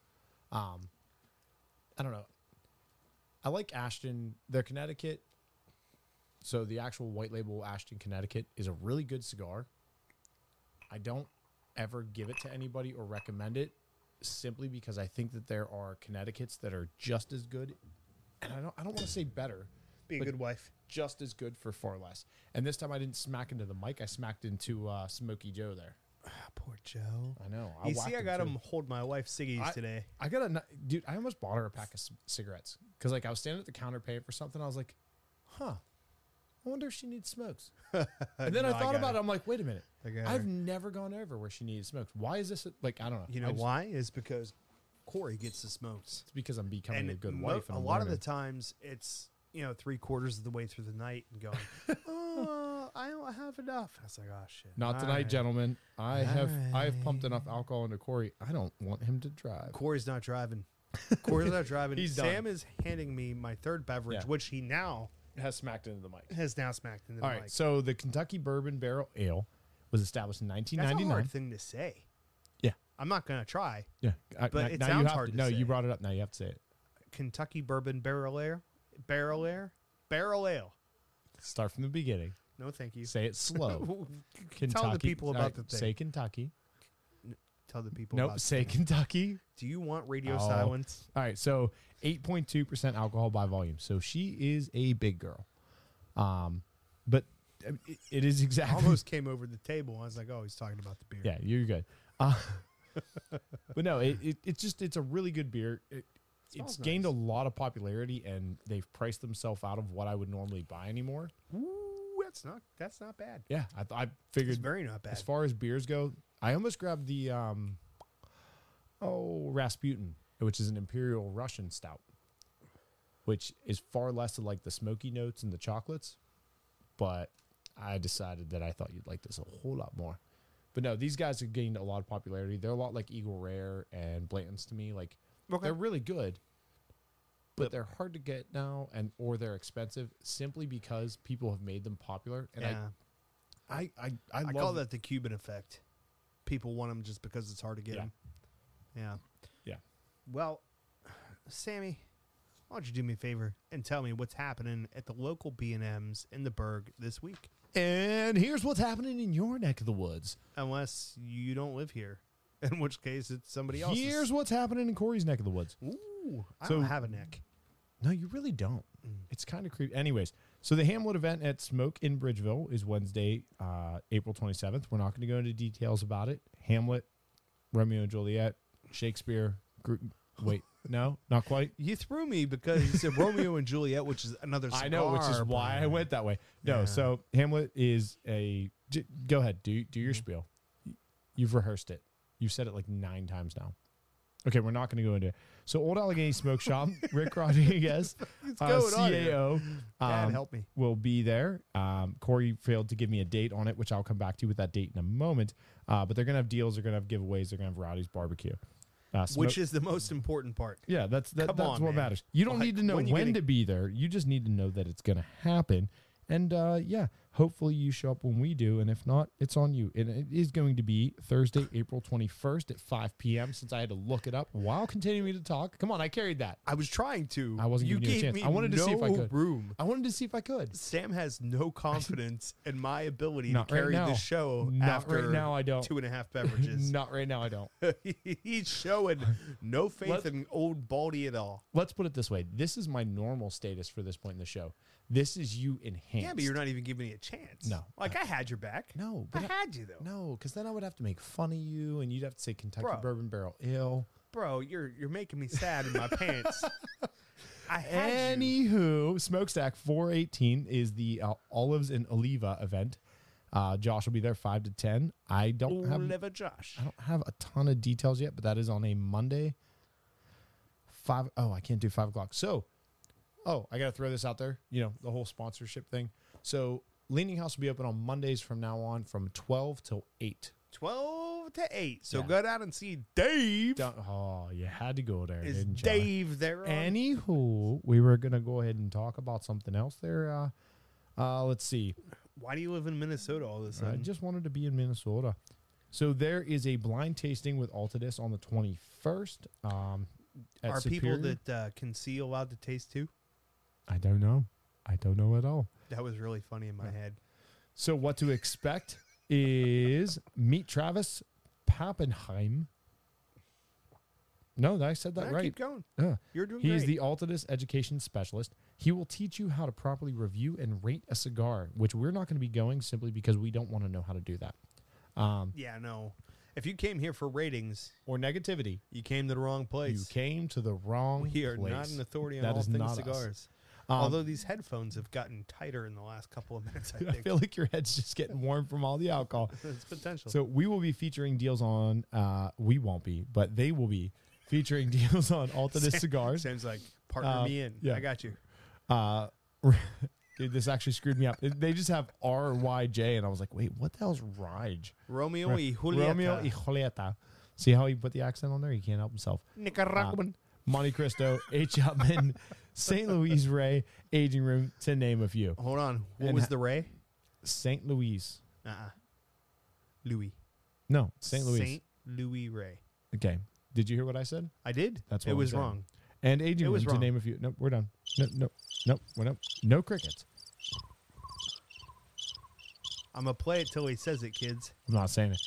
Speaker 3: Um, I don't know. I like Ashton. Their Connecticut. So the actual white label Ashton Connecticut is a really good cigar. I don't ever give it to anybody or recommend it simply because I think that there are Connecticuts that are just as good, and I don't. I don't want to say better,
Speaker 2: Be a
Speaker 3: But-
Speaker 2: good wife.
Speaker 3: just as good for far less. And this time I didn't smack into the mic. I smacked into uh, Smoky Joe there.
Speaker 2: Ah, Poor Joe.
Speaker 3: I know.
Speaker 2: you see, I got
Speaker 3: him.
Speaker 2: him hold my wife ciggies
Speaker 3: I-
Speaker 2: today.
Speaker 3: I got a ni- dude. I almost bought her a pack of c- cigarettes because like I was standing at the counter paying for something. I was like, huh. I wonder if she needs smokes. And then
Speaker 2: No,
Speaker 3: I thought
Speaker 2: got
Speaker 3: about it.
Speaker 2: her.
Speaker 3: I'm like, wait a minute.
Speaker 2: I got
Speaker 3: I've
Speaker 2: her.
Speaker 3: never gone over where she needed smokes. Why is this? a- Like, I don't know.
Speaker 2: You know
Speaker 3: I just-
Speaker 2: why? Is because Corey gets the smokes.
Speaker 3: It's because I'm becoming a good
Speaker 2: mo-
Speaker 3: wife. And
Speaker 2: a
Speaker 3: I'm
Speaker 2: lot of the
Speaker 3: learning.
Speaker 2: times, it's you know three quarters of the way through the night and going, "Oh, I don't have enough." I was like, "Oh shit."
Speaker 3: Not tonight,
Speaker 2: alright."
Speaker 3: gentlemen. I have I have pumped enough alcohol into Corey. I don't want him to drive.
Speaker 2: Corey's not driving. Corey's not driving.
Speaker 3: He's
Speaker 2: Sam is handing me my third beverage,
Speaker 3: Yeah.
Speaker 2: which he now
Speaker 3: Has smacked into the mic.
Speaker 2: has now smacked into the
Speaker 3: All right.
Speaker 2: mic.
Speaker 3: So the Kentucky Bourbon Barrel Ale was established in
Speaker 2: That's a
Speaker 3: 1999.
Speaker 2: hard thing to say.
Speaker 3: Yeah.
Speaker 2: I'm not gonna try
Speaker 3: Yeah, I-
Speaker 2: But
Speaker 3: n-
Speaker 2: it
Speaker 3: now
Speaker 2: sounds
Speaker 3: you have
Speaker 2: hard
Speaker 3: to,
Speaker 2: to
Speaker 3: No,
Speaker 2: say.
Speaker 3: you brought it up. Now you have to say it.
Speaker 2: Kentucky bourbon barrel air, barrel air, barrel ale.
Speaker 3: Start from the beginning.
Speaker 2: No, thank you.
Speaker 3: Say it slow. Kentucky,
Speaker 2: Tell the people
Speaker 3: all
Speaker 2: about the thing.
Speaker 3: Say Kentucky.
Speaker 2: Tell the people.
Speaker 3: Nope.
Speaker 2: about-
Speaker 3: Say Kentucky.
Speaker 2: Do you want radio
Speaker 3: Oh.
Speaker 2: silence?
Speaker 3: All right. So 8.2% alcohol by volume. So she is a big girl. Um, but I mean, it, it is
Speaker 2: I
Speaker 3: exactly.
Speaker 2: almost came over the table. I was like, "Oh, he's talking about the beer."
Speaker 3: Yeah, you're good. Uh, but no, it, it, it's just, it's a really good beer. It,
Speaker 2: Smells
Speaker 3: it's gained
Speaker 2: nice.
Speaker 3: a lot of popularity and they've priced themselves out of what I would normally buy anymore.
Speaker 2: Ooh, that's not that's not bad.
Speaker 3: Yeah. I, th- I
Speaker 2: It's
Speaker 3: figured
Speaker 2: very not bad.
Speaker 3: As far as beers go, I almost grabbed the um oh Rasputin, which is an imperial Russian stout, which is far less of like the smoky notes and the chocolates, but I decided that I thought you'd like this a whole lot more. But no, these guys have gained a lot of popularity. They're a lot like Eagle Rare and Blanton's to me. Like
Speaker 2: Okay.
Speaker 3: they're really good, but they're hard to get now, and or they're expensive simply because people have made them popular. And
Speaker 2: yeah,
Speaker 3: I, I, I, I,
Speaker 2: I,
Speaker 3: love
Speaker 2: call that the Cuban effect. People want them just because it's hard to get
Speaker 3: Yeah.
Speaker 2: them. Yeah.
Speaker 3: Yeah.
Speaker 2: Well, Sammy, why don't you do me a favor and tell me what's happening at the local B and M's in the Berg this week?
Speaker 3: And here's what's happening in your neck of the woods.
Speaker 2: Unless you don't live here, in which case it's somebody else's.
Speaker 3: Here's what's happening in Corey's neck of the woods.
Speaker 2: Ooh, I
Speaker 3: So-
Speaker 2: don't have a neck.
Speaker 3: No, you really don't. Mm. It's kind of creepy. Anyways, so the Hamlet event at Smoke in Bridgeville is Wednesday, uh, April 27th. We're not going to go into details about it. Hamlet, Romeo and Juliet, Shakespeare. Gr- wait, no, not quite.
Speaker 2: You threw me because you said Romeo and Juliet, which is another.
Speaker 3: I know, which is
Speaker 2: cigar
Speaker 3: why I
Speaker 2: brand.
Speaker 3: went that way. No, so Hamlet is a. j- go ahead, do do
Speaker 2: Mm-hmm.
Speaker 3: your spiel. You've rehearsed it. You've said it like nine times now. Okay, we're not going to go into it. So, Old Allegheny Smoke Shop, Rick Rodriguez, uh,
Speaker 2: going on here?
Speaker 3: CAO,
Speaker 2: Dad,
Speaker 3: um,
Speaker 2: help me.
Speaker 3: will be there. Um, Corey failed to give me a date on it, which I'll come back to with that date in a moment. Uh, but they're going to have deals, they're going to have giveaways, they're going to have Rowdy's barbecue. Uh, smoke-
Speaker 2: Which is the most important part.
Speaker 3: yeah, that's that,
Speaker 2: Come
Speaker 3: that's
Speaker 2: on,
Speaker 3: what
Speaker 2: man.
Speaker 3: matters. You don't
Speaker 2: Like,
Speaker 3: need to know
Speaker 2: when
Speaker 3: when,
Speaker 2: you getting-
Speaker 3: to be there. You just need to know that it's going to happen. And uh, yeah, hopefully you show up when we do. And if not, it's on you. And it is going to be Thursday, April 21st at 5 p.m. Since I had to look it up while continuing to talk. Come on, I carried that.
Speaker 2: I was trying to.
Speaker 3: I wasn't
Speaker 2: you
Speaker 3: giving you a
Speaker 2: gave
Speaker 3: chance.
Speaker 2: me
Speaker 3: I wanted to see if I
Speaker 2: no
Speaker 3: could.
Speaker 2: room.
Speaker 3: I wanted to see if I could.
Speaker 2: Sam has no confidence in my ability
Speaker 3: Not
Speaker 2: to
Speaker 3: right
Speaker 2: carry
Speaker 3: now.
Speaker 2: this show
Speaker 3: Not right
Speaker 2: after
Speaker 3: now, I don't.
Speaker 2: two and a half beverages.
Speaker 3: Not right now. I don't.
Speaker 2: He's showing no faith
Speaker 3: Let's-
Speaker 2: in old Baldy at all.
Speaker 3: Let's put it this way. This is my normal status for this point in the show. This is you enhanced.
Speaker 2: Yeah, but you're not even giving me a chance.
Speaker 3: No.
Speaker 2: Like I had your back.
Speaker 3: No,
Speaker 2: I
Speaker 3: but I-
Speaker 2: had you though.
Speaker 3: No, because then I would have to make fun of you, and you'd have to say Kentucky
Speaker 2: Bro.
Speaker 3: Bourbon Barrel Ale.
Speaker 2: Bro, you're you're making me sad in my pants. I had you.
Speaker 3: Anywho, Smokestack 418 is the uh, Olives and Oliva event. Uh, Josh will be there 5 to 10. I don't have
Speaker 2: Oliver Josh.
Speaker 3: I don't have a ton of details yet, but that is on a Monday. Five oh, I can't do five o'clock. So, oh, I gotta throw this out there. You know the whole sponsorship thing. So, Leaning House will be open on Mondays from now on, from twelve till eight.
Speaker 2: Twelve to eight. So
Speaker 3: Yeah.
Speaker 2: go down and see Dave.
Speaker 3: Don't, oh, you had to go there,
Speaker 2: Is
Speaker 3: didn't you?
Speaker 2: Dave there? on-
Speaker 3: Anywho, we were gonna go ahead and talk about something else there. Uh, uh, let's see.
Speaker 2: Why do you live in Minnesota all of a
Speaker 3: I
Speaker 2: sudden?
Speaker 3: just wanted to be in Minnesota. So there is a blind tasting with Altadis on the twenty first. Um, at
Speaker 2: Are
Speaker 3: Superior.
Speaker 2: people that uh, can see allowed to taste too?
Speaker 3: I don't know. I don't know at all.
Speaker 2: That was really funny in my head.
Speaker 3: So what to expect is meet Travis Pappenheim. No, I said that
Speaker 2: Nah,
Speaker 3: right.
Speaker 2: Keep going.
Speaker 3: Yeah.
Speaker 2: You're doing
Speaker 3: He is
Speaker 2: great.
Speaker 3: the Altadis education specialist. He will teach you how to properly review and rate a cigar, which we're not going to be going simply because we don't want to know how to do that. Um,
Speaker 2: Yeah, no. If you came here for ratings,
Speaker 3: or negativity.
Speaker 2: you came to the wrong place.
Speaker 3: You came to the wrong
Speaker 2: we are
Speaker 3: place. Um,
Speaker 2: not an authority on
Speaker 3: That
Speaker 2: all
Speaker 3: is
Speaker 2: things
Speaker 3: not us.
Speaker 2: cigars.
Speaker 3: Um,
Speaker 2: Although these headphones have gotten tighter in the last couple of minutes, I
Speaker 3: I
Speaker 2: think
Speaker 3: feel like your head's just getting warm from all the alcohol.
Speaker 2: it's potential.
Speaker 3: So we will be featuring deals on. Uh, we won't be, but they will be featuring deals on Altadis cigars.
Speaker 2: Sam's like, partner
Speaker 3: Uh,
Speaker 2: me in.
Speaker 3: yeah.
Speaker 2: I got you.
Speaker 3: Uh, dude, this actually screwed me up. It- They just have R Y J, and I was like, wait, what the hell's Rige?
Speaker 2: Romeo
Speaker 3: Ro-
Speaker 2: y Julieta.
Speaker 3: Romeo y Julieta. See how he put the accent on there? He can't help himself. Uh,
Speaker 2: Nicaraguan.
Speaker 3: Monte Cristo, H. Upman, St. Louis Ray, Aging Room, to name a few.
Speaker 2: Hold on. What
Speaker 3: And
Speaker 2: was
Speaker 3: ha-
Speaker 2: the Ray?
Speaker 3: St. Louis.
Speaker 2: Uh-uh. Louis.
Speaker 3: No, St. Louis.
Speaker 2: St. Louis Ray.
Speaker 3: Okay. Did you hear what I said?
Speaker 2: I did.
Speaker 3: That's what
Speaker 2: it
Speaker 3: I'm
Speaker 2: was
Speaker 3: saying.
Speaker 2: wrong.
Speaker 3: And aging
Speaker 2: It
Speaker 3: room
Speaker 2: was
Speaker 3: to
Speaker 2: wrong.
Speaker 3: name a few. Nope, we're done. No, no, no, we're not. No crickets.
Speaker 2: I'm gonna play it till he says it, kids.
Speaker 3: I'm not saying it.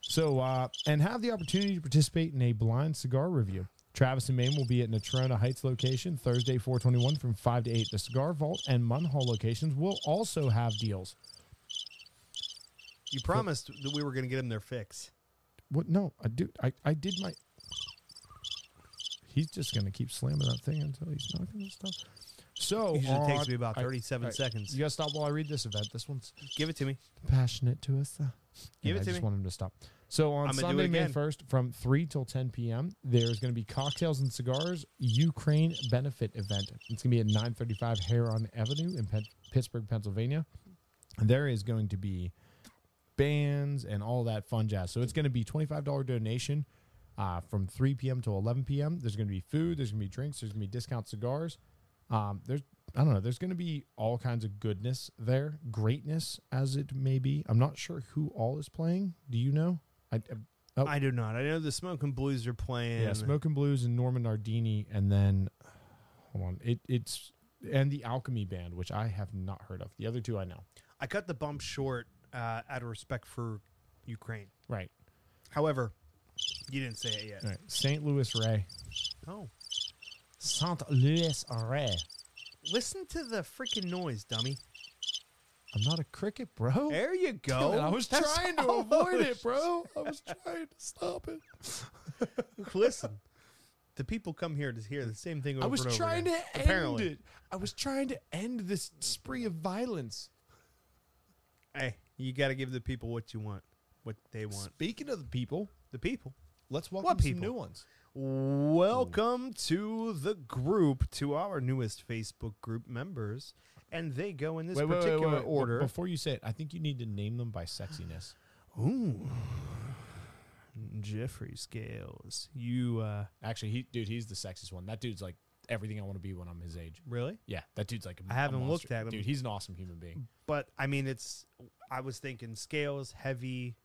Speaker 3: So, uh, and have the opportunity to participate in a blind cigar review. Travis and Maine will be at Natrona Heights location Thursday, 421 from 5 to 8. The Cigar Vault and Munhall locations will also have deals.
Speaker 2: You promised that we were gonna get him their fix.
Speaker 3: What? No, I do. I, I did my. He's just going to keep slamming that thing until he's not going to stop. So,
Speaker 2: Usually takes
Speaker 3: on-
Speaker 2: me about
Speaker 3: Oh, I-
Speaker 2: 37
Speaker 3: I-
Speaker 2: seconds.
Speaker 3: You got to stop while I read this event. This one's
Speaker 2: Give it to me.
Speaker 3: passionate to us. though.
Speaker 2: uh, Give
Speaker 3: Yeah,
Speaker 2: it
Speaker 3: I
Speaker 2: to
Speaker 3: just
Speaker 2: me.
Speaker 3: want him to stop. So on
Speaker 2: I'ma do it
Speaker 3: Sunday, May
Speaker 2: again.
Speaker 3: 1st, from 3 till 10 p.m., there's going to be Cocktails and Cigars Ukraine Benefit Event. It's going to be at 935 Heron Avenue in Pen- Pittsburgh, Pennsylvania. And there is going to be bands and all that fun jazz. So it's going to be $25 donation uh, from 3 p.m. to 11 p.m. There's going to be food. There's going to be drinks. There's going to be discount cigars. Um, there's I don't know. There's going to be all kinds of goodness there, greatness as it may be. I'm not sure who all is playing. Do you know? I, I- oh,
Speaker 2: I do not. I know the Smoking Blues are playing.
Speaker 3: yeah, Smoke and Blues and Norman Nardini, and then hold on, it it's and the Alchemy Band, which I have not heard of. The other two I know.
Speaker 2: I cut the bump short uh, out of respect for Ukraine.
Speaker 3: Right,
Speaker 2: However, you didn't say it yet.
Speaker 3: right. St. Louis Ray,
Speaker 2: Oh,
Speaker 3: Saint Louis Ray.
Speaker 2: listen to the freaking noise, dummy.
Speaker 3: I'm not a cricket, bro.
Speaker 2: There you
Speaker 3: Damn
Speaker 2: go.
Speaker 3: it, I was
Speaker 2: That's
Speaker 3: trying to
Speaker 2: all.
Speaker 3: avoid it, bro. I was trying to stop it.
Speaker 2: listen, the people come here to hear the same thing over
Speaker 3: I was
Speaker 2: and over
Speaker 3: trying
Speaker 2: again.
Speaker 3: to end
Speaker 2: Apparently.
Speaker 3: it. I was trying to end this spree of violence.
Speaker 2: Hey, you got to give the people what you want, what they want.
Speaker 3: Speaking of the people,
Speaker 2: The people.
Speaker 3: let's welcome
Speaker 2: What
Speaker 3: some
Speaker 2: people?
Speaker 3: new ones.
Speaker 2: Welcome to the group, to our newest Facebook group members, and they go in this particular order.
Speaker 3: Before you say it, I think you need to name them by sexiness.
Speaker 2: Ooh, Jeffrey Scales, you uh,
Speaker 3: Actually, he dude, he's the sexiest one. That dude's like everything I want to be when I'm his age.
Speaker 2: really?
Speaker 3: Yeah, that dude's like I
Speaker 2: I haven't looked at him.
Speaker 3: Dude, he's an awesome human being.
Speaker 2: But I mean, it's. I was thinking Scales, heavy,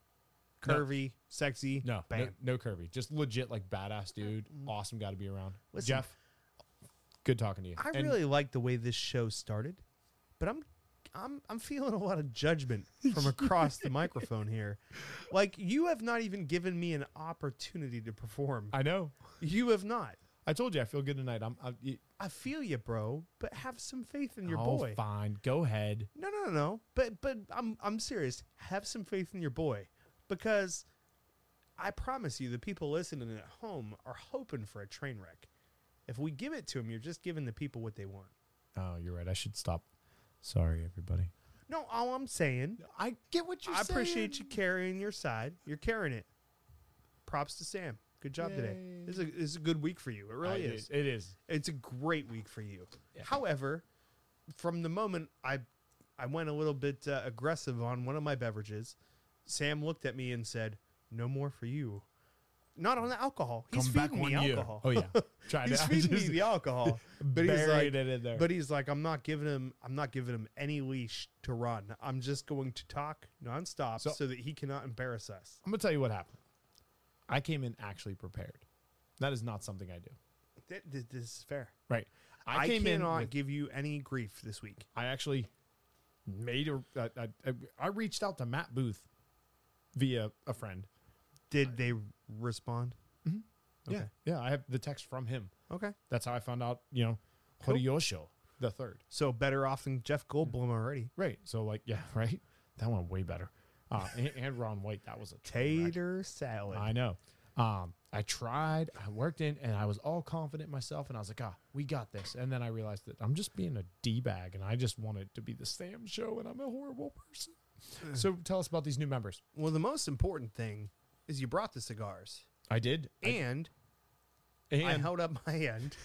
Speaker 3: No.
Speaker 2: curvy, sexy.
Speaker 3: No, no,
Speaker 2: bam. Mm-hmm.
Speaker 3: no curvy, just legit like badass dude. Awesome guy to be around.
Speaker 2: Listen.
Speaker 3: Jeff, good talking to you.
Speaker 2: I
Speaker 3: And-
Speaker 2: really like the way this show started, but I'm I'm I'm feeling a lot of judgment from across the microphone here. Like you have not even given me an opportunity to perform.
Speaker 3: I know.
Speaker 2: You have not.
Speaker 3: I told you I feel good tonight. I'm. I'm y-
Speaker 2: I feel you, bro, but have some faith in your
Speaker 3: oh,
Speaker 2: boy.
Speaker 3: fine. Go ahead.
Speaker 2: No, no, no, no. But but I'm I'm serious. Have some faith in your boy because I promise you the people listening at home are hoping for a train wreck. If we give it to them, you're just giving the people what they want.
Speaker 3: Oh, you're right. I should stop. Sorry, everybody.
Speaker 2: No, all I'm saying
Speaker 3: I get what
Speaker 2: I appreciate you carrying your side. You're carrying it. Props to Sam. Good job today. This is, a, this is a good week for you. It really is.
Speaker 3: It is.
Speaker 2: It's a great week for you. However, from the moment I I went a little bit uh, aggressive on one of my beverages, Sam looked at me and said, "No more for you." Not on the alcohol. He's feeding me alcohol.
Speaker 3: Oh yeah. Try
Speaker 2: he's feeding me the alcohol. But he's like,
Speaker 3: buried it in there.
Speaker 2: but he's like, I'm not giving him, I'm not giving him any leash to run. I'm just going to talk nonstop so,
Speaker 3: So-
Speaker 2: that he cannot embarrass us.
Speaker 3: I'm gonna tell you what happened. I came in actually prepared. That is not something I do.
Speaker 2: Th- th- this is fair.
Speaker 3: Right.
Speaker 2: I,
Speaker 3: came
Speaker 2: cannot
Speaker 3: in. With,
Speaker 2: give you any grief this week.
Speaker 3: I actually made a. I, I, I reached out to Matt Booth via a friend.
Speaker 2: Did they respond? Okay.
Speaker 3: Yeah. Yeah. I have the text from him.
Speaker 2: Okay.
Speaker 3: That's how I found out. You know,
Speaker 2: Cool.
Speaker 3: Horiyosho the third.
Speaker 2: So better off than Jeff Goldblum already.
Speaker 3: Right. So like, yeah, right. That one way better. Uh, and, and Ron White, that was a train wreck.
Speaker 2: Tater salad.
Speaker 3: I know. Um, I tried, I worked in, and I was all confident in myself, and I was like, ah, we got this. And then I realized that I'm just being a D bag, and I just want it to be the Sam show, and I'm a horrible person.
Speaker 2: Eh.
Speaker 3: so tell us about these new members.
Speaker 2: Well, the most important thing is you brought the cigars,
Speaker 3: I did,
Speaker 2: and
Speaker 3: and
Speaker 2: I held up my end.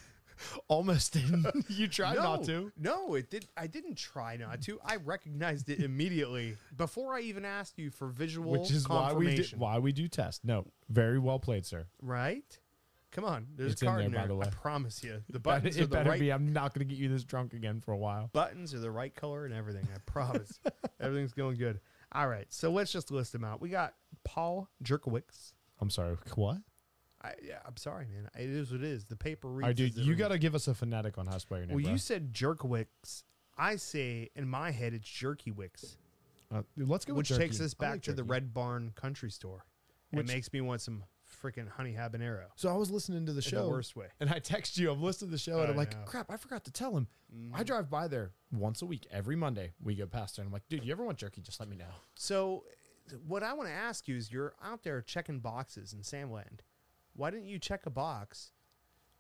Speaker 3: almost didn't. you tried
Speaker 2: no,
Speaker 3: not to.
Speaker 2: No, it did. I didn't try not to. I recognized it immediately before I even asked you for visual
Speaker 3: Which is why we do,
Speaker 2: confirmation.
Speaker 3: why we do test. No, very well played, sir.
Speaker 2: right? Come on, there's
Speaker 3: It's
Speaker 2: a
Speaker 3: in
Speaker 2: card
Speaker 3: there,
Speaker 2: in
Speaker 3: by
Speaker 2: there.
Speaker 3: the way.
Speaker 2: I promise you, the
Speaker 3: But
Speaker 2: buttons are
Speaker 3: it
Speaker 2: the
Speaker 3: better
Speaker 2: right
Speaker 3: be. I'm not going to get you this drunk again for a while.
Speaker 2: buttons are the right color and everything. I promise. Everything's going good. All right, so let's just list them out. We got Paul Jerkowitz.
Speaker 3: I'm sorry. What?
Speaker 2: I, yeah, I'm sorry, man. It is what it is. The paper reads.
Speaker 3: All right, dude.
Speaker 2: as it
Speaker 3: You
Speaker 2: reads.
Speaker 3: got to give us a phonetic on how to spell your name.
Speaker 2: Well,
Speaker 3: bro.
Speaker 2: you said Jerkowitz. I say in my head it's Jerkywicks,
Speaker 3: Uh, let's go. with
Speaker 2: which
Speaker 3: jerky.
Speaker 2: takes us
Speaker 3: I
Speaker 2: back
Speaker 3: like
Speaker 2: to the
Speaker 3: jerky.
Speaker 2: Red Barn Country Store.
Speaker 3: Which-
Speaker 2: it makes me want some freaking honey habanero.
Speaker 3: So I was listening to the
Speaker 2: Show.
Speaker 3: show,
Speaker 2: The worst way.
Speaker 3: and I text you. I'm listening to the show, and
Speaker 2: I
Speaker 3: I'm like,
Speaker 2: know. Mm-hmm.
Speaker 3: "Crap, I forgot to tell him." I drive by there once a week, every Monday. We go past there, and I'm like, "Dude, you ever want jerky? Just let me know."
Speaker 2: So, what I want to ask you is, you're out there checking boxes in Samland. Why didn't you check a box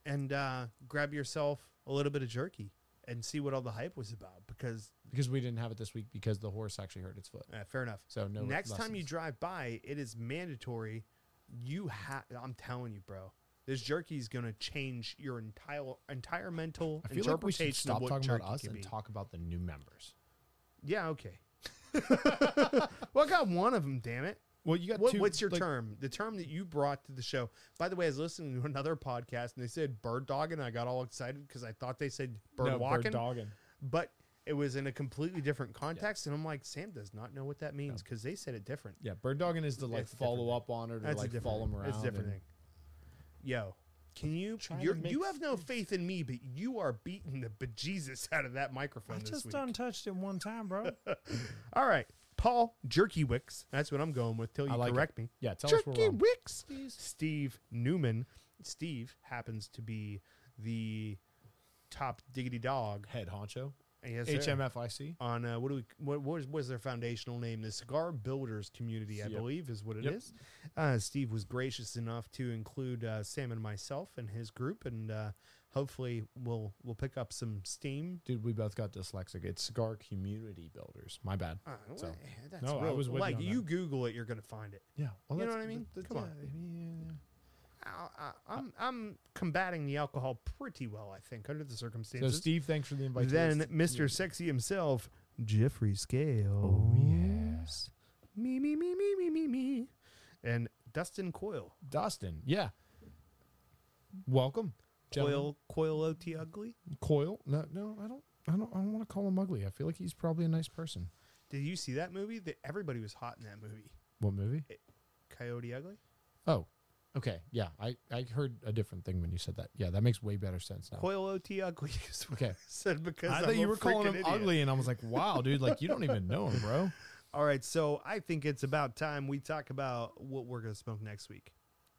Speaker 2: and uh, grab yourself a little bit of jerky and see what all the hype was about? Because
Speaker 3: Because we didn't have it this week because the horse actually hurt its foot.
Speaker 2: uh, fair enough.
Speaker 3: So no.
Speaker 2: Next time you
Speaker 3: lessons.
Speaker 2: drive by, it is mandatory. You have. I'm telling you, bro. This jerky is going to change your entire entire mental
Speaker 3: I feel like we
Speaker 2: interpretation
Speaker 3: should stop
Speaker 2: of what
Speaker 3: talking
Speaker 2: jerky
Speaker 3: about us
Speaker 2: can
Speaker 3: and
Speaker 2: be.
Speaker 3: talk about the new members.
Speaker 2: Yeah. Okay. well, I got one of them. Damn it.
Speaker 3: Well, you got
Speaker 2: What,
Speaker 3: two.
Speaker 2: what's your
Speaker 3: like-
Speaker 2: term? The term that you brought to the show. By the way, I was listening to another podcast and they said bird dog, and I got all excited because I thought they said bird
Speaker 3: No,
Speaker 2: walking,
Speaker 3: dogging.
Speaker 2: but it was in a completely different context. And I'm like, Sam does not know what that means because they said it different.
Speaker 3: Yeah, bird dogging is to like
Speaker 2: It's a different
Speaker 3: follow up on or to
Speaker 2: That's a
Speaker 3: like
Speaker 2: different.
Speaker 3: follow them around.
Speaker 2: It's a different
Speaker 3: and-
Speaker 2: thing. Yo, can you?
Speaker 3: Trying to
Speaker 2: You're,
Speaker 3: make
Speaker 2: you have no faith in me, but you are beating the bejesus out of that microphone
Speaker 4: I
Speaker 2: this
Speaker 4: just
Speaker 2: week.
Speaker 4: done touched it one time, bro.
Speaker 2: All right, Paul Jerkywicks. That's what I'm going with. Till you
Speaker 3: I like it.
Speaker 2: correct me.
Speaker 3: Yeah, tell us
Speaker 2: Jerky
Speaker 3: we're wrong.
Speaker 2: Wicks. Steve Newman. Steve happens to be the top diggity dog.
Speaker 3: Head honcho.
Speaker 2: Yes, sir.
Speaker 3: HMFIC.
Speaker 2: On uh, what do we what what is, what is their foundational name? The Cigar Builders Community, I
Speaker 3: Yep.
Speaker 2: believe, is what it is.
Speaker 3: Yep.
Speaker 2: Uh, Steve was gracious enough to include uh, Sam and myself and his group, and uh, hopefully we'll we'll pick up some steam
Speaker 3: Dude, we both got dyslexic. It's cigar community builders. My bad.
Speaker 2: Uh,
Speaker 3: So-
Speaker 2: well, eh, that's
Speaker 3: No, I
Speaker 2: real-
Speaker 3: was with you
Speaker 2: like
Speaker 3: on
Speaker 2: you Google it, you're gonna find it.
Speaker 3: Yeah. Well,
Speaker 2: You know
Speaker 3: that's-
Speaker 2: what I mean?
Speaker 3: that's-
Speaker 2: Come on.
Speaker 3: yeah, I mean, yeah, yeah.
Speaker 2: I, I, I'm I'm combating the alcohol pretty well, I think, under the
Speaker 3: So,
Speaker 2: circumstances.
Speaker 3: Steve, thanks for the invite. to
Speaker 2: then
Speaker 3: this
Speaker 2: Mr.
Speaker 3: community.
Speaker 2: Sexy himself, Jeffrey Scales.
Speaker 3: Oh, yes.
Speaker 2: Me me me me me me me, and Dustin Coyle.
Speaker 3: Dustin. Yeah. Welcome.
Speaker 2: Coyle Coyle OT ugly.
Speaker 3: Coil. No, no, I don't. I don't. I don't want to call him ugly. I feel like he's probably a nice person.
Speaker 2: Did you see that movie? That everybody was hot in that movie.
Speaker 3: What movie?
Speaker 2: Coyote Ugly.
Speaker 3: Oh, okay. Yeah, I I heard a different thing when you said that. Yeah, that makes way better sense now.
Speaker 2: Coyle OT ugly is what
Speaker 3: Oh. Okay.
Speaker 2: I said because
Speaker 3: I
Speaker 2: I'm
Speaker 3: thought you
Speaker 2: a
Speaker 3: were calling
Speaker 2: freaking
Speaker 3: him
Speaker 2: idiot.
Speaker 3: ugly, and I was like, "Wow, dude! Like you don't even know him, bro."
Speaker 2: All right, so I think it's about time we talk about what we're going to smoke next week.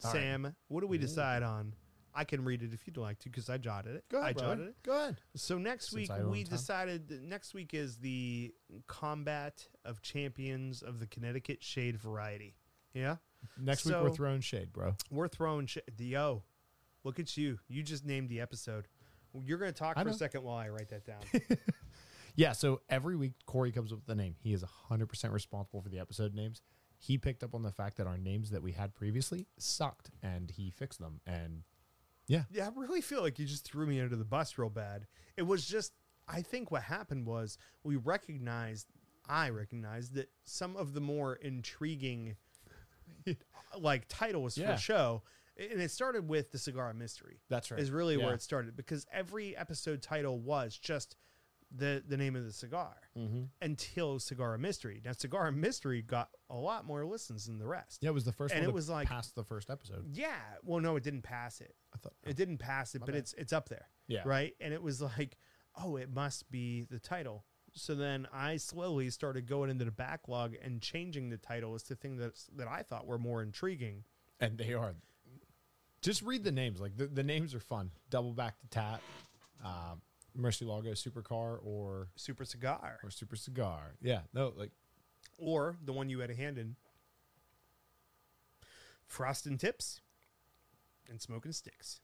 Speaker 3: All right.
Speaker 2: Sam, what do we decide on? I can read it if you'd like to because I jotted it. I
Speaker 3: brother.
Speaker 2: jotted it.
Speaker 3: Go ahead.
Speaker 2: So next
Speaker 3: Since I
Speaker 2: week
Speaker 3: own
Speaker 2: we
Speaker 3: time.
Speaker 2: decided that next week is the combat of champions of the Connecticut shade variety. Yeah,
Speaker 3: Next week we're
Speaker 2: So-
Speaker 3: throwing shade, bro.
Speaker 2: we're throwing sh- the yo. Look at you! You just named the episode. You're going to talk
Speaker 3: I
Speaker 2: for a
Speaker 3: know.
Speaker 2: second while I write that down.
Speaker 3: Yeah. So every week Corey comes up with the name. He is hundred percent responsible for the episode names. He picked up on the fact that our names that we had previously sucked, and he fixed them. And
Speaker 2: Yeah, I really feel like you just threw me under the bus real bad. It was just, I think what happened was we recognized, I recognized that some of the more intriguing, like titles for
Speaker 3: Yeah.
Speaker 2: the show, and it started with the cigar mystery.
Speaker 3: that's
Speaker 2: Is really
Speaker 3: Yeah.
Speaker 2: where it started because every episode title was just the the name of the cigar
Speaker 3: Mm-hmm.
Speaker 2: until cigar mystery. Now cigar mystery got a lot more listens than the rest.
Speaker 3: Yeah, it was the first.
Speaker 2: And
Speaker 3: one
Speaker 2: it
Speaker 3: to
Speaker 2: was like-
Speaker 3: past the first episode.
Speaker 2: Yeah. Well, no, it didn't pass it.
Speaker 3: I thought.
Speaker 2: It didn't pass it,
Speaker 3: My
Speaker 2: but
Speaker 3: bad.
Speaker 2: it's it's up there
Speaker 3: Yeah.
Speaker 2: right? And it was like, oh, it must be the title. So then I slowly started going into the backlog and changing the titles to things that that I thought were more intriguing.
Speaker 3: And they are. Just read the names. Like the, the names are fun. Double back to tat, uh, Mercy Lago supercar or
Speaker 2: Super cigar,
Speaker 3: or super cigar. Yeah. No, like
Speaker 2: or the one you had a hand in, frosting tips and smoking sticks.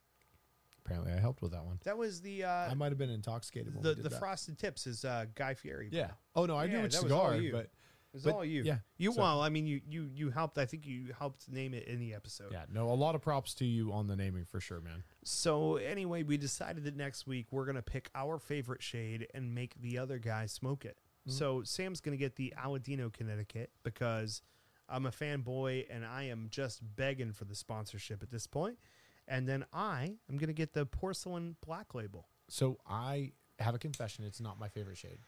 Speaker 3: Apparently, I helped with that one.
Speaker 2: That was the
Speaker 3: I
Speaker 2: uh,
Speaker 3: might have been intoxicated. When
Speaker 2: the
Speaker 3: we did
Speaker 2: the
Speaker 3: that.
Speaker 2: frosted tips is uh, Guy Fieri.
Speaker 3: Yeah. Oh no, I
Speaker 2: Yeah,
Speaker 3: knew which
Speaker 2: that was all
Speaker 3: cigar,
Speaker 2: you.
Speaker 3: but
Speaker 2: it's
Speaker 3: but-
Speaker 2: all you.
Speaker 3: yeah,
Speaker 2: you
Speaker 3: so-
Speaker 2: well, I mean, you you you helped. I think you helped name it in the episode.
Speaker 3: yeah, no, a lot of props to you on the naming for sure, man.
Speaker 2: So anyway, we decided that next week we're gonna pick our favorite shade and make the other guy smoke it.
Speaker 3: Mm.
Speaker 2: So Sam's gonna get the Aladino Connecticut because I'm a fanboy and I am just begging for the sponsorship at this point. And then I am gonna get the porcelain black label.
Speaker 3: So I have a confession. It's not my favorite shade,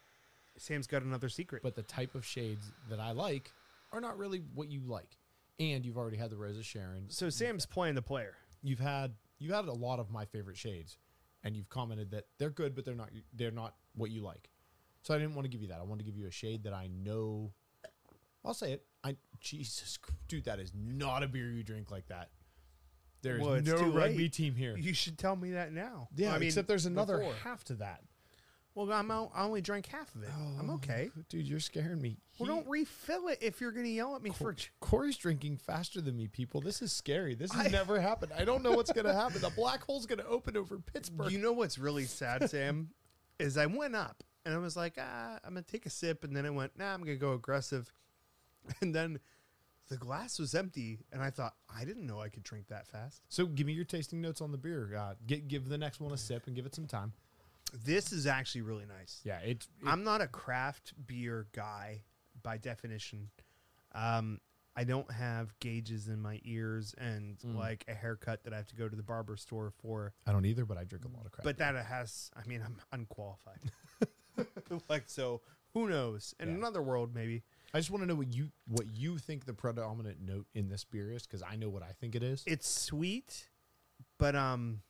Speaker 2: Sam's got another secret.
Speaker 3: but the type of shades that I like are not really what you like. And you've already had the Rosa Sharon.
Speaker 2: so Sam's playing the player.
Speaker 3: You've had you've had a lot of my favorite shades, and you've commented that they're good, but they're not they're not what you like. So I didn't want to give you that. I wanted to give you a shade that I know. I'll say it. I Jesus, dude, that is not a beer you drink like that. There is
Speaker 2: Well, it's
Speaker 3: no
Speaker 2: too
Speaker 3: rugby
Speaker 2: late.
Speaker 3: team here.
Speaker 2: You should tell me that now.
Speaker 3: Yeah,
Speaker 2: I mean,
Speaker 3: except there's another
Speaker 2: before.
Speaker 3: half to that.
Speaker 2: Well, I'm out, I only drank half of it. I'm okay.
Speaker 3: Oh, Dude, you're scaring me.
Speaker 2: Well,
Speaker 3: He-
Speaker 2: don't refill it if you're gonna yell at me for.
Speaker 3: Corey's drinking faster than me, people. This is scary. This has
Speaker 2: I-
Speaker 3: never happened. I don't know what's going to happen. The black hole's going to open over Pittsburgh.
Speaker 2: You know what's really sad, Sam, is I went up and I was like, ah, I'm gonna take a sip, and then I went, nah, I'm gonna go aggressive, and then the glass was empty, and I thought I didn't know I could drink that fast.
Speaker 3: so give me your tasting notes on the beer. Uh, get, give the next one a sip and give it some time.
Speaker 2: This is actually really nice.
Speaker 3: Yeah, it's
Speaker 2: I'm not a craft beer guy by definition. Um, I don't have gauges in my ears and like a haircut that I have to go to the barber store for.
Speaker 3: I don't either, but I drink a lot of crap.
Speaker 2: but that has i mean i'm unqualified like so who knows in
Speaker 3: Yeah.
Speaker 2: another world maybe
Speaker 3: I just want to know what you what you think the predominant note in this beer is because I know what I think it is.
Speaker 2: it's sweet but um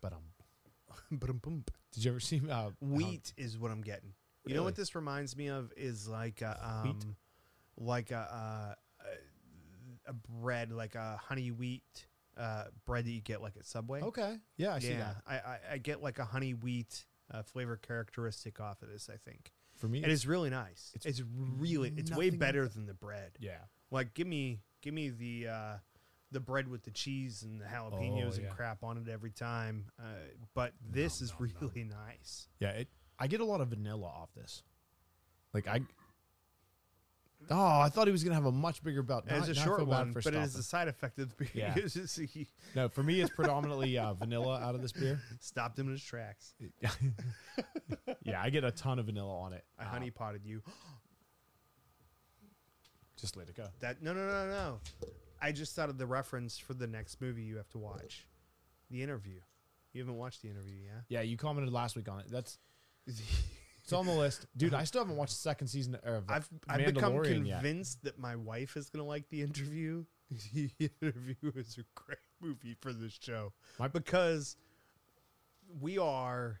Speaker 3: but um,
Speaker 2: ba-dum-bum.
Speaker 3: did you ever see uh,
Speaker 2: wheat is what i'm getting you know
Speaker 3: Really?
Speaker 2: what this reminds me of is like a, um like a, uh, a a bread like a honey wheat uh bread that you get like at subway
Speaker 3: how- okay, yeah, I see
Speaker 2: yeah
Speaker 3: that.
Speaker 2: I, I i get like a honey wheat uh, flavor characteristic off of this i think
Speaker 3: For me,
Speaker 2: and it's really nice it's,
Speaker 3: it's
Speaker 2: really it's way
Speaker 3: nothing like
Speaker 2: better than the bread
Speaker 3: yeah.
Speaker 2: Like give me give me the uh, the bread with the cheese and the jalapenos
Speaker 3: Oh, yeah.
Speaker 2: and crap on it every time. Uh, but this is really nice.
Speaker 3: Yeah, it, I get a lot of vanilla off this. Like I, oh, I thought he was gonna have a much bigger belt.
Speaker 2: It's
Speaker 3: Not-
Speaker 2: a
Speaker 3: not
Speaker 2: short
Speaker 3: feel bad
Speaker 2: one,
Speaker 3: for
Speaker 2: but it is
Speaker 3: stopping.
Speaker 2: a side effect of the beer.
Speaker 3: Yeah.
Speaker 2: It's just he
Speaker 3: no, for me, it's predominantly uh, vanilla out of this beer.
Speaker 2: stopped him in his tracks.
Speaker 3: Yeah, I get a ton of vanilla on it.
Speaker 2: I
Speaker 3: Uh,
Speaker 2: honey potted you.
Speaker 3: Uh, just let it go.
Speaker 2: That no no no no. I just thought of the reference for the next movie you have to watch, The Interview. You haven't watched The Interview, yeah?
Speaker 3: Yeah, you commented last week on it. That's it's on the list, dude. I still haven't watched the second season of
Speaker 2: I've I've become
Speaker 3: Mandalorian yet.
Speaker 2: convinced that my wife is gonna like the interview. the interview is a great movie for this show
Speaker 3: My-
Speaker 2: because we are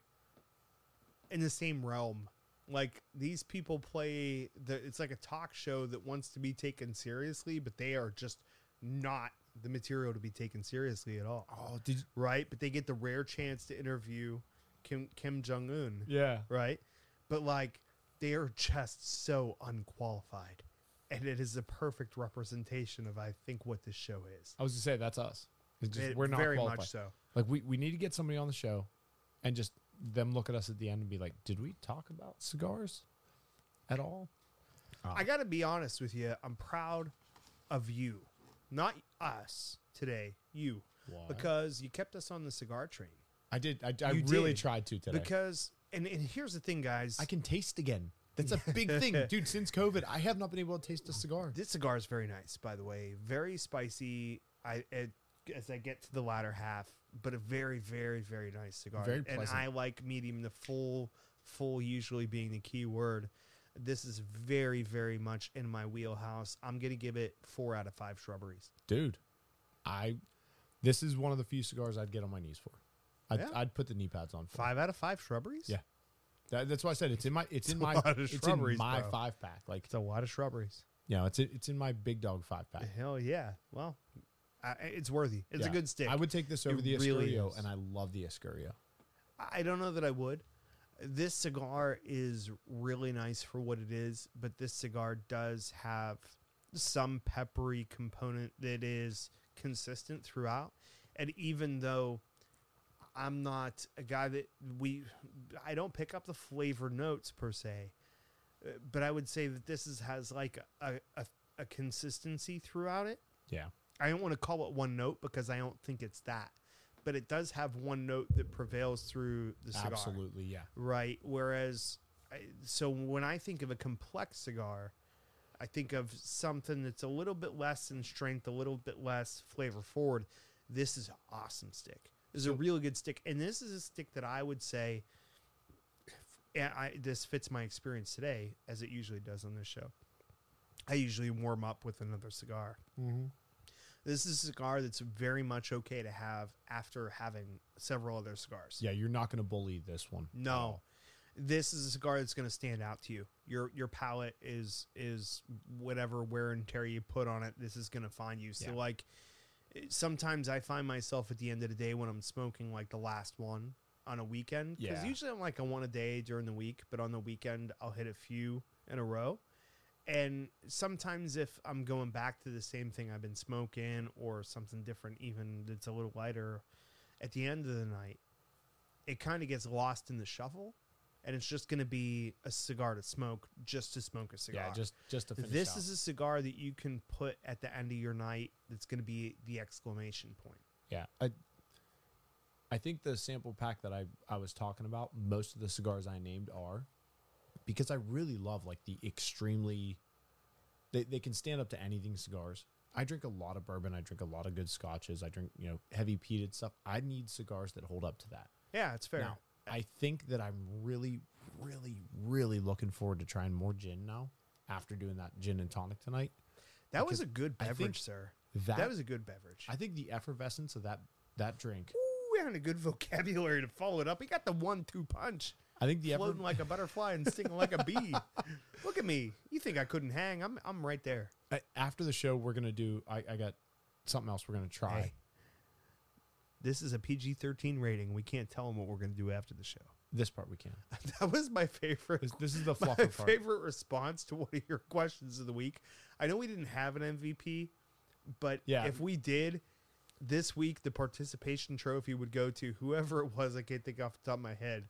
Speaker 2: in the same realm. Like these people play the it's like a talk show that wants to be taken seriously, but they are just not the material to be taken seriously at all.
Speaker 3: Oh, did you-
Speaker 2: Right? But they get the rare chance to interview Kim Kim Jong Un
Speaker 3: yeah.
Speaker 2: right? But like they are just so unqualified. And it is the perfect representation of I think what this show is.
Speaker 3: I was gonna say that's us. It's just,
Speaker 2: It-
Speaker 3: we're not
Speaker 2: very
Speaker 3: qualified.
Speaker 2: much so.
Speaker 3: Like we, we need to get somebody on the show and just them look at us at the end and be like, did we talk about cigars at all? Ah.
Speaker 2: I got to be honest with you. I'm proud of you, not us today. You,
Speaker 3: Why?
Speaker 2: because you kept us on the cigar train.
Speaker 3: I did. I, I
Speaker 2: You
Speaker 3: really
Speaker 2: did,
Speaker 3: tried to today.
Speaker 2: Because and and here's the thing, guys.
Speaker 3: I can taste again. That's a big thing. Dude, since COVID, I have not been able to taste a cigar.
Speaker 2: This cigar is very nice, by the way. Very spicy. I it, as I get to the latter half, but a very, very, very nice cigar.
Speaker 3: Very
Speaker 2: and
Speaker 3: pleasant.
Speaker 2: I like medium. The full, full usually being the key word. This is very, very much in my wheelhouse. I'm gonna give it four out of five shrubberies.
Speaker 3: Dude, I this is one of the few cigars I'd get on my knees for. I'd,
Speaker 2: Yeah.
Speaker 3: I'd put the knee pads on. For.
Speaker 2: Five out of five shrubberies.
Speaker 3: Yeah. That, that's why I said it's in my it's in my
Speaker 2: lot of
Speaker 3: it's in
Speaker 2: shrubberies,
Speaker 3: my
Speaker 2: bro.
Speaker 3: five pack. Like
Speaker 2: it's a lot of shrubberies.
Speaker 3: you know, it's it's in my big dog five pack.
Speaker 2: Hell yeah. Well, I, it's worthy. It's
Speaker 3: Yeah.
Speaker 2: a good stick.
Speaker 3: I would take this
Speaker 2: It
Speaker 3: over the
Speaker 2: really
Speaker 3: Escurio,
Speaker 2: is.
Speaker 3: and I love the Escurio.
Speaker 2: I don't know that I would. this cigar is really nice for what it is, but this cigar does have some peppery component that is consistent throughout. And even though I'm not a guy that we, I don't pick up the flavor notes per se, uh, but I would say that this is, has like a, a, a consistency throughout it.
Speaker 3: Yeah.
Speaker 2: I don't want to call it one note because I don't think it's that, but it does have one note that prevails through the cigar
Speaker 3: Absolutely. Yeah.
Speaker 2: right? Whereas, I- so when I think of a complex cigar, I think of something that's a little bit less in strength, a little bit less flavor forward. This is an awesome stick. This is a really good stick, and this is a stick that I would say, and I this fits my experience today as it usually does on this show. I usually warm up with another cigar.
Speaker 3: Mm-hmm.
Speaker 2: This is a cigar that's very much okay to have after having several other cigars.
Speaker 3: Yeah. You're not going to bully this one. at
Speaker 2: No.
Speaker 3: all.
Speaker 2: This is a cigar that's going to stand out to you. Your your palate is is whatever wear and tear you put on it. This is going to find you. So
Speaker 3: Yeah.
Speaker 2: like it- sometimes I find myself at the end of the day when I'm smoking like the last one on a weekend because
Speaker 3: Yeah.
Speaker 2: usually I'm like a one a day during the week, but on the weekend I'll hit a few in a row. And sometimes if I'm going back to the same thing I've been smoking or something different, even that's a little lighter, at the end of the night, it kind of gets lost in the shuffle, and it's just going to be a cigar to smoke, just to smoke a cigar.
Speaker 3: Yeah. Just just to finish
Speaker 2: this
Speaker 3: out.
Speaker 2: is a cigar that you can put at the end of your night. That's going to be the exclamation point.
Speaker 3: Yeah. I I think the sample pack that I, I was talking about, most of the cigars I named are because I really love like the extremely they, they can stand up to anything cigars. I drink a lot of bourbon, I drink a lot of good scotches, I drink, you know, heavy peated stuff. I need cigars that hold up to that.
Speaker 2: Yeah, it's fair.
Speaker 3: Now, I think that I'm really, really, really looking forward to trying more gin now after doing that gin and tonic tonight.
Speaker 2: that was
Speaker 3: because
Speaker 2: a good
Speaker 3: I
Speaker 2: beverage,
Speaker 3: think
Speaker 2: sir.
Speaker 3: That,
Speaker 2: That was a good beverage.
Speaker 3: I think the effervescence of that that drink.
Speaker 2: Ooh, having a good vocabulary to follow it up. He got the one-two punch.
Speaker 3: I think the effer-
Speaker 2: floating like a butterfly and stinging like a bee. Look at me. You think I couldn't hang? I'm I'm right there.
Speaker 3: Uh, after the show we're gonna do I, I got something else we're gonna try
Speaker 2: Hey. This is a PG-13 rating. We can't tell them what we're going to do after the show.
Speaker 3: this part we can
Speaker 2: That was my favorite.
Speaker 3: this, this is the
Speaker 2: My
Speaker 3: fluffer part
Speaker 2: favorite response to one of your questions of the week. I know we didn't have an MVP, but
Speaker 3: Yeah.
Speaker 2: if we did, this week the participation trophy would go to whoever it was. I can't think off the top of my head.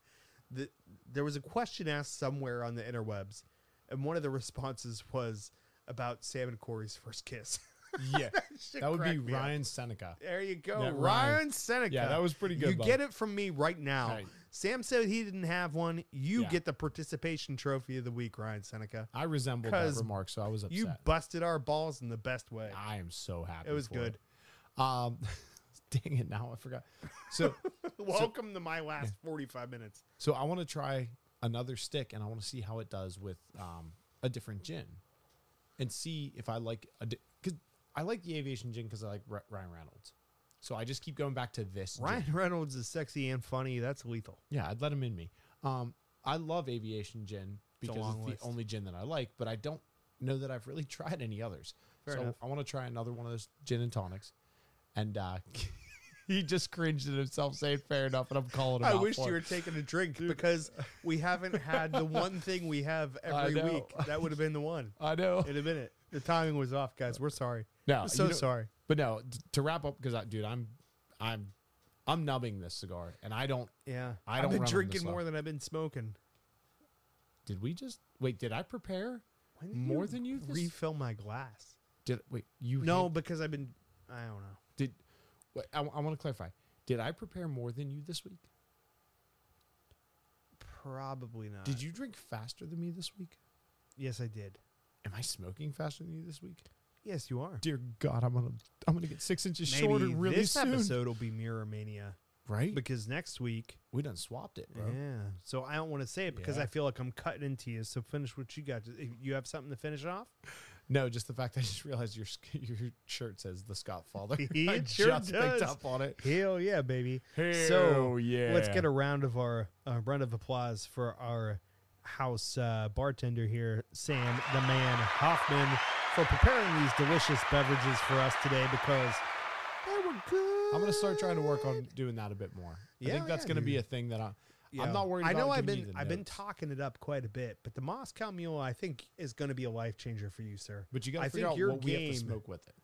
Speaker 2: The, there was a question asked somewhere on the interwebs, and one of the responses was about Sam and Corey's first kiss.
Speaker 3: yeah that would be
Speaker 2: cracked me up.
Speaker 3: Ryan Seneca
Speaker 2: There you go,
Speaker 3: That
Speaker 2: Ryan,
Speaker 3: Ryan.
Speaker 2: Seneca.
Speaker 3: Yeah, that was pretty good,
Speaker 2: You
Speaker 3: bud.
Speaker 2: get it from me right now.
Speaker 3: All right.
Speaker 2: Sam said he didn't have one. You
Speaker 3: Yeah.
Speaker 2: get the participation trophy of the week, Ryan Seneca.
Speaker 3: I resembled that
Speaker 2: 'Cause
Speaker 3: remark so I was upset
Speaker 2: You busted our balls in the best way.
Speaker 3: I am so happy
Speaker 2: It was
Speaker 3: for
Speaker 2: good.
Speaker 3: um dang it now I forgot so
Speaker 2: Welcome to my last 45 minutes.
Speaker 3: so I want to try another stick and I want to see how it does with um a different gin and see if I like a because I like the aviation gin because I like R- Ryan Reynolds so I just keep going back to this gin.
Speaker 2: Ryan Reynolds is sexy and funny. That's lethal.
Speaker 3: Yeah, I'd let them in me. Um, I love aviation gin
Speaker 2: It's a
Speaker 3: because it's,
Speaker 2: long
Speaker 3: the
Speaker 2: list.
Speaker 3: only gin that I like, but I don't know that I've really tried any others.
Speaker 2: Fair
Speaker 3: so
Speaker 2: enough.
Speaker 3: I want to try another one of those gin and tonics. And uh, he just cringed at himself saying "fair enough," and I'm calling him.
Speaker 2: I
Speaker 3: out
Speaker 2: wish
Speaker 3: for
Speaker 2: you were
Speaker 3: it.
Speaker 2: taking a drink because we haven't had the one thing we have every
Speaker 3: know.
Speaker 2: week. That would have been the one.
Speaker 3: I know.
Speaker 2: It'd have been it. The timing was off, guys. We're sorry.
Speaker 3: No,
Speaker 2: We're
Speaker 3: you
Speaker 2: so
Speaker 3: know-
Speaker 2: sorry.
Speaker 3: But no, t- to wrap up because I, dude, I'm, I'm, I'm numbing this cigar, and I don't.
Speaker 2: Yeah,
Speaker 3: I
Speaker 2: have been
Speaker 3: don't run 'em this
Speaker 2: drinking more
Speaker 3: long.
Speaker 2: than I've been smoking.
Speaker 3: Did we just wait? Did I prepare
Speaker 2: When did
Speaker 3: more
Speaker 2: you
Speaker 3: than you? This,
Speaker 2: refill my glass.
Speaker 3: did wait? You
Speaker 2: No, because I've been. I don't know.
Speaker 3: Did wait, I, want to clarify? Did I prepare more than you this week?
Speaker 2: Probably not.
Speaker 3: Did you drink faster than me this week?
Speaker 2: Yes, I did.
Speaker 3: Am I smoking faster than you this week?
Speaker 2: Yes, you are.
Speaker 3: Dear God, I'm gonna I'm gonna get six inches shorter really
Speaker 2: this
Speaker 3: soon,
Speaker 2: episode will be Mirror Mania
Speaker 3: right?
Speaker 2: because next week.
Speaker 3: we done swapped it, bro.
Speaker 2: Yeah. So I don't want to say it because
Speaker 3: Yeah.
Speaker 2: I feel like I'm cutting into you. So finish what you got. If You have something to finish it off?
Speaker 3: No, just the fact I just realized your sk- your shirt says the Scott Father. I
Speaker 2: It sure
Speaker 3: just
Speaker 2: does.
Speaker 3: picked up on it.
Speaker 2: Hell yeah, baby.
Speaker 4: Hell
Speaker 2: so
Speaker 4: yeah.
Speaker 2: let's get a round of our a round of applause for our house uh, bartender here, Sam the Man Hoffman, for preparing these delicious beverages for us today because they were good.
Speaker 3: I'm gonna start trying to work on doing that a bit more. I
Speaker 2: Yeah,
Speaker 3: think that's
Speaker 2: yeah,
Speaker 3: gonna be
Speaker 2: dude.
Speaker 3: a thing that I
Speaker 2: you
Speaker 3: I'm not worried
Speaker 2: I know
Speaker 3: about
Speaker 2: I've
Speaker 3: giving you
Speaker 2: been
Speaker 3: the
Speaker 2: I've been
Speaker 3: notes.
Speaker 2: talking it up quite a bit, but the Moscow Mule I think is going to be a life changer for you, sir.
Speaker 3: But you got
Speaker 2: I
Speaker 3: to figure
Speaker 2: think
Speaker 3: out
Speaker 2: your
Speaker 3: what we have
Speaker 2: game-
Speaker 3: to smoke with it.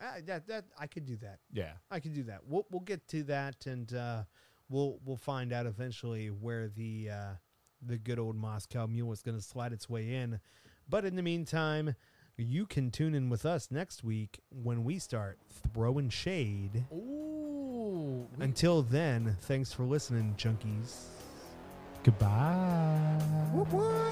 Speaker 2: Uh, that that I could do that.
Speaker 3: Yeah.
Speaker 2: I could do that. We'll we'll get to that, and uh, we'll we'll find out eventually where the uh, the good old Moscow Mule is going to slide its way in. But in the meantime, you can tune in with us next week when we start throwing shade.
Speaker 3: Ooh.
Speaker 2: Until then, thanks for listening, junkies.
Speaker 3: Goodbye.
Speaker 2: Whoop, whoop.